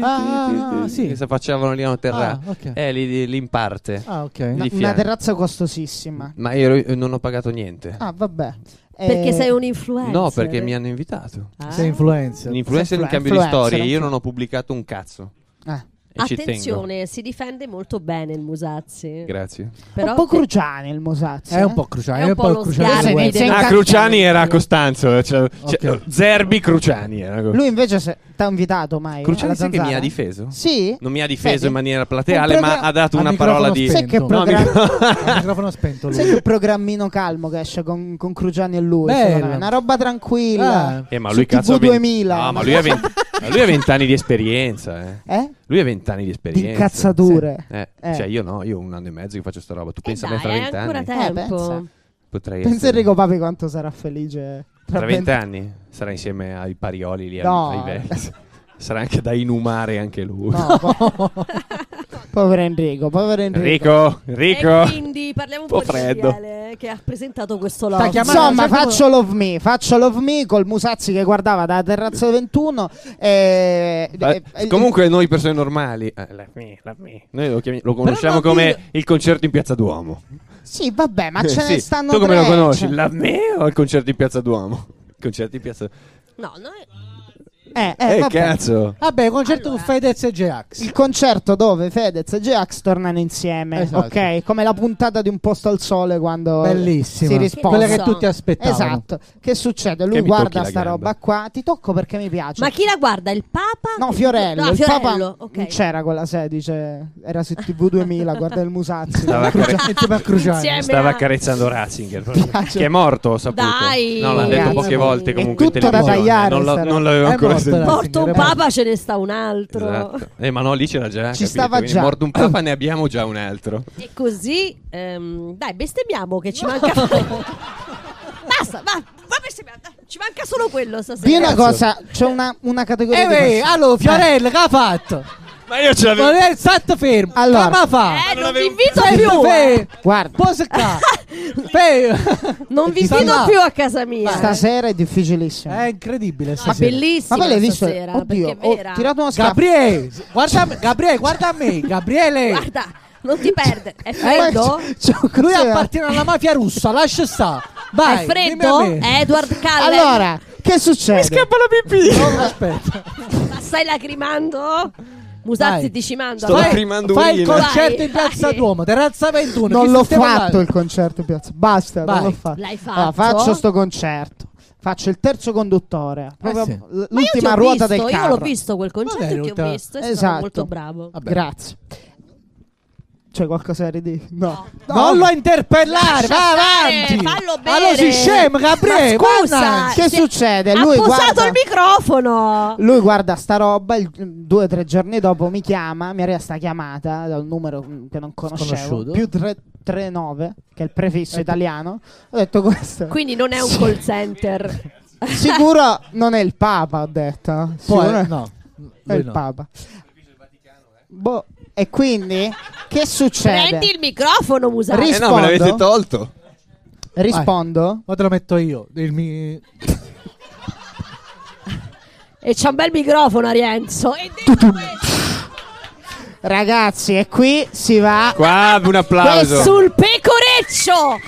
[SPEAKER 5] Ah,
[SPEAKER 2] Ah, sì.
[SPEAKER 5] Che si facevano lì a una terrazza.
[SPEAKER 2] Ah, ok.
[SPEAKER 5] Eh, lì, lì- lì in parte.
[SPEAKER 2] Ah, ok.
[SPEAKER 5] Di
[SPEAKER 4] No, una
[SPEAKER 5] fianco. Mm.
[SPEAKER 4] terrazza costosissima.
[SPEAKER 5] Ma io ero- io non ho pagato niente.
[SPEAKER 4] Ah, vabbè. Eh,
[SPEAKER 3] Perché sei un influencer.
[SPEAKER 5] no, perché mi hanno invitato.
[SPEAKER 3] Ah.
[SPEAKER 2] Sei influencer.
[SPEAKER 5] Un influencer in
[SPEAKER 4] influencer,
[SPEAKER 5] un cambio di storie.
[SPEAKER 4] non
[SPEAKER 5] Io
[SPEAKER 4] so.
[SPEAKER 5] non ho pubblicato un cazzo.
[SPEAKER 4] eh,
[SPEAKER 5] E ci tengo.
[SPEAKER 3] Attenzione, si difende molto bene il Musazzi.
[SPEAKER 5] Grazie.
[SPEAKER 3] Però
[SPEAKER 4] un po' Cruciani il Mosazzi.
[SPEAKER 2] È
[SPEAKER 4] eh.
[SPEAKER 2] un po' cruciale.
[SPEAKER 3] È un po' lo eh,
[SPEAKER 2] cruciale.
[SPEAKER 4] sgarbo
[SPEAKER 2] Guerra.
[SPEAKER 4] di- Sei
[SPEAKER 5] Ah,
[SPEAKER 4] incantato.
[SPEAKER 5] Cruciani era a Costanzo. cioè- cioè,
[SPEAKER 2] Ok.
[SPEAKER 5] Zerbi Cruciani era.
[SPEAKER 4] Lui invece se... t'ha invitato mai? eh,
[SPEAKER 5] Cruciani
[SPEAKER 4] alla
[SPEAKER 5] sai che mi
[SPEAKER 4] zanzara?
[SPEAKER 5] ha Mm. difeso?
[SPEAKER 4] Sì?
[SPEAKER 5] Non mi ha difeso
[SPEAKER 4] Vedi?
[SPEAKER 5] in maniera plateale,
[SPEAKER 4] Un
[SPEAKER 5] ma
[SPEAKER 4] programma-
[SPEAKER 5] ha dato
[SPEAKER 2] a
[SPEAKER 5] una
[SPEAKER 2] microfono
[SPEAKER 5] parola di.
[SPEAKER 4] Sai che
[SPEAKER 2] spento. No,
[SPEAKER 5] mi-
[SPEAKER 4] programma...
[SPEAKER 2] Il microfono spento lui.
[SPEAKER 4] Sai che programmino calmo che esce con, con Cruciani e lui? secondo
[SPEAKER 2] Bello.
[SPEAKER 4] me? Una roba tranquilla.
[SPEAKER 2] Ah,
[SPEAKER 5] Eh, ma
[SPEAKER 4] Su
[SPEAKER 5] lui
[SPEAKER 4] TV
[SPEAKER 5] cazzo. ha venti-
[SPEAKER 4] 2000.
[SPEAKER 5] Ah, ma lui ha venti- ma lui ha vent'anni di esperienza, eh.
[SPEAKER 4] Eh?
[SPEAKER 5] Lui ha vent'anni di
[SPEAKER 4] Di
[SPEAKER 5] esperienza.
[SPEAKER 4] incazzature.
[SPEAKER 5] Eh,
[SPEAKER 4] Eh.
[SPEAKER 5] Cioè, io no, io ho un anno e mezzo che faccio sta roba. Tu
[SPEAKER 3] Eh
[SPEAKER 5] pensa a
[SPEAKER 3] dai,
[SPEAKER 5] me tra
[SPEAKER 3] hai
[SPEAKER 5] vent'anni?
[SPEAKER 3] ancora
[SPEAKER 4] Eh,
[SPEAKER 3] tempo.
[SPEAKER 4] pensa.
[SPEAKER 5] Potrei
[SPEAKER 4] Pensa
[SPEAKER 5] essere-
[SPEAKER 4] Enrico Papi quanto sarà felice.
[SPEAKER 5] Tra
[SPEAKER 4] venti-
[SPEAKER 5] vent'anni sarà insieme ai Parioli lì
[SPEAKER 4] No.
[SPEAKER 5] ai vecchi. Sarà anche da inumare anche lui.
[SPEAKER 4] No, po- povero Enrico, povero Enrico.
[SPEAKER 5] *laughs* Enrico,
[SPEAKER 3] E
[SPEAKER 5] Enrico.
[SPEAKER 3] quindi parliamo un
[SPEAKER 5] Un
[SPEAKER 3] po',
[SPEAKER 5] po'
[SPEAKER 3] di
[SPEAKER 5] freddo.
[SPEAKER 3] Gabriele, che ha presentato questo
[SPEAKER 2] Sta
[SPEAKER 3] logo.
[SPEAKER 2] chiamando-
[SPEAKER 4] Insomma,
[SPEAKER 2] sai come-
[SPEAKER 4] faccio Love Me, faccio Love Me col Musazzi che guardava da terrazza 21 e...
[SPEAKER 5] Eh,
[SPEAKER 4] e-
[SPEAKER 5] comunque noi persone normali eh, la me, la me. noi lo, chiami- lo conosciamo
[SPEAKER 2] non
[SPEAKER 5] come
[SPEAKER 2] dire-
[SPEAKER 5] il concerto in Piazza Duomo
[SPEAKER 4] Sì, vabbè,
[SPEAKER 5] *laughs*
[SPEAKER 4] ma ce
[SPEAKER 5] Sì,
[SPEAKER 4] ne stanno
[SPEAKER 5] tu come lo
[SPEAKER 4] tre,
[SPEAKER 5] conosci?
[SPEAKER 4] cioè-
[SPEAKER 5] La me o il concerto in Piazza Duomo? Il concerto in Piazza
[SPEAKER 3] No, noi-
[SPEAKER 4] Eh, eh,
[SPEAKER 5] Eh,
[SPEAKER 4] vabbè.
[SPEAKER 5] cazzo
[SPEAKER 2] Vabbè, concerto
[SPEAKER 3] Allora.
[SPEAKER 2] con certo Fedez e J-Ax.
[SPEAKER 4] Il concerto dove Fedez e J-Ax tornano insieme,
[SPEAKER 2] Esatto.
[SPEAKER 4] ok? Come la puntata di Un posto al sole quando
[SPEAKER 2] Bellissimo.
[SPEAKER 4] si
[SPEAKER 2] Quella
[SPEAKER 4] risponde.
[SPEAKER 2] che tutti aspettavano.
[SPEAKER 4] Esatto. Che succede?
[SPEAKER 5] Che
[SPEAKER 4] Lui
[SPEAKER 5] mi tocchi
[SPEAKER 4] guarda
[SPEAKER 5] la
[SPEAKER 4] sta
[SPEAKER 5] gamba.
[SPEAKER 4] roba qua, ti tocco perché mi piace.
[SPEAKER 3] ma chi la guarda? Il Papa?
[SPEAKER 4] No, Fiorello.
[SPEAKER 3] No,
[SPEAKER 4] il
[SPEAKER 3] Ah, Fiorello,
[SPEAKER 4] Papa
[SPEAKER 3] ok.
[SPEAKER 4] non c'era quella sede, dice, era su TV
[SPEAKER 3] *laughs*
[SPEAKER 4] 2000, guarda il Musazzi. *laughs*
[SPEAKER 5] Stava
[SPEAKER 4] Cruciani.
[SPEAKER 5] care-
[SPEAKER 2] Insieme a Cruciani.
[SPEAKER 6] Insieme.
[SPEAKER 5] Stava
[SPEAKER 6] a-
[SPEAKER 5] accarezzando Ratzinger
[SPEAKER 4] Piace.
[SPEAKER 5] che è morto, ho saputo.
[SPEAKER 3] Dai.
[SPEAKER 5] No, l'ha detto
[SPEAKER 4] Ragazzi,
[SPEAKER 5] poche volte
[SPEAKER 4] è
[SPEAKER 5] comunque in
[SPEAKER 4] tutto da
[SPEAKER 5] televisione.
[SPEAKER 4] tagliare,
[SPEAKER 5] non, l'ho-
[SPEAKER 4] sta roba.
[SPEAKER 5] non l'avevo
[SPEAKER 2] È
[SPEAKER 5] ancora
[SPEAKER 2] Povera
[SPEAKER 3] Porto un
[SPEAKER 2] signora.
[SPEAKER 3] papa, ce ne sta un altro.
[SPEAKER 5] Esatto. Eh, ma no, lì c'era già.
[SPEAKER 4] Ci
[SPEAKER 5] capito?
[SPEAKER 4] stava
[SPEAKER 5] Quindi
[SPEAKER 4] già.
[SPEAKER 5] Morto un papa, ne abbiamo già un altro.
[SPEAKER 3] E così, ehm, dai, bestemmiamo che ci
[SPEAKER 4] *laughs*
[SPEAKER 3] manca. Basta, va, va bestemmiamo. dai, Ci manca solo quello stasera.
[SPEAKER 4] Di una cosa, c'è una, una categoria
[SPEAKER 2] Eh,
[SPEAKER 4] di
[SPEAKER 2] beh,
[SPEAKER 4] persone-
[SPEAKER 2] allora, Fiorella, che ha fatto?
[SPEAKER 5] Ma io ce l'avevo. Eh,
[SPEAKER 2] Non è stato fermo.
[SPEAKER 4] Allora.
[SPEAKER 2] Allora, fa?
[SPEAKER 3] Eh, non vi
[SPEAKER 5] avevo-
[SPEAKER 3] invito
[SPEAKER 2] Senti,
[SPEAKER 3] più. eh.
[SPEAKER 2] fe-
[SPEAKER 4] Guarda,
[SPEAKER 2] Posa qua. Fe-
[SPEAKER 3] Non vi
[SPEAKER 2] Sta
[SPEAKER 3] invito
[SPEAKER 2] là.
[SPEAKER 3] più a casa mia.
[SPEAKER 4] stasera è
[SPEAKER 2] *laughs*
[SPEAKER 4] difficilissimo.
[SPEAKER 2] È incredibile.
[SPEAKER 3] Ma
[SPEAKER 2] stasera.
[SPEAKER 3] bellissima
[SPEAKER 4] Ma poi l'hai visto?
[SPEAKER 3] Eh, stasera,
[SPEAKER 4] Oddio, oh,
[SPEAKER 3] perché è vera.
[SPEAKER 4] ho tirato una scarpa.
[SPEAKER 2] Gabriele, guarda me, Gabriele, guarda me, Gabriele.
[SPEAKER 3] Guarda, non ti perde. È
[SPEAKER 4] Eh, *laughs*
[SPEAKER 3] freddo?
[SPEAKER 4] c- c-
[SPEAKER 2] Lui
[SPEAKER 4] cos'era?
[SPEAKER 2] appartiene alla mafia russa, lascia sta. Vai, dimmi a
[SPEAKER 3] È freddo?
[SPEAKER 2] me.
[SPEAKER 3] È Edward Cullen.
[SPEAKER 4] Allora, che succede?
[SPEAKER 3] Eh.
[SPEAKER 2] No, aspetta.
[SPEAKER 3] Ma stai lacrimando? Musazzi
[SPEAKER 2] Vai.
[SPEAKER 3] ti ci mando.
[SPEAKER 5] Sto
[SPEAKER 3] allora.
[SPEAKER 5] lacrimi- lacrimando
[SPEAKER 2] fai
[SPEAKER 5] io.
[SPEAKER 2] il concerto
[SPEAKER 3] Vai,
[SPEAKER 2] in Piazza
[SPEAKER 3] vai.
[SPEAKER 2] Duomo, terrazza 21.
[SPEAKER 4] eh. non
[SPEAKER 2] chi
[SPEAKER 4] l'ho
[SPEAKER 2] stiamo
[SPEAKER 4] fatto
[SPEAKER 2] parlando?
[SPEAKER 4] il concerto in piazza. Basta,
[SPEAKER 2] Vai.
[SPEAKER 4] non l'ho fatto.
[SPEAKER 3] L'hai fatto? Eh,
[SPEAKER 4] Allora, faccio sto concerto. Faccio il terzo conduttore, proprio
[SPEAKER 2] sì.
[SPEAKER 4] l-
[SPEAKER 3] Ma io ti
[SPEAKER 4] l'ultima
[SPEAKER 3] ho
[SPEAKER 4] ruota
[SPEAKER 3] visto,
[SPEAKER 4] del
[SPEAKER 3] Io
[SPEAKER 4] carro.
[SPEAKER 3] l'ho visto quel concerto
[SPEAKER 2] Vabbè,
[SPEAKER 3] e ti
[SPEAKER 2] Ruta.
[SPEAKER 3] ho visto. È stato
[SPEAKER 4] Esatto.
[SPEAKER 3] molto bravo.
[SPEAKER 2] Vabbè.
[SPEAKER 4] Grazie. C'è qualcosa da ridire? No.
[SPEAKER 2] Non lo interpellare,
[SPEAKER 3] Lascia
[SPEAKER 2] va
[SPEAKER 3] stare,
[SPEAKER 2] avanti.
[SPEAKER 3] fallo
[SPEAKER 2] Ma lo
[SPEAKER 3] bere.
[SPEAKER 2] si scema, Gabriele.
[SPEAKER 3] Ma scusa.
[SPEAKER 2] guarda.
[SPEAKER 4] Che
[SPEAKER 3] se-
[SPEAKER 4] succede?
[SPEAKER 3] Ha
[SPEAKER 4] Lui
[SPEAKER 3] posato
[SPEAKER 4] guarda,
[SPEAKER 3] il microfono.
[SPEAKER 4] lui guarda sta roba, il- due o tre giorni dopo mi chiama, mi arriva sta chiamata da un numero mm, che non conoscevo,
[SPEAKER 2] Sconosciuto. Ecco.
[SPEAKER 4] più 339, che è il prefisso italiano. Ho detto questo.
[SPEAKER 3] Quindi non è un call center.
[SPEAKER 4] *laughs* Sicuro non è il Papa, ho detto. no? Sicuro
[SPEAKER 2] Poi, no,
[SPEAKER 4] è
[SPEAKER 2] lui
[SPEAKER 4] il
[SPEAKER 2] no.
[SPEAKER 4] Papa. Boh, e quindi che succede?
[SPEAKER 3] Prendi il microfono, Musazzi.
[SPEAKER 5] Eh no, me l'avete
[SPEAKER 4] rispondo.
[SPEAKER 5] tolto.
[SPEAKER 4] Rispondo.
[SPEAKER 2] Ora te lo metto io. Il mi-
[SPEAKER 3] E c'ha un bel microfono, Arienzo. E detto questo,
[SPEAKER 4] Ragazzi, e qui si va.
[SPEAKER 5] Qua un applauso.
[SPEAKER 3] sul pecoreccio.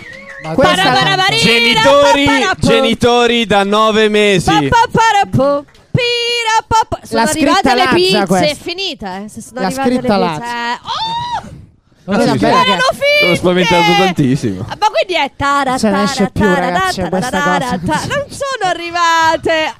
[SPEAKER 2] Ma
[SPEAKER 4] Questa-
[SPEAKER 3] Paraparaparira,
[SPEAKER 5] Genitori,
[SPEAKER 3] paparapo.
[SPEAKER 5] genitori da nove mesi.
[SPEAKER 3] Papaparapo, pirapapa. Sono
[SPEAKER 4] La scritta
[SPEAKER 3] arrivate le
[SPEAKER 4] Lazza,
[SPEAKER 3] pizze,
[SPEAKER 4] questa.
[SPEAKER 3] è finita. Eh. Se sono
[SPEAKER 4] La
[SPEAKER 3] arrivate le
[SPEAKER 4] scritta
[SPEAKER 3] pizze.
[SPEAKER 4] Lazza.
[SPEAKER 3] eh. Oh!
[SPEAKER 2] Non
[SPEAKER 4] Questa
[SPEAKER 2] si
[SPEAKER 4] bella
[SPEAKER 2] sa.
[SPEAKER 4] che-
[SPEAKER 3] Erano finte!
[SPEAKER 5] Ah, Sono spaventato tantissimo.
[SPEAKER 3] Ah, Ma quindi è tara,
[SPEAKER 4] Se ne
[SPEAKER 3] tara,
[SPEAKER 4] esce più,
[SPEAKER 3] tara,
[SPEAKER 4] ragazzi,
[SPEAKER 3] tara,
[SPEAKER 4] questa
[SPEAKER 3] tara,
[SPEAKER 4] cosa.
[SPEAKER 3] tara. Non sono arrivate.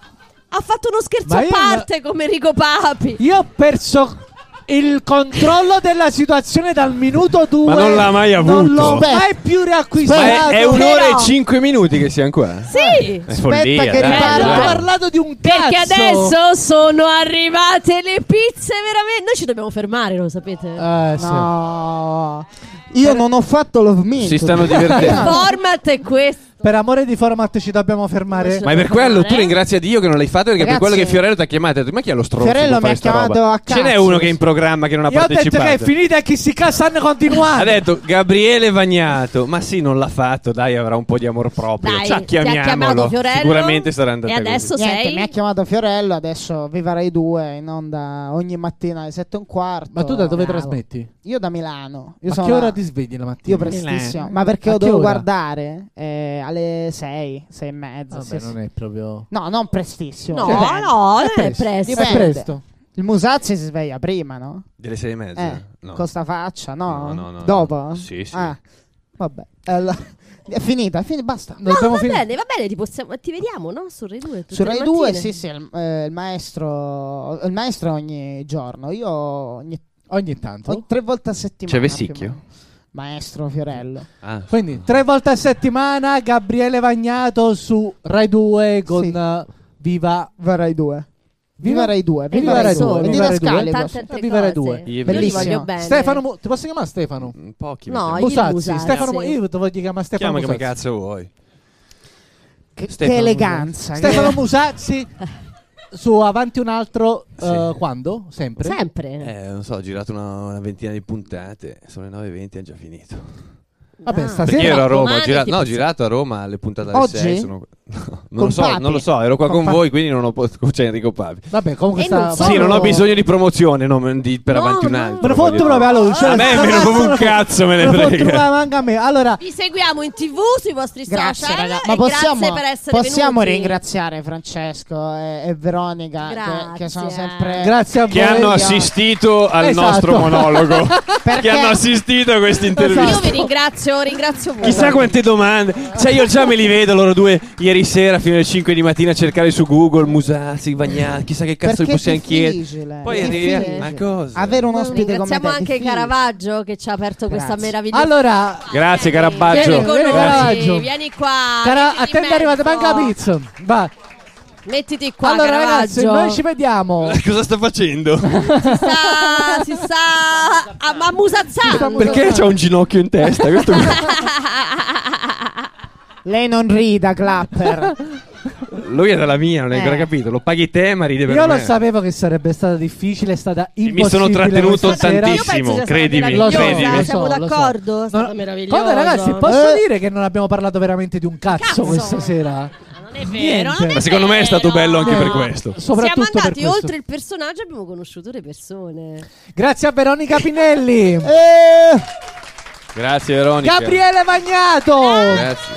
[SPEAKER 3] Ha fatto uno scherzo
[SPEAKER 2] Ma
[SPEAKER 3] a
[SPEAKER 2] io-
[SPEAKER 3] parte come Enrico Papi.
[SPEAKER 2] Io ho perso il controllo della situazione dal minuto 2.
[SPEAKER 5] Ma non l'ha mai avuto.
[SPEAKER 2] Non l'ho
[SPEAKER 4] Aspetta.
[SPEAKER 2] mai più riacquistato.
[SPEAKER 5] Ma è, è un'ora
[SPEAKER 3] Però-
[SPEAKER 5] e cinque minuti che siamo qua.
[SPEAKER 3] Sì.
[SPEAKER 5] È follia,
[SPEAKER 4] che
[SPEAKER 5] dai,
[SPEAKER 2] Ma
[SPEAKER 4] riparto.
[SPEAKER 2] non ho
[SPEAKER 5] dai.
[SPEAKER 2] parlato di un cazzo.
[SPEAKER 3] Perché adesso sono arrivate le pizze veramente. Noi ci dobbiamo fermare, lo sapete.
[SPEAKER 2] Eh, sì.
[SPEAKER 4] No. Io non ho fatto Love Me.
[SPEAKER 5] Si stanno divertendo.
[SPEAKER 3] Il format è questo.
[SPEAKER 2] Per amore di format ci dobbiamo fermare.
[SPEAKER 5] Ma è per quello, tu
[SPEAKER 3] Eh?
[SPEAKER 5] ringrazia Dio che non l'hai fatto perché
[SPEAKER 4] Ragazzi-
[SPEAKER 5] per quello che Fiorello ti ha chiamato. Ha detto, ma chi è lo stronzo?
[SPEAKER 4] Fiorello
[SPEAKER 5] che
[SPEAKER 4] mi ha
[SPEAKER 5] fa sta
[SPEAKER 4] chiamato
[SPEAKER 5] roba?"
[SPEAKER 4] a
[SPEAKER 5] Ce n'è
[SPEAKER 4] cazzo.
[SPEAKER 5] uno che è in programma che non ha
[SPEAKER 2] Io ho detto
[SPEAKER 5] partecipato.
[SPEAKER 2] che è finita e chi si cazzo hanno continuato.
[SPEAKER 3] Ah,
[SPEAKER 5] ha detto Gabriele Vagnato, ma sì, non l'ha fatto, dai, avrà un po' di amor proprio.
[SPEAKER 3] Dai,
[SPEAKER 5] Ci
[SPEAKER 3] ti ha
[SPEAKER 5] cioè, chiamiamolo.
[SPEAKER 3] chiamato Fiorello.
[SPEAKER 5] Sicuramente sarà andata
[SPEAKER 3] E adesso
[SPEAKER 5] così.
[SPEAKER 4] Niente,
[SPEAKER 3] sei.
[SPEAKER 4] mi ha chiamato Fiorello, adesso Viva Rai 2 in onda ogni mattina alle 7 e un quarto.
[SPEAKER 2] Ma tu da dove
[SPEAKER 4] Bravo.
[SPEAKER 2] trasmetti?
[SPEAKER 4] Io da Milano. Io
[SPEAKER 2] Io a
[SPEAKER 4] sono
[SPEAKER 2] che
[SPEAKER 4] una-
[SPEAKER 2] ora ti svegli la mattina? Eh.
[SPEAKER 4] Io prestissimo. Ma perché
[SPEAKER 2] A
[SPEAKER 4] lo
[SPEAKER 2] che
[SPEAKER 4] devo
[SPEAKER 2] ora?
[SPEAKER 4] guardare eh, alle 6, 6 e mezza. sì,
[SPEAKER 2] Vabbè,
[SPEAKER 4] sì.
[SPEAKER 2] non è proprio.
[SPEAKER 4] No, non prestissimo.
[SPEAKER 3] No,
[SPEAKER 4] Dipende.
[SPEAKER 3] no, non è
[SPEAKER 2] presto.
[SPEAKER 3] presto.
[SPEAKER 2] È
[SPEAKER 4] Dipende.
[SPEAKER 2] presto.
[SPEAKER 4] Il Musazzi si sveglia prima, no?
[SPEAKER 5] Delle sei e mezza?
[SPEAKER 4] Eh,
[SPEAKER 5] no.
[SPEAKER 4] con sta faccia, no?
[SPEAKER 5] No, no, no,
[SPEAKER 4] Dopo?
[SPEAKER 5] no. Sì, sì.
[SPEAKER 4] Ah, vabbè. Allora, *laughs* è finita, è finita, basta.
[SPEAKER 2] No,
[SPEAKER 3] No,
[SPEAKER 2] abbiamo
[SPEAKER 3] va
[SPEAKER 2] finito.
[SPEAKER 3] bene, va bene, ti, possiamo- ti vediamo, no? Su Rai 2. tutte
[SPEAKER 4] Su
[SPEAKER 3] le
[SPEAKER 4] Rai 2,
[SPEAKER 3] mattine.
[SPEAKER 4] sì, sì, il, eh, il maestro. Il maestro ogni giorno. Io ogni,
[SPEAKER 2] Ogni
[SPEAKER 3] Oh.
[SPEAKER 2] tanto.
[SPEAKER 4] ogni tre volte a settimana.
[SPEAKER 5] C'è Vessicchio?
[SPEAKER 4] più o meno. Maestro Fiorello.
[SPEAKER 5] Ah.
[SPEAKER 2] Quindi tre volte a settimana Gabriele Vagnato su Rai 2 con
[SPEAKER 4] Sì.
[SPEAKER 2] eh, Viva
[SPEAKER 4] Viva Rai 2. Viva Rai 2.
[SPEAKER 2] Viva Rai 2, Viva
[SPEAKER 4] E di
[SPEAKER 2] Rai 2.
[SPEAKER 4] Scalibur.
[SPEAKER 3] Tante altre
[SPEAKER 2] Viva Rai
[SPEAKER 3] cose.
[SPEAKER 2] due.
[SPEAKER 5] Io
[SPEAKER 3] Io li
[SPEAKER 4] Bellissimo.
[SPEAKER 3] voglio bene.
[SPEAKER 2] Stefano. Mo- ti posso chiamare Stefano?
[SPEAKER 5] Pochi. mi
[SPEAKER 3] No,
[SPEAKER 5] sembra.
[SPEAKER 3] io-
[SPEAKER 2] Busazzi,
[SPEAKER 3] Busazzi.
[SPEAKER 2] Stefano Mo- io ti voglio chiamare Stefano
[SPEAKER 5] Chiama come
[SPEAKER 2] Musazzi.
[SPEAKER 5] cazzo vuoi.
[SPEAKER 4] Che, che
[SPEAKER 5] Stefano
[SPEAKER 4] eleganza. che-
[SPEAKER 2] Stefano
[SPEAKER 3] *laughs*
[SPEAKER 2] Musazzi su Avanti un altro
[SPEAKER 5] Sì.
[SPEAKER 2] eh, quando? Sempre?
[SPEAKER 3] Sempre.
[SPEAKER 5] Eh, non so, ho girato una, una ventina di puntate, sono le 9.20 è già finito.
[SPEAKER 2] Vabbè,
[SPEAKER 3] Ah.
[SPEAKER 2] stasera
[SPEAKER 5] Perché ero a Roma,
[SPEAKER 3] Domani
[SPEAKER 5] ho girato,
[SPEAKER 3] ti
[SPEAKER 5] no, ho
[SPEAKER 3] posso-
[SPEAKER 5] girato a Roma le puntate alle
[SPEAKER 4] Oggi?
[SPEAKER 5] 6. Sono... *laughs* No, non, lo so,
[SPEAKER 4] Papi?
[SPEAKER 5] non lo so, ero qua
[SPEAKER 4] Con
[SPEAKER 5] con,
[SPEAKER 4] Papi?
[SPEAKER 5] voi, quindi non ho *laughs* potuto. C'è Enrico Papi.
[SPEAKER 2] Vabbè, comunque
[SPEAKER 3] E
[SPEAKER 2] sta
[SPEAKER 3] non so.
[SPEAKER 5] Sì, non ho
[SPEAKER 3] Solo-
[SPEAKER 5] bisogno di promozione no, di- per
[SPEAKER 3] No,
[SPEAKER 5] avanti un
[SPEAKER 3] no.
[SPEAKER 5] altro.
[SPEAKER 2] Me lo fotto
[SPEAKER 5] voglio dire.
[SPEAKER 2] proprio allora, cioè,
[SPEAKER 5] A me me ne
[SPEAKER 2] sta-
[SPEAKER 5] frega un cazzo,
[SPEAKER 2] Me
[SPEAKER 5] me ne
[SPEAKER 2] lo fotto
[SPEAKER 5] frega.
[SPEAKER 2] proprio manca a me. Allora,
[SPEAKER 3] Vi seguiamo in tv sui vostri
[SPEAKER 4] Grazie,
[SPEAKER 3] social.
[SPEAKER 4] ragazzi.
[SPEAKER 3] e
[SPEAKER 4] Ma possiamo,
[SPEAKER 3] grazie per essere
[SPEAKER 4] possiamo
[SPEAKER 3] venuti.
[SPEAKER 4] ringraziare Francesco e, e Veronica che,
[SPEAKER 3] Grazie.
[SPEAKER 4] che sono
[SPEAKER 3] Eh.
[SPEAKER 4] sempre.
[SPEAKER 2] grazie a
[SPEAKER 5] Che
[SPEAKER 2] voi.
[SPEAKER 5] hanno assistito al
[SPEAKER 2] Esatto.
[SPEAKER 5] nostro monologo.
[SPEAKER 4] Perché-
[SPEAKER 5] Che hanno assistito a questa intervista.
[SPEAKER 3] Io vi ringrazio, ringrazio voi.
[SPEAKER 5] Chissà quante domande. Cioè, io già me li vedo loro due ieri sera fino alle 5 di mattina a cercare su Google Musazzi, Vagnati. Chissà che cazzo gli
[SPEAKER 4] perché è
[SPEAKER 5] possiamo chiedere.
[SPEAKER 4] difficile.
[SPEAKER 5] Poi
[SPEAKER 4] è
[SPEAKER 5] arrivi a-
[SPEAKER 4] difficile.
[SPEAKER 5] ma cosa?
[SPEAKER 4] Avere un ospite come te.
[SPEAKER 3] Ringraziamo
[SPEAKER 4] è
[SPEAKER 3] anche
[SPEAKER 4] difficile.
[SPEAKER 3] Caravaggio che ci ha aperto questa
[SPEAKER 4] Grazie.
[SPEAKER 3] meravigliosa.
[SPEAKER 2] Allora,
[SPEAKER 5] Grazie,
[SPEAKER 3] Vieni,
[SPEAKER 5] Carabaggio.
[SPEAKER 3] Vieni, con
[SPEAKER 2] Vieni,
[SPEAKER 3] noi,
[SPEAKER 2] Caravaggio.
[SPEAKER 3] vieni qua.
[SPEAKER 2] cara-
[SPEAKER 3] mettiti
[SPEAKER 2] a te
[SPEAKER 3] in
[SPEAKER 2] è arrivata
[SPEAKER 3] mezzo.
[SPEAKER 2] manca la pizza. Va.
[SPEAKER 3] Mettiti qua,
[SPEAKER 2] allora,
[SPEAKER 3] Caravaggio.
[SPEAKER 2] ragazzi, noi ci vediamo.
[SPEAKER 5] *laughs* Cosa sta facendo?
[SPEAKER 3] Si sta, si sta
[SPEAKER 2] *laughs*
[SPEAKER 3] a mamusazzando. *laughs*
[SPEAKER 5] Perché c'ha un ginocchio in testa? Questo
[SPEAKER 4] Lei non
[SPEAKER 3] *laughs*
[SPEAKER 4] rida, Clapper.
[SPEAKER 5] Lui era la mia, non hai
[SPEAKER 4] Eh.
[SPEAKER 5] ancora capito. Lo paghi te, ma ride per
[SPEAKER 2] Io
[SPEAKER 5] me.
[SPEAKER 2] lo sapevo che sarebbe stata difficile, è stata
[SPEAKER 5] E
[SPEAKER 2] impossibile.
[SPEAKER 5] mi sono trattenuto
[SPEAKER 2] questa sera.
[SPEAKER 3] Io penso
[SPEAKER 5] tantissimo,
[SPEAKER 3] sia stata
[SPEAKER 5] credimi.
[SPEAKER 2] Lo so,
[SPEAKER 5] credimi.
[SPEAKER 2] lo so.
[SPEAKER 3] siamo d'accordo. È stato
[SPEAKER 2] No,
[SPEAKER 6] meraviglioso.
[SPEAKER 2] Guarda, ragazzi, posso
[SPEAKER 4] Eh.
[SPEAKER 2] dire che non abbiamo parlato veramente di un cazzo,
[SPEAKER 3] Cazzo.
[SPEAKER 2] questa sera?
[SPEAKER 3] Ma non è vero.
[SPEAKER 2] Niente.
[SPEAKER 3] Non è
[SPEAKER 5] Ma secondo me è stato
[SPEAKER 3] vero.
[SPEAKER 5] bello anche
[SPEAKER 2] Eh.
[SPEAKER 5] per questo.
[SPEAKER 2] Soprattutto
[SPEAKER 3] Siamo
[SPEAKER 2] per
[SPEAKER 3] andati
[SPEAKER 2] questo.
[SPEAKER 3] oltre il personaggio e abbiamo conosciuto le persone.
[SPEAKER 2] Grazie a Veronica Pinelli,
[SPEAKER 4] Eh,
[SPEAKER 5] Grazie, Veronica.
[SPEAKER 2] Gabriele Magnato,
[SPEAKER 5] Grazie.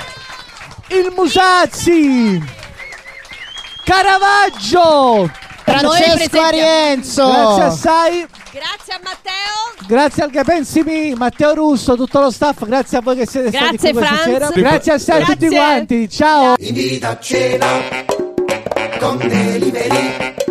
[SPEAKER 2] il Musazzi, Caravaggio.
[SPEAKER 4] Francesco
[SPEAKER 3] presentiamo-
[SPEAKER 4] Arienzo.
[SPEAKER 2] Grazie assai,
[SPEAKER 3] Grazie a Matteo.
[SPEAKER 2] grazie al Gapensimi, Matteo Russo, tutto lo staff, grazie a voi che siete
[SPEAKER 3] Grazie,
[SPEAKER 2] stati qui questa
[SPEAKER 3] Franz.
[SPEAKER 2] sera. Grazie assai a tutti
[SPEAKER 3] Grazie.
[SPEAKER 2] quanti, ciao.
[SPEAKER 7] invita a cena con delivery